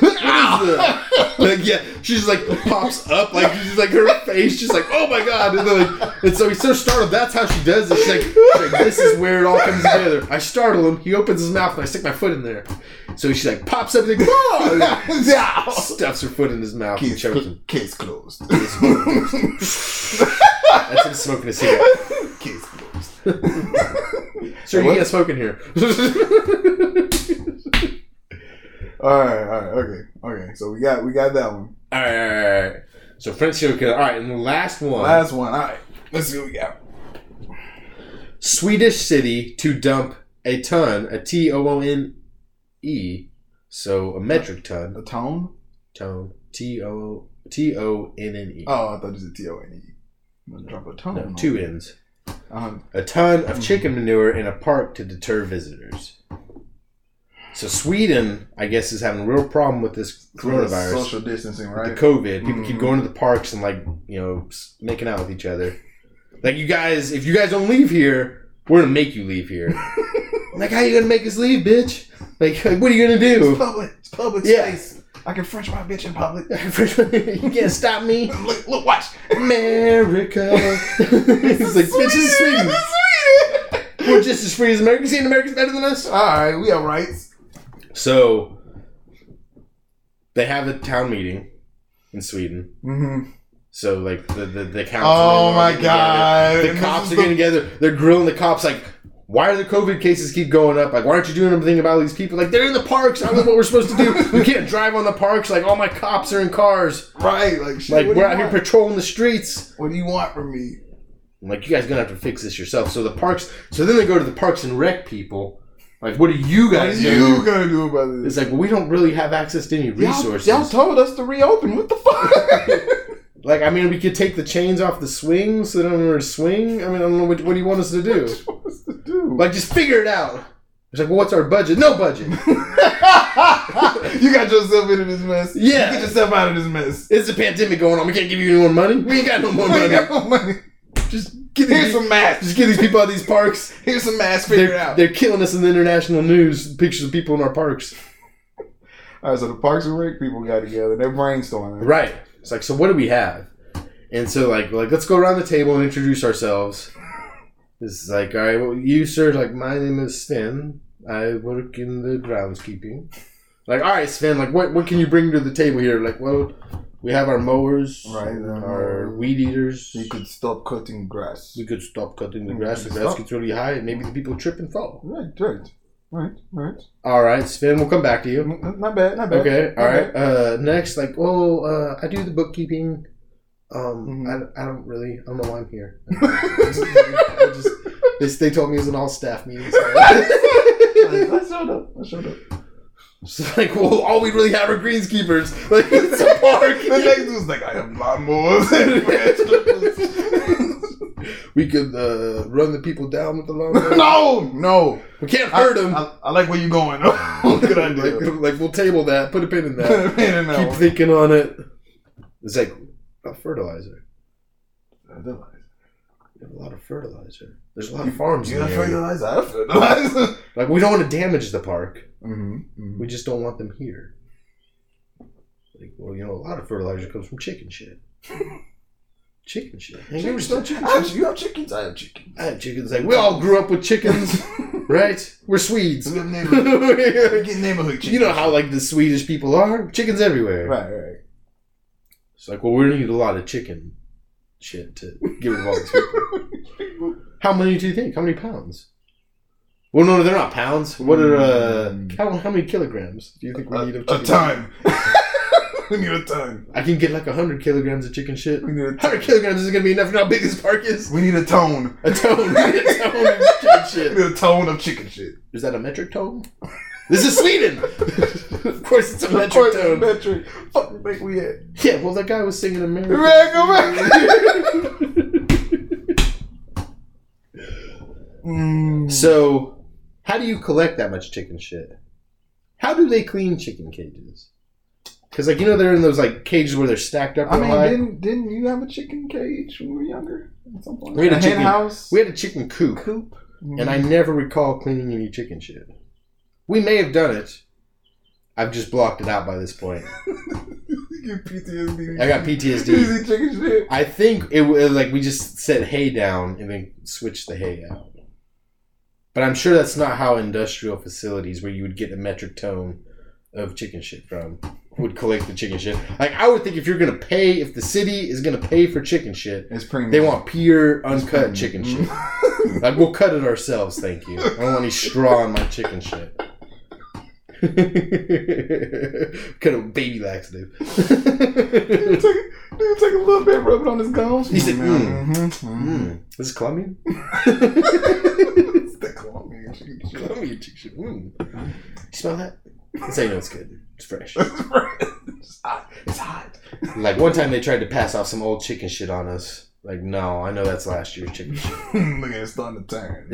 Speaker 1: <laughs> like yeah, she just like pops up, like she's just, like her face, just like oh my god, and then like and so he's so startled. That's how she does it. She's like, she's like, this is where it all comes together. I startle him. He opens his mouth and I stick my foot in there. So she like pops up <laughs> and like, "Ah!"
Speaker 2: <laughs> yeah.
Speaker 1: stuffs her foot in his mouth and
Speaker 2: Case,
Speaker 1: chokes him.
Speaker 2: case closed.
Speaker 1: That's him smoking a cigarette.
Speaker 2: case closed.
Speaker 1: Sir, you
Speaker 2: What?
Speaker 1: can't smoke in here. <laughs>
Speaker 2: All right, all right, okay, okay. So we got we got that one.
Speaker 1: All right, all right, all right. So French serial killer. All right, and the last one.
Speaker 2: Last one. All right, let's see what we got.
Speaker 1: Swedish city to dump a ton, a T O O N E, so a metric ton,
Speaker 2: A tone?
Speaker 1: ton, T O T O N N E,
Speaker 2: Oh, I thought it was a T O N E. I'm gonna drop a tone.
Speaker 1: no,
Speaker 2: on
Speaker 1: two
Speaker 2: it.
Speaker 1: N's.
Speaker 2: Uh-huh.
Speaker 1: A ton of chicken manure in a park to deter visitors. So Sweden, I guess, is having a real problem with this coronavirus.
Speaker 2: Social distancing,
Speaker 1: with
Speaker 2: right?
Speaker 1: the COVID. People keep
Speaker 2: Mhm.
Speaker 1: going to the parks and like you know s- making out with each other. Like you guys, if you guys don't leave here, we're gonna make you leave <laughs> here. like how you gonna make us leave, bitch? Like, <laughs> like, what are you gonna
Speaker 2: it's
Speaker 1: do?
Speaker 2: public. It's public
Speaker 1: Yeah.
Speaker 2: space. I can French my bitch in public.
Speaker 1: <laughs> you can't stop me,
Speaker 2: look, look, watch.
Speaker 1: <laughs> America. <laughs> it's like bitch, this is Sweden. We're just as free as Americans. See, America's better than us.
Speaker 2: All right, we have rights.
Speaker 1: So they have a town meeting in Sweden.
Speaker 2: Mm-hmm.
Speaker 1: So like the the, the council.
Speaker 2: Oh my
Speaker 1: together.
Speaker 2: god!
Speaker 1: the
Speaker 2: And
Speaker 1: cops
Speaker 2: this
Speaker 1: are
Speaker 2: is
Speaker 1: getting together. They're grilling the cops like, why are the COVID cases keep going up? Like, why aren't you doing anything about these people? Like, they're in the parks. I don't know what we're supposed to do.
Speaker 2: <laughs>
Speaker 1: We can't drive on the parks. Like, all my cops are in cars.
Speaker 2: the- right. Like, shit,
Speaker 1: Like,
Speaker 2: what do
Speaker 1: we're
Speaker 2: you
Speaker 1: out here
Speaker 2: want?
Speaker 1: patrolling the streets.
Speaker 2: What do you want from me?
Speaker 1: I'm like, you guys gonna have to fix this yourself. So the parks. So then they go to the parks and wreck people. Like, what are you
Speaker 2: What are
Speaker 1: guys
Speaker 2: you
Speaker 1: doing?
Speaker 2: gonna do about this?
Speaker 1: It's like well, we don't really have access to any
Speaker 2: Y'all-
Speaker 1: resources.
Speaker 2: Y'all, told us to reopen. What the
Speaker 1: <laughs>
Speaker 2: fuck?
Speaker 1: Like, I mean, we could take the chains off the swings so they don't know where to swing. I mean, I don't know what, what do you want us to do.
Speaker 2: What's to do?
Speaker 1: Like, just figure it out. It's like, well, what's our budget? No budget.
Speaker 2: you got yourself into this mess.
Speaker 1: Yeah.
Speaker 2: You get yourself out of this mess.
Speaker 1: <laughs> It's a pandemic going on. We can't give you any more money. We ain't got no more
Speaker 2: We ain't
Speaker 1: money.
Speaker 2: got no money.
Speaker 1: Just Get
Speaker 2: Here's
Speaker 1: these,
Speaker 2: some masks.
Speaker 1: just get these people out of these parks.
Speaker 2: Here's some masks. Figure it
Speaker 1: They're,
Speaker 2: out.
Speaker 1: they're killing us in the international news. Pictures of people in our parks.
Speaker 2: All right, so the Parks and Rec people got together. They're brainstorming.
Speaker 1: Right. It's like, so what do we have? And so like we're like let's go around the table and introduce ourselves. This is like, all right, well, you sir, like my name is Sven. I work in the groundskeeping. Like, all right, Sven, like what what can you bring to the table here? Like, well, we have our mowers,
Speaker 2: Right, the
Speaker 1: our
Speaker 2: mowers.
Speaker 1: weed eaters.
Speaker 2: You could stop cutting grass.
Speaker 1: we could stop cutting the
Speaker 2: We
Speaker 1: grass. The
Speaker 2: could
Speaker 1: grass
Speaker 2: stop.
Speaker 1: gets really high, and maybe the people trip and fall.
Speaker 2: Right, right, right, right.
Speaker 1: All right, Sven, we'll come back to you.
Speaker 2: N- n- Not bad, not bad.
Speaker 1: Okay.
Speaker 2: Not
Speaker 1: All right.
Speaker 2: bad.
Speaker 1: Uh, next, like, oh, uh, I do the bookkeeping. Um,
Speaker 2: Mhm.
Speaker 1: I, I don't really, I don't know why I'm <laughs> here. I just, this, they told me it was an all staff meeting. So
Speaker 2: <laughs>
Speaker 1: <laughs>
Speaker 2: I I showed up. I showed up.
Speaker 1: It's like, well, all we really have are greenskeepers. <laughs> Like, it's a park. <laughs>
Speaker 2: The next dude's like, I have lawnmowers and grass
Speaker 1: <laughs>
Speaker 2: clippers.
Speaker 1: we could uh, run the people down with the
Speaker 2: <laughs>
Speaker 1: lawnmower.
Speaker 2: no, no.
Speaker 1: We can't hurt them.
Speaker 2: I, I like where you're going.
Speaker 1: <laughs>
Speaker 2: though. Good <laughs> idea.
Speaker 1: like, like, we'll table that. Put a pin in <laughs> that.
Speaker 2: Put a pin in that
Speaker 1: Keep
Speaker 2: one.
Speaker 1: thinking on it. It's like a fertilizer. We have a lot of fertilizer. There's a lot of farms.
Speaker 2: You
Speaker 1: in
Speaker 2: got
Speaker 1: the area.
Speaker 2: fertilizer. I have fertilizer.
Speaker 1: Like we don't want to damage the park.
Speaker 2: Mm-hmm.
Speaker 1: We just don't want them here. Like, well, you know, a lot of fertilizer comes from chicken shit. chicken shit. Have you ever smelled chicken shit?
Speaker 2: You have chickens. I have chickens.
Speaker 1: I had chickens. Like we all grew up with chickens, right? We're
Speaker 2: <laughs>
Speaker 1: Swedes. <laughs>
Speaker 2: We have <laughs> neighborhood. We
Speaker 1: you
Speaker 2: get neighborhood chickens.
Speaker 1: know how like the Swedish people are. Chickens everywhere.
Speaker 2: Right, right.
Speaker 1: It's like, well, we need a lot of chicken shit to give it all these people. how many do you think? How many pounds? Well, no, they're not pounds. What are uh,
Speaker 2: Mm.
Speaker 1: how, how many kilograms do you think we
Speaker 2: a,
Speaker 1: need of
Speaker 2: a <laughs>
Speaker 1: chicken?
Speaker 2: ton. we need a ton.
Speaker 1: I can get like hundred kilograms of chicken shit.
Speaker 2: We need a
Speaker 1: Hundred
Speaker 2: ton.
Speaker 1: kilograms isn't gonna be enough. for How big this park is?
Speaker 2: We need a tone.
Speaker 1: A tone, <laughs> a tone of chicken
Speaker 2: We
Speaker 1: shit.
Speaker 2: need a tone of chicken shit.
Speaker 1: Is that a metric tone? This is Sweden. of course, it's a
Speaker 2: Of course,
Speaker 1: metric tone.
Speaker 2: Metric. Fuck the think we at.
Speaker 1: Yeah, well, that guy was singing American.
Speaker 2: Right, go back. <laughs> Mm.
Speaker 1: So, how do you collect that much chicken shit? How do they clean chicken cages? Because like you know they're in those like cages where they're stacked up.
Speaker 2: I
Speaker 1: real
Speaker 2: mean,
Speaker 1: high.
Speaker 2: didn't didn't you have a chicken cage when we were younger? At some point,
Speaker 1: We had a chicken-
Speaker 2: hen house.
Speaker 1: we had a chicken coop,
Speaker 2: coop. Mm.
Speaker 1: and I never recall cleaning any chicken shit. We may have done it. I've just blocked it out by this point.
Speaker 2: get PTSD.
Speaker 1: I got
Speaker 2: <laughs>
Speaker 1: PTSD.
Speaker 2: Easy chicken shit.
Speaker 1: I think it was like we just set hay down and then switched the hay out. But I'm sure that's not how industrial facilities where you would get a metric ton of chicken shit from would collect the chicken shit. Like I would think if you're gonna pay, if the city is gonna pay for chicken shit,
Speaker 2: It's premium.
Speaker 1: they want pure,
Speaker 2: Mm-hmm.
Speaker 1: uncut chicken shit. Like we'll cut it ourselves, thank you. I don't want any straw in my chicken shit. <laughs> Cut a baby laxative.
Speaker 2: <laughs> dude, take, dude, take a little bit, rub it on his gums.
Speaker 1: He said,
Speaker 2: Mhm, mhm.
Speaker 1: Mm, this is Colombian?
Speaker 2: <laughs> It's the Colombian chicken shit. <laughs>
Speaker 1: Colombian chicken shit. Mm. You smell that? It's like, no, it's good. It's fresh.
Speaker 2: It's hot. It's hot. <laughs>
Speaker 1: like, one time they tried to pass off some old chicken shit on us. Like, no, I know that's last year's chicken shit. <laughs>
Speaker 2: Look at it, it's starting to turn.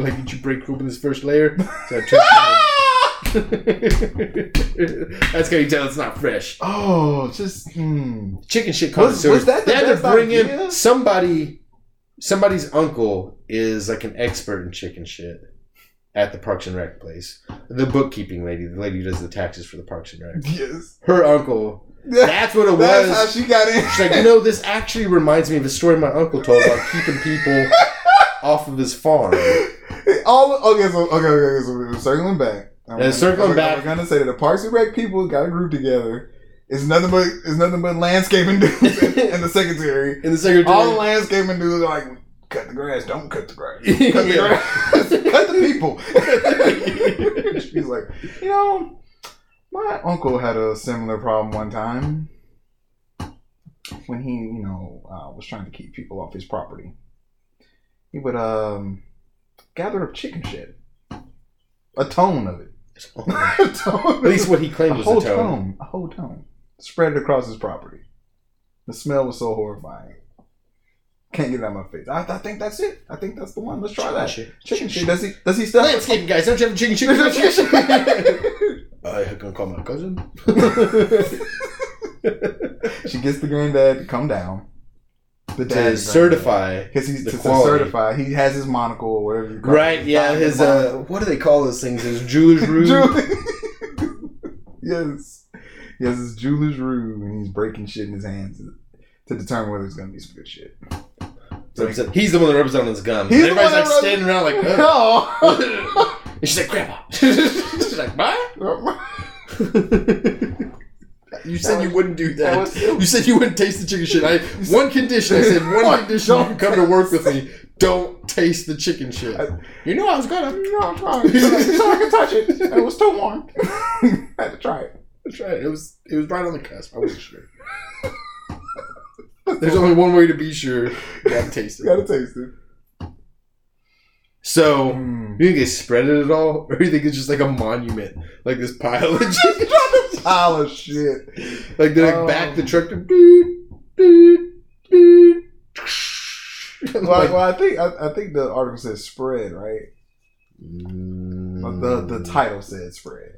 Speaker 1: like, did you break open this first layer? So I took- <laughs> that's how you tell it's not fresh.
Speaker 2: <laughs> Oh, just hmm.
Speaker 1: chicken shit
Speaker 2: Was-
Speaker 1: connoisseurs.
Speaker 2: was that the
Speaker 1: they had to
Speaker 2: best
Speaker 1: bring in
Speaker 2: idea?
Speaker 1: somebody. Somebody's uncle is like an expert in chicken shit at the Parks and Rec place. The bookkeeping lady, the lady who does the taxes for the Parks and Rec.
Speaker 2: yes.
Speaker 1: Her
Speaker 2: <laughs>
Speaker 1: uncle. That's what it
Speaker 2: That's how
Speaker 1: was.
Speaker 2: she got in. <laughs>
Speaker 1: She's like, you know, this actually reminds me of a story my uncle told about keeping
Speaker 2: <laughs>
Speaker 1: people off of his farm.
Speaker 2: All okay, so okay, okay, so we're circling back. I'm
Speaker 1: Yeah, circling
Speaker 2: we're-
Speaker 1: back.
Speaker 2: We're gonna say that the Parks and Rec people got a group together. It's nothing but it's nothing but landscaping
Speaker 1: <laughs>
Speaker 2: dudes and, and the secretary.
Speaker 1: And the
Speaker 2: All the
Speaker 1: secretary,
Speaker 2: landscaping dudes are like, cut the grass, don't cut the grass, cut the
Speaker 1: Yeah.
Speaker 2: grass, <laughs> cut the people. <laughs> She's like, you know, my uncle had a similar problem one time when he, you know, uh, was trying to keep people off his property. He would um, gather up chicken shit, a ton of it, <laughs> a ton
Speaker 1: <laughs> at least what he
Speaker 2: a
Speaker 1: claimed was
Speaker 2: whole
Speaker 1: a
Speaker 2: tone.
Speaker 1: tone.
Speaker 2: a whole tone, spread it across his property. The smell was so horrifying. Can't get it out of my face. I, I think that's it. I think that's the one. Let's try that.
Speaker 1: shit.
Speaker 2: Chicken shit. Does he? Does he still? <laughs>
Speaker 1: Landscaping guys, don't you have a chicken chicken? <laughs> I can call my <laughs> cousin.
Speaker 2: she gets the granddad to come down.
Speaker 1: to certify.
Speaker 2: because he's
Speaker 1: the
Speaker 2: to
Speaker 1: quality.
Speaker 2: certify. He has his monocle or whatever you call
Speaker 1: Right,
Speaker 2: it.
Speaker 1: yeah, his
Speaker 2: Monocle.
Speaker 1: uh, what do they call those things? His <laughs> Jewish roux.
Speaker 2: Ju- <laughs> yes, he has his jeweler's roux, and he's breaking shit in his hands to, to determine whether it's gonna be some good shit.
Speaker 1: Represent- He's the one that rubs it on his gum.
Speaker 2: He's the
Speaker 1: Everybody's
Speaker 2: one that
Speaker 1: like
Speaker 2: rubs-
Speaker 1: standing around like, "Ugh."
Speaker 2: <laughs>
Speaker 1: <laughs>
Speaker 2: No.
Speaker 1: and she's like, "Grandma." <laughs> she's like, "What?" <laughs> You said you wouldn't do
Speaker 2: That
Speaker 1: that.
Speaker 2: was you.
Speaker 1: you said you wouldn't taste the chicken shit. <laughs> I one condition. I said <laughs> one
Speaker 2: Don't
Speaker 1: condition. You can come to work with
Speaker 2: taste-
Speaker 1: me. Don't Oh, taste the chicken shit.
Speaker 2: I-
Speaker 1: You knew I was gonna.
Speaker 2: <laughs> no, I'm trying. So I can touch it. It was too warm. <laughs> I had to try it.
Speaker 1: That's right. It was it was right on the cusp. I wasn't <laughs> sure. There's only one way to be sure. You gotta taste
Speaker 2: You
Speaker 1: it.
Speaker 2: gotta taste it.
Speaker 1: So
Speaker 2: Mm.
Speaker 1: you think they spread it at all, <laughs> or you think it's just like a monument, like this pile <laughs> of chicken?
Speaker 2: Pile of shit.
Speaker 1: like they like
Speaker 2: Oh.
Speaker 1: back the truck to doot doot <laughs> doot.
Speaker 2: Well,
Speaker 1: Like-
Speaker 2: well I think I, I think the article says spread, right? But The the title said spread.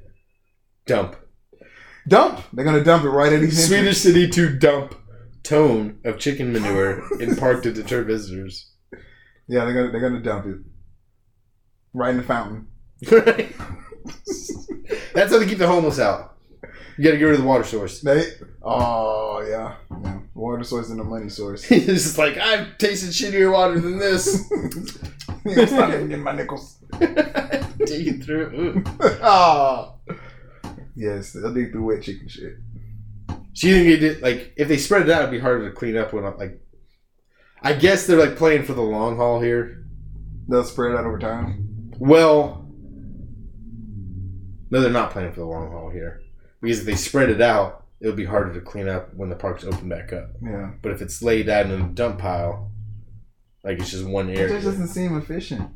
Speaker 1: dump.
Speaker 2: Dump. They're gonna dump it right at these
Speaker 1: Swedish city to dump tone of chicken manure <laughs> in park to deter visitors. <laughs>
Speaker 2: Yeah, they're gonna they're gonna dump it right in the <laughs> fountain.
Speaker 1: That's how they keep the homeless out. You gotta get rid of the water source. <laughs>
Speaker 2: They oh yeah, yeah. Water source and the money source. <laughs>
Speaker 1: He's just like, I've tasted shittier water than this.
Speaker 2: I'm <laughs> starting to get my nickels.
Speaker 1: <laughs> Dig through.
Speaker 2: oh. Yes, they'll dig through wet chicken shit.
Speaker 1: So you think they did like if they spread it out, it'd be harder to clean up when I'm like. I guess they're like playing for the long haul here.
Speaker 2: They'll spread out over time.
Speaker 1: Well, no, they're not playing for the long haul here because if they spread it out, it would be harder to clean up when the parks open back up.
Speaker 2: Yeah,
Speaker 1: But if it's laid out in a dump pile, like it's just one
Speaker 2: it
Speaker 1: area.
Speaker 2: just doesn't seem efficient.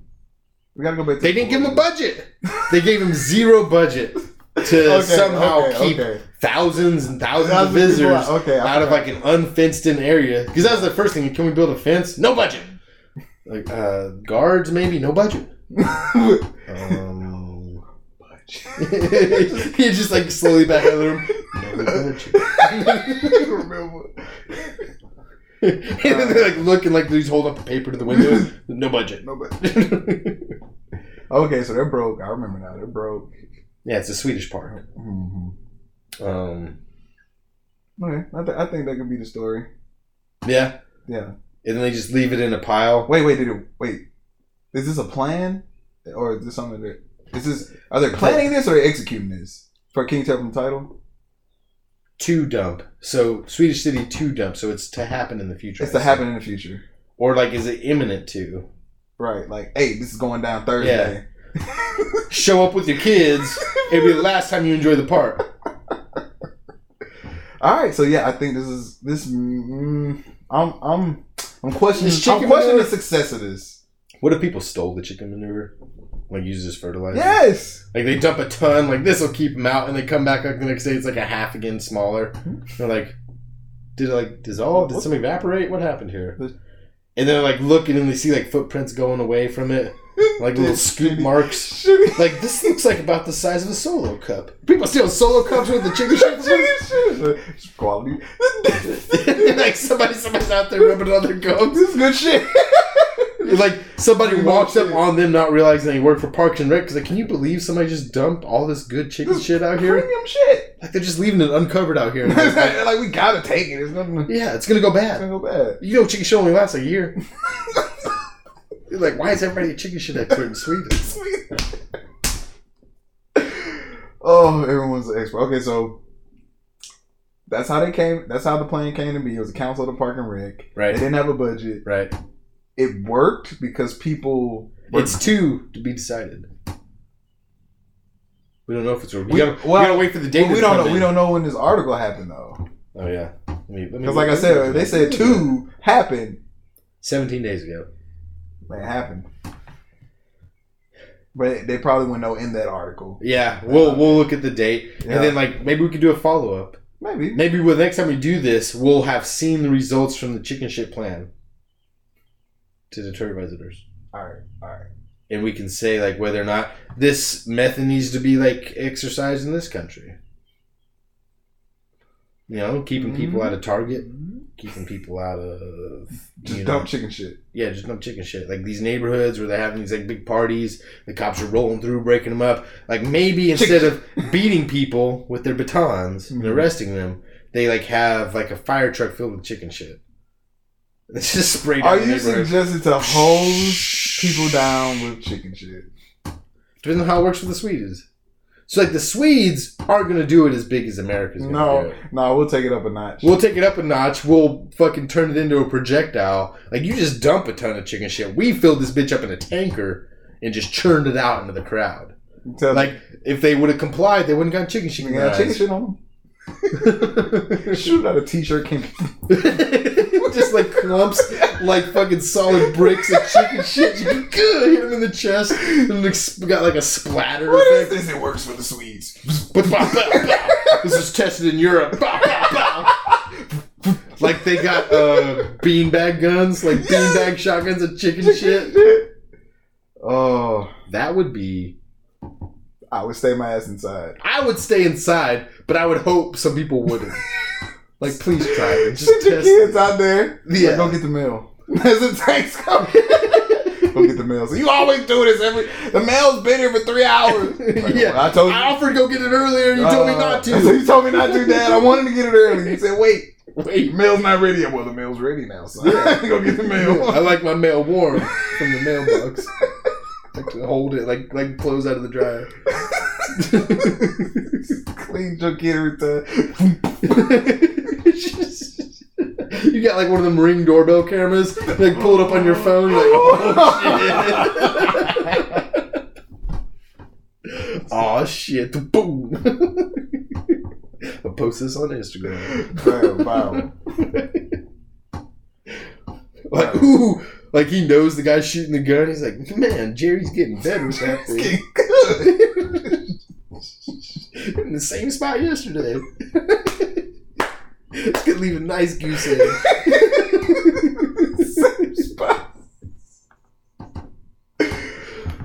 Speaker 2: We gotta go back. To
Speaker 1: They didn't give him a budget. They gave him zero budget to
Speaker 2: <laughs> Okay,
Speaker 1: somehow
Speaker 2: okay,
Speaker 1: keep
Speaker 2: okay.
Speaker 1: thousands and thousands
Speaker 2: That's
Speaker 1: of
Speaker 2: what people
Speaker 1: visitors
Speaker 2: are- Okay,
Speaker 1: out of like an unfenced in area. Because that was the first thing. Can we build a fence? No budget. Like uh, guards, maybe no budget.
Speaker 2: like.
Speaker 1: Um, <laughs> he just like slowly back out of the room. <laughs> No budget.
Speaker 2: Remember?
Speaker 1: and
Speaker 2: Uh.
Speaker 1: then they like look and like they just hold up a paper to the window. <laughs> No budget.
Speaker 2: Nobody.
Speaker 1: yeah,
Speaker 2: <laughs> Okay, so they're broke. I remember now. They're broke.
Speaker 1: it's a Swedish park.
Speaker 2: hmm
Speaker 1: Um,
Speaker 2: Okay, I, th- I think that could be the story.
Speaker 1: yeah,
Speaker 2: Yeah.
Speaker 1: and then they just leave it in a pile.
Speaker 2: Wait, wait, did it, wait. Is this a plan, or is this something that is this? Are they planning this or executing this for King Tut title?
Speaker 1: to dump. So Swedish city to dump. So it's to happen in the future.
Speaker 2: It's to
Speaker 1: I
Speaker 2: happen in the future,
Speaker 1: see. Or like, is it imminent to <laughs>
Speaker 2: right? Like, hey, this is going down Thursday.
Speaker 1: show up with your kids?
Speaker 2: <laughs>
Speaker 1: It'll be the last time you enjoy the park.
Speaker 2: All right, so yeah, I think this is this. Mm, I'm I'm I'm questioning.
Speaker 1: This chicken
Speaker 2: I'm questioning the
Speaker 1: manure-
Speaker 2: success of this.
Speaker 1: What if people stole the chicken manure, like used as fertilizer?
Speaker 2: Yes,
Speaker 1: Like they dump a ton. Like this will keep them out, and they come back like the next day. It's like a half again smaller. They're like, did it like dissolve? Did some evaporate? What happened here? And they're like looking, and they see like footprints going away from it,
Speaker 2: <laughs>
Speaker 1: like little scoop marks.
Speaker 2: Shitty-
Speaker 1: Like this looks like about the size of a solo cup. People steal solo cups with the
Speaker 2: <laughs>
Speaker 1: chicken shit.
Speaker 2: Chicken shit. Quality.
Speaker 1: <laughs>
Speaker 2: <laughs>
Speaker 1: like somebody, somebody's out there rubbing it on their gums.
Speaker 2: this is good shit. <laughs>
Speaker 1: Like somebody walks up on them, not realizing they work for Parks and Rec. Because like, can you believe somebody just dumped all this good chicken shit out here?
Speaker 2: Premium shit.
Speaker 1: Like they're just leaving it uncovered out
Speaker 2: <laughs>
Speaker 1: here.
Speaker 2: like we gotta take it. It's nothing.
Speaker 1: yeah, it's gonna go bad.
Speaker 2: Go bad.
Speaker 1: You know, chicken shit only lasts a year. You're like, why is everybody a chicken shit expert in Sweden?
Speaker 2: oh, everyone's an expert. Okay, so that's how they came. That's how the plan came to be. It was a council of the park and rec. They
Speaker 1: Right,
Speaker 2: didn't have a budget.
Speaker 1: right.
Speaker 2: It worked because people.
Speaker 1: It's two to be decided. We don't know if it's. We,
Speaker 2: We-
Speaker 1: gotta,
Speaker 2: well,
Speaker 1: we gotta wait for the data.
Speaker 2: we
Speaker 1: to
Speaker 2: don't
Speaker 1: come
Speaker 2: know.
Speaker 1: in.
Speaker 2: We don't know when this article happened though.
Speaker 1: Oh yeah. Let me- let me-
Speaker 2: Because like I said, they said two happened.
Speaker 1: Seventeen days ago.
Speaker 2: It happened. But they probably wouldn't know in that article.
Speaker 1: Yeah, we'll we'll look at the date,
Speaker 2: Yeah.
Speaker 1: and then like maybe we could do a follow up.
Speaker 2: Maybe.
Speaker 1: Maybe well, the next time we do this, we'll have seen the results from the chicken shit plan to deter visitors,
Speaker 2: All right. All right.
Speaker 1: and we can say like whether or not this method needs to be like exercised in this country. You know, keeping people
Speaker 2: Mhm.
Speaker 1: out of Target.
Speaker 2: Mhm.
Speaker 1: keeping people out of.
Speaker 2: Just
Speaker 1: you know,
Speaker 2: dump chicken shit.
Speaker 1: yeah, just dump chicken shit. Like these neighborhoods where they're having these like big parties, the cops are rolling through, breaking them up. Like maybe
Speaker 2: Chicken
Speaker 1: instead
Speaker 2: <laughs>
Speaker 1: of beating people with their batons and
Speaker 2: Mhm.
Speaker 1: arresting them, they like have like a fire truck filled with chicken shit. <laughs> It's just sprayed.
Speaker 2: Are
Speaker 1: down the
Speaker 2: you
Speaker 1: neighborhood.
Speaker 2: suggesting to hose people down with chicken shit?
Speaker 1: Depends on how it works for the Swedes. So like the Swedes aren't gonna do it as big as America's gonna
Speaker 2: No.
Speaker 1: do it.
Speaker 2: No, we'll take it up a notch.
Speaker 1: We'll take it up a notch. We'll fucking turn it into a projectile. Like you just dump a ton of chicken shit. We filled this bitch up in a tanker and just churned it out into the crowd.
Speaker 2: Tell
Speaker 1: Like if they would have complied, they wouldn't got chicken shit.
Speaker 2: you
Speaker 1: in
Speaker 2: got
Speaker 1: their
Speaker 2: chicken
Speaker 1: eyes.
Speaker 2: shit on them. Shoot out a t-shirt <laughs> can
Speaker 1: <laughs> just like clumps, like fucking solid bricks of chicken shit. You could good hit him in the chest and it ex- got like a splatter
Speaker 2: What is
Speaker 1: effect.
Speaker 2: this? It works for the Swedes.
Speaker 1: Bow, bow, bow, bow. this was tested in Europe. Bow, bow, bow. like they got uh, beanbag guns, like beanbag shotguns of chicken shit.
Speaker 2: Oh,
Speaker 1: That would be.
Speaker 2: I would stay my ass inside.
Speaker 1: I would stay inside, but I would hope some people wouldn't. Like, please try it. Just
Speaker 2: Send your
Speaker 1: test
Speaker 2: kids
Speaker 1: it.
Speaker 2: out there.
Speaker 1: Yeah.
Speaker 2: Like, go get the mail. <laughs> There's a text
Speaker 1: <laughs>
Speaker 2: coming. go get the mail. So you always do this every. The mail's been here for three hours. Like,
Speaker 1: <laughs> Yeah.
Speaker 2: well, I told you.
Speaker 1: I offered to go get it earlier, and you told me
Speaker 2: Uh,
Speaker 1: not
Speaker 2: So <laughs>
Speaker 1: to.
Speaker 2: you told me not to, Dad. I wanted to get it early. You said, wait,
Speaker 1: Wait,
Speaker 2: mail's not ready yet. Well, the mail's ready now, son.
Speaker 1: Yeah.
Speaker 2: <laughs> go get the
Speaker 1: I
Speaker 2: mail.
Speaker 1: like my mail warm from the <laughs> mailbox. Like to hold it, like like clothes out of the <laughs> dryer.
Speaker 2: Clean your kid with the.
Speaker 1: you got like one of them ring doorbell cameras, like pull it up on your phone.
Speaker 2: <laughs>
Speaker 1: Like, oh <laughs> shit! oh shit! Boom! I'll post this on Instagram.
Speaker 2: Bam, bam.
Speaker 1: Like, <laughs> ooh, like he knows the guy shooting the gun. He's like, man, Jerry's getting better. with <laughs> that
Speaker 2: It's
Speaker 1: thing."
Speaker 2: getting good.
Speaker 1: <laughs> in the same spot yesterday. <laughs> This could leave a nice goose egg. <laughs>
Speaker 2: Same spot.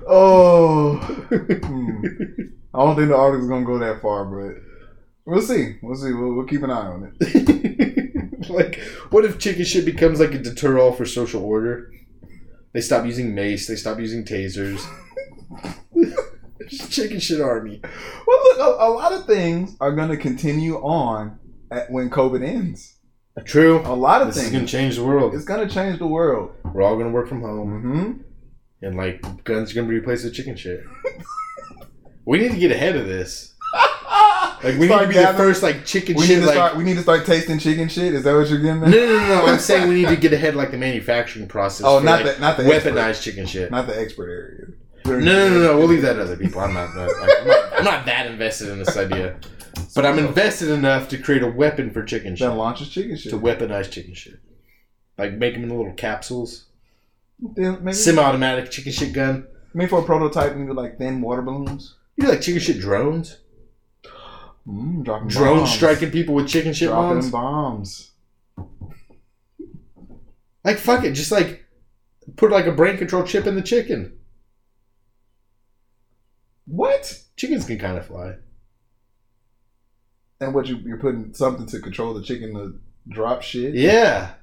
Speaker 2: Oh, Hmm. I don't think the article's gonna go that far, but we'll see. We'll see. We'll, we'll keep an eye on it.
Speaker 1: like, what if chicken shit becomes like a deter all for social order? They stop using mace. They stop using tasers. <laughs> chicken shit army.
Speaker 2: Well, look, a, a lot of things are gonna continue on at, when COVID ends.
Speaker 1: True.
Speaker 2: A lot of
Speaker 1: This is
Speaker 2: things.
Speaker 1: gonna change the world.
Speaker 2: it's gonna change the world.
Speaker 1: We're all gonna work from home.
Speaker 2: hmm
Speaker 1: And like guns are gonna be replaced with chicken shit. <laughs> we need to get ahead of this. Like we need to be the first like chicken
Speaker 2: We need
Speaker 1: shit
Speaker 2: to
Speaker 1: like
Speaker 2: start. We need to start tasting chicken shit. Is that what you're getting?
Speaker 1: no,
Speaker 2: At?
Speaker 1: no no no. I'm saying we need to get ahead of, like the manufacturing process.
Speaker 2: Oh,
Speaker 1: for,
Speaker 2: not
Speaker 1: like,
Speaker 2: the not the
Speaker 1: weaponized
Speaker 2: expert,
Speaker 1: chicken shit.
Speaker 2: not the expert area.
Speaker 1: No, no, no, no. We'll leave that to other people. I'm not, not- I'm not. I'm not that invested in this idea, but I'm invested enough to create a weapon for chicken
Speaker 2: That
Speaker 1: shit
Speaker 2: launches chicken shit.
Speaker 1: to weaponize chicken shit, like make them in little capsules,
Speaker 2: Then maybe,
Speaker 1: semi-automatic chicken shit gun.
Speaker 2: maybe for a prototype, maybe like thin water balloons.
Speaker 1: You know, like chicken shit drones,
Speaker 2: Mm, dropping
Speaker 1: drones
Speaker 2: bombs.
Speaker 1: striking people with chicken shit
Speaker 2: dropping
Speaker 1: bombs.
Speaker 2: bombs.
Speaker 1: Like fuck it, just like put like a brain control chip in the chicken.
Speaker 2: What?
Speaker 1: Chickens can kind of fly.
Speaker 2: And what you you're putting something to control the chicken to drop shit?
Speaker 1: Yeah,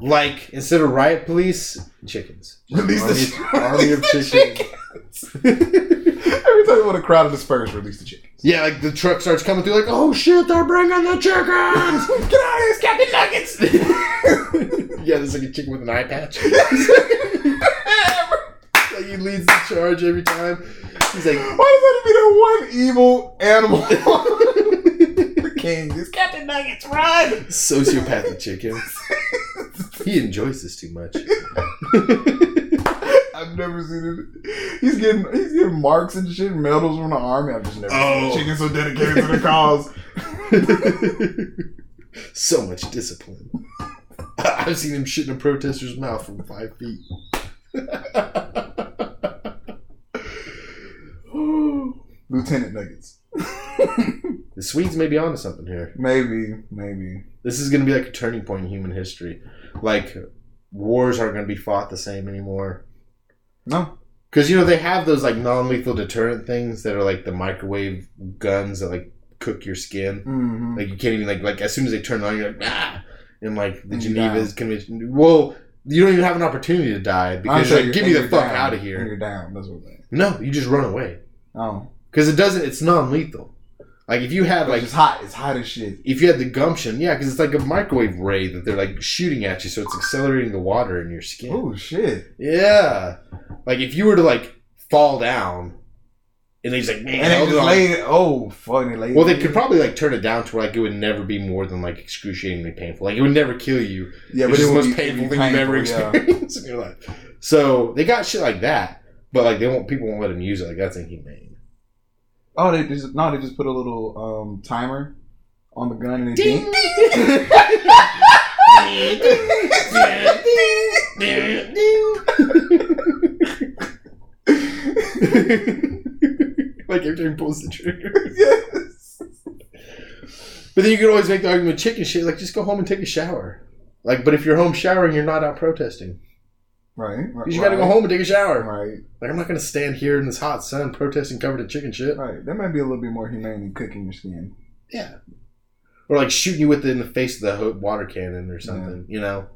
Speaker 1: like instead of riot police, chickens.
Speaker 2: Release the sh-
Speaker 1: army, army <laughs> of
Speaker 2: release the
Speaker 1: chickens.
Speaker 2: Every time you want a crowd to disperse, release the <laughs> chicken.
Speaker 1: Yeah, like the truck starts coming through, like, oh shit, they're bringing the <laughs> chickens!
Speaker 2: Get out of here, Captain Nuggets!
Speaker 1: <laughs> yeah, there's like a chicken with an eye patch. like <laughs> he leads the charge every time. He's like, <laughs>
Speaker 2: Why does that have to be the one evil animal? the king is Captain Nuggets, run!
Speaker 1: sociopathic chicken. <laughs> He enjoys this too much.
Speaker 2: I've never seen it. He's getting he's getting marks and shit, medals from the army. I've just never
Speaker 1: Oh.
Speaker 2: seen a chicken so dedicated to the
Speaker 1: <laughs>
Speaker 2: cause.
Speaker 1: so much discipline. <laughs> I've seen him shit in a protester's mouth from five feet. <laughs>
Speaker 2: Lieutenant Nuggets. <laughs>
Speaker 1: The Swedes may be onto something here.
Speaker 2: Maybe, maybe.
Speaker 1: this is going to be like a turning point in human history. Like wars aren't going to be fought the same anymore.
Speaker 2: No.
Speaker 1: Because you know they have those like non-lethal deterrent things that are like the microwave guns that like cook your skin.
Speaker 2: Mm-hmm.
Speaker 1: Like you can't even like like as soon as they turn it on, you're like ah. in like the
Speaker 2: You
Speaker 1: Geneva Convention. Well, you don't even have an opportunity to die because you're like,
Speaker 2: you're-
Speaker 1: give
Speaker 2: and
Speaker 1: me the
Speaker 2: you're
Speaker 1: fuck
Speaker 2: down.
Speaker 1: out of
Speaker 2: And
Speaker 1: here.
Speaker 2: You're down. That's what I'm saying.
Speaker 1: No, you just run away
Speaker 2: Oh,
Speaker 1: because it doesn't. It's non-lethal. Like if you had
Speaker 2: like
Speaker 1: like
Speaker 2: it's hot. It's hot as shit.
Speaker 1: if you had the gumption, yeah, because it's like a microwave ray that they're like shooting at you, so it's accelerating the water in your skin.
Speaker 2: Oh shit!
Speaker 1: Yeah, like if you were to like fall down, and they just like man,
Speaker 2: And they just laid it. Oh, fuck! They laid
Speaker 1: Well,
Speaker 2: it
Speaker 1: they could probably like turn it down to where like it would never be more than like excruciatingly painful. Like it would never kill you.
Speaker 2: Yeah,
Speaker 1: which is the
Speaker 2: would
Speaker 1: most
Speaker 2: be- it'd be
Speaker 1: painful thing you've ever
Speaker 2: painful, yeah.
Speaker 1: <laughs> experienced in your life. So they got shit like that, but like they won't. People won't let them use it. Like that's inhumane.
Speaker 2: Oh, they just no, they just put a little um timer on the gun and it
Speaker 1: Ding
Speaker 2: ding. <laughs>
Speaker 1: ding. ding, ding. <laughs> like every time he pulls the trigger.
Speaker 2: yes.
Speaker 1: But then you could always make the argument, chicken shit. Like just go home and take a shower. Like, but if you're home showering, you're not out protesting.
Speaker 2: Right. right
Speaker 1: You just gotta go home and take a shower.
Speaker 2: Right.
Speaker 1: Like I'm not gonna stand here in this hot sun protesting covered in chicken shit.
Speaker 2: Right. That might be a little bit more humane than cooking your skin.
Speaker 1: Yeah. Or like shooting you with it in the face of the ho- water cannon or something. You know,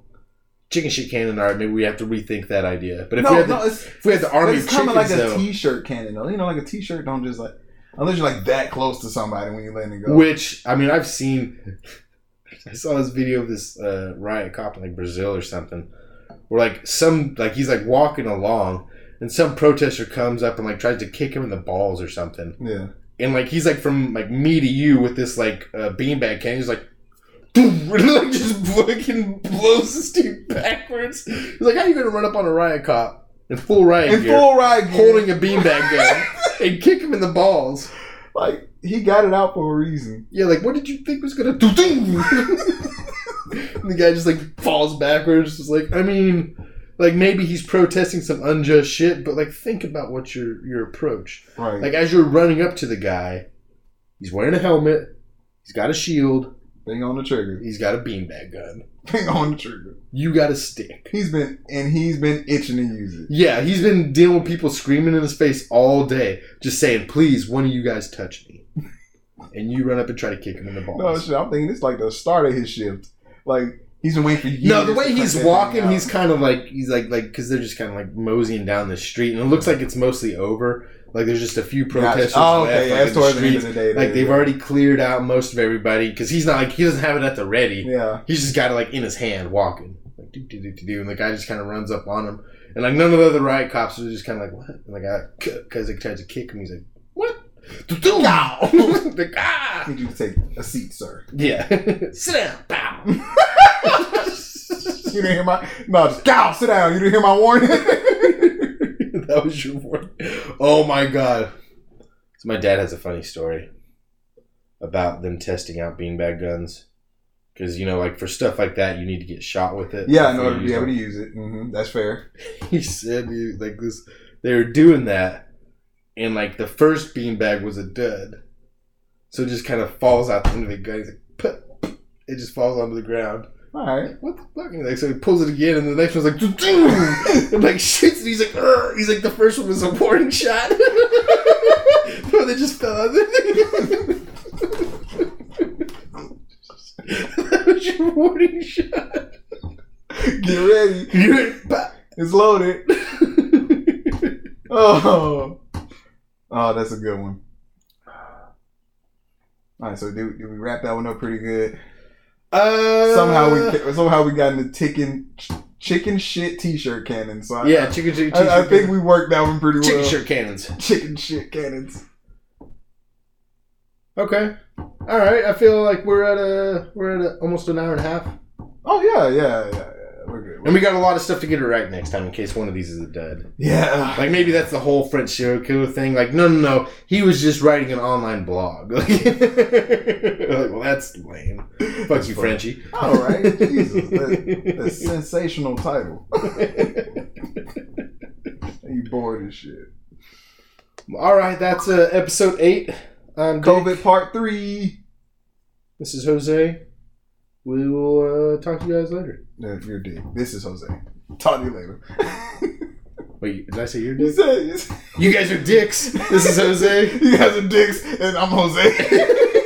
Speaker 1: chicken shit cannon. All right, maybe we have to rethink that idea. But if we
Speaker 2: no,
Speaker 1: had
Speaker 2: no,
Speaker 1: the,
Speaker 2: it's
Speaker 1: if we had the
Speaker 2: but
Speaker 1: army
Speaker 2: it's
Speaker 1: of
Speaker 2: kind
Speaker 1: chickens
Speaker 2: of like a
Speaker 1: though,
Speaker 2: t-shirt cannon. though. You know, like a t-shirt don't just like unless you're like that close to somebody when you're letting it go.
Speaker 1: which I mean I've seen. I saw this video of this uh, riot cop in like Brazil or something, where like some like he's like walking along and some protester comes up and like tries to kick him in the balls or something.
Speaker 2: yeah.
Speaker 1: and like he's like from like me to you with this like uh, beanbag can. He's like, boom, <laughs> and, like just fucking blows this dude backwards. He's like, how you gonna run up on a riot cop in full riot
Speaker 2: In
Speaker 1: gear,
Speaker 2: full ride gear,
Speaker 1: holding a
Speaker 2: <laughs>
Speaker 1: beanbag gun, and kick him in the balls?
Speaker 2: like he got it out for a reason.
Speaker 1: Yeah, like what did you think was gonna do? do? <laughs> and the guy just like falls backwards. Just like, I mean. Like maybe he's protesting some unjust shit, but like think about what your your approach.
Speaker 2: Right.
Speaker 1: Like as you're running up to the guy, he's wearing a helmet, he's got a shield,
Speaker 2: Bang on the trigger. <laughs>
Speaker 1: he's got a beanbag gun.
Speaker 2: Bang on the trigger.
Speaker 1: You got a stick.
Speaker 2: He's been and he's been itching to use it.
Speaker 1: Yeah, he's been dealing with people screaming in his face all day, just saying, "Please, one of you guys touch me," and you run up and try to kick him in the
Speaker 2: No
Speaker 1: balls.
Speaker 2: shit, I'm thinking it's like the start of his shift. Like he's been waiting for years.
Speaker 1: No, the
Speaker 2: to
Speaker 1: way
Speaker 2: cut
Speaker 1: he's
Speaker 2: that thing
Speaker 1: walking,
Speaker 2: out.
Speaker 1: he's kind of like he's like like because they're just kind of like moseying down the street, and it looks like it's mostly over. Like there's just a few
Speaker 2: Gotcha.
Speaker 1: protesters
Speaker 2: Oh,
Speaker 1: left,
Speaker 2: okay, yeah,
Speaker 1: like, in
Speaker 2: that's towards the
Speaker 1: streets.
Speaker 2: end of the day.
Speaker 1: Like
Speaker 2: there,
Speaker 1: they've
Speaker 2: yeah.
Speaker 1: already cleared out most of everybody because he's not like he doesn't have it at the ready.
Speaker 2: Yeah,
Speaker 1: He's just got it like in his hand, walking, like do do do do do, and the guy just kind of runs up on him, and like none of the other riot cops are just kind of like what, and the guy because they tried to kick him, he's like what, do do now, <laughs> like
Speaker 2: <laughs>
Speaker 1: ah,
Speaker 2: need you to take a seat, sir.
Speaker 1: yeah, <laughs> sit down, pow.
Speaker 2: <laughs> You didn't hear my no, just go sit down. You didn't hear my warning. <laughs>
Speaker 1: <laughs> that was your word. Oh my god. So my dad has a funny story about them testing out beanbag guns. Because, you know, like for stuff like that, you need to get shot with it.
Speaker 2: yeah, in
Speaker 1: before
Speaker 2: order
Speaker 1: you
Speaker 2: to
Speaker 1: use
Speaker 2: be able
Speaker 1: them.
Speaker 2: to use it, hmm that's fair.
Speaker 1: <laughs> he said he, like this they were doing that and like the first beanbag was a dud so it just kind of falls out the end of the gun he's like "Puh, puh." it just falls onto the ground
Speaker 2: All right, <laughs>
Speaker 1: what the fuck And, like so he pulls it again and the next one's like "Doo-doo!" and like shits and he's like Ugh. he's like the first one was a warning shot <laughs> bro they just fell out <laughs> that was your warning shot
Speaker 2: get ready. It's loaded. Oh, oh, that's a good one. All right, so did, did we wrap that one up pretty good?
Speaker 1: uh,
Speaker 2: Somehow we somehow we got into chicken chicken shit T-shirt cannon. So I,
Speaker 1: Yeah, chicken chicken.
Speaker 2: I, I
Speaker 1: t-shirt
Speaker 2: think we worked that one pretty
Speaker 1: cannon. chicken
Speaker 2: well.
Speaker 1: shirt cannons.
Speaker 2: Chicken shit cannons.
Speaker 1: Okay, all right. I feel like we're at a we're at a, almost an hour and a half,
Speaker 2: Oh yeah, yeah, yeah. yeah. We're good.
Speaker 1: and we got a lot of stuff to get it right next time in case one of these is a dud.
Speaker 2: yeah.
Speaker 1: Like maybe that's the whole French serial killer thing. Like no, no, no. He was just writing an online blog. <laughs> Like, like, well, that's lame. Fuck you, Frenchie.
Speaker 2: All right. Jesus, that, that sensational title. <laughs> you bored as shit.
Speaker 1: <laughs> all right, that's uh, episode eight. I'm Dick.
Speaker 2: COVID part three.
Speaker 1: This is Jose. We will uh, talk to you guys later.
Speaker 2: No, you're dead. This is Jose. Talk to you later. <laughs>
Speaker 1: Wait, did I say your
Speaker 2: you
Speaker 1: dick?
Speaker 2: said you said-
Speaker 1: <laughs> You guys are dicks. This is Jose.
Speaker 2: you guys are dicks, and I'm Jose. <laughs>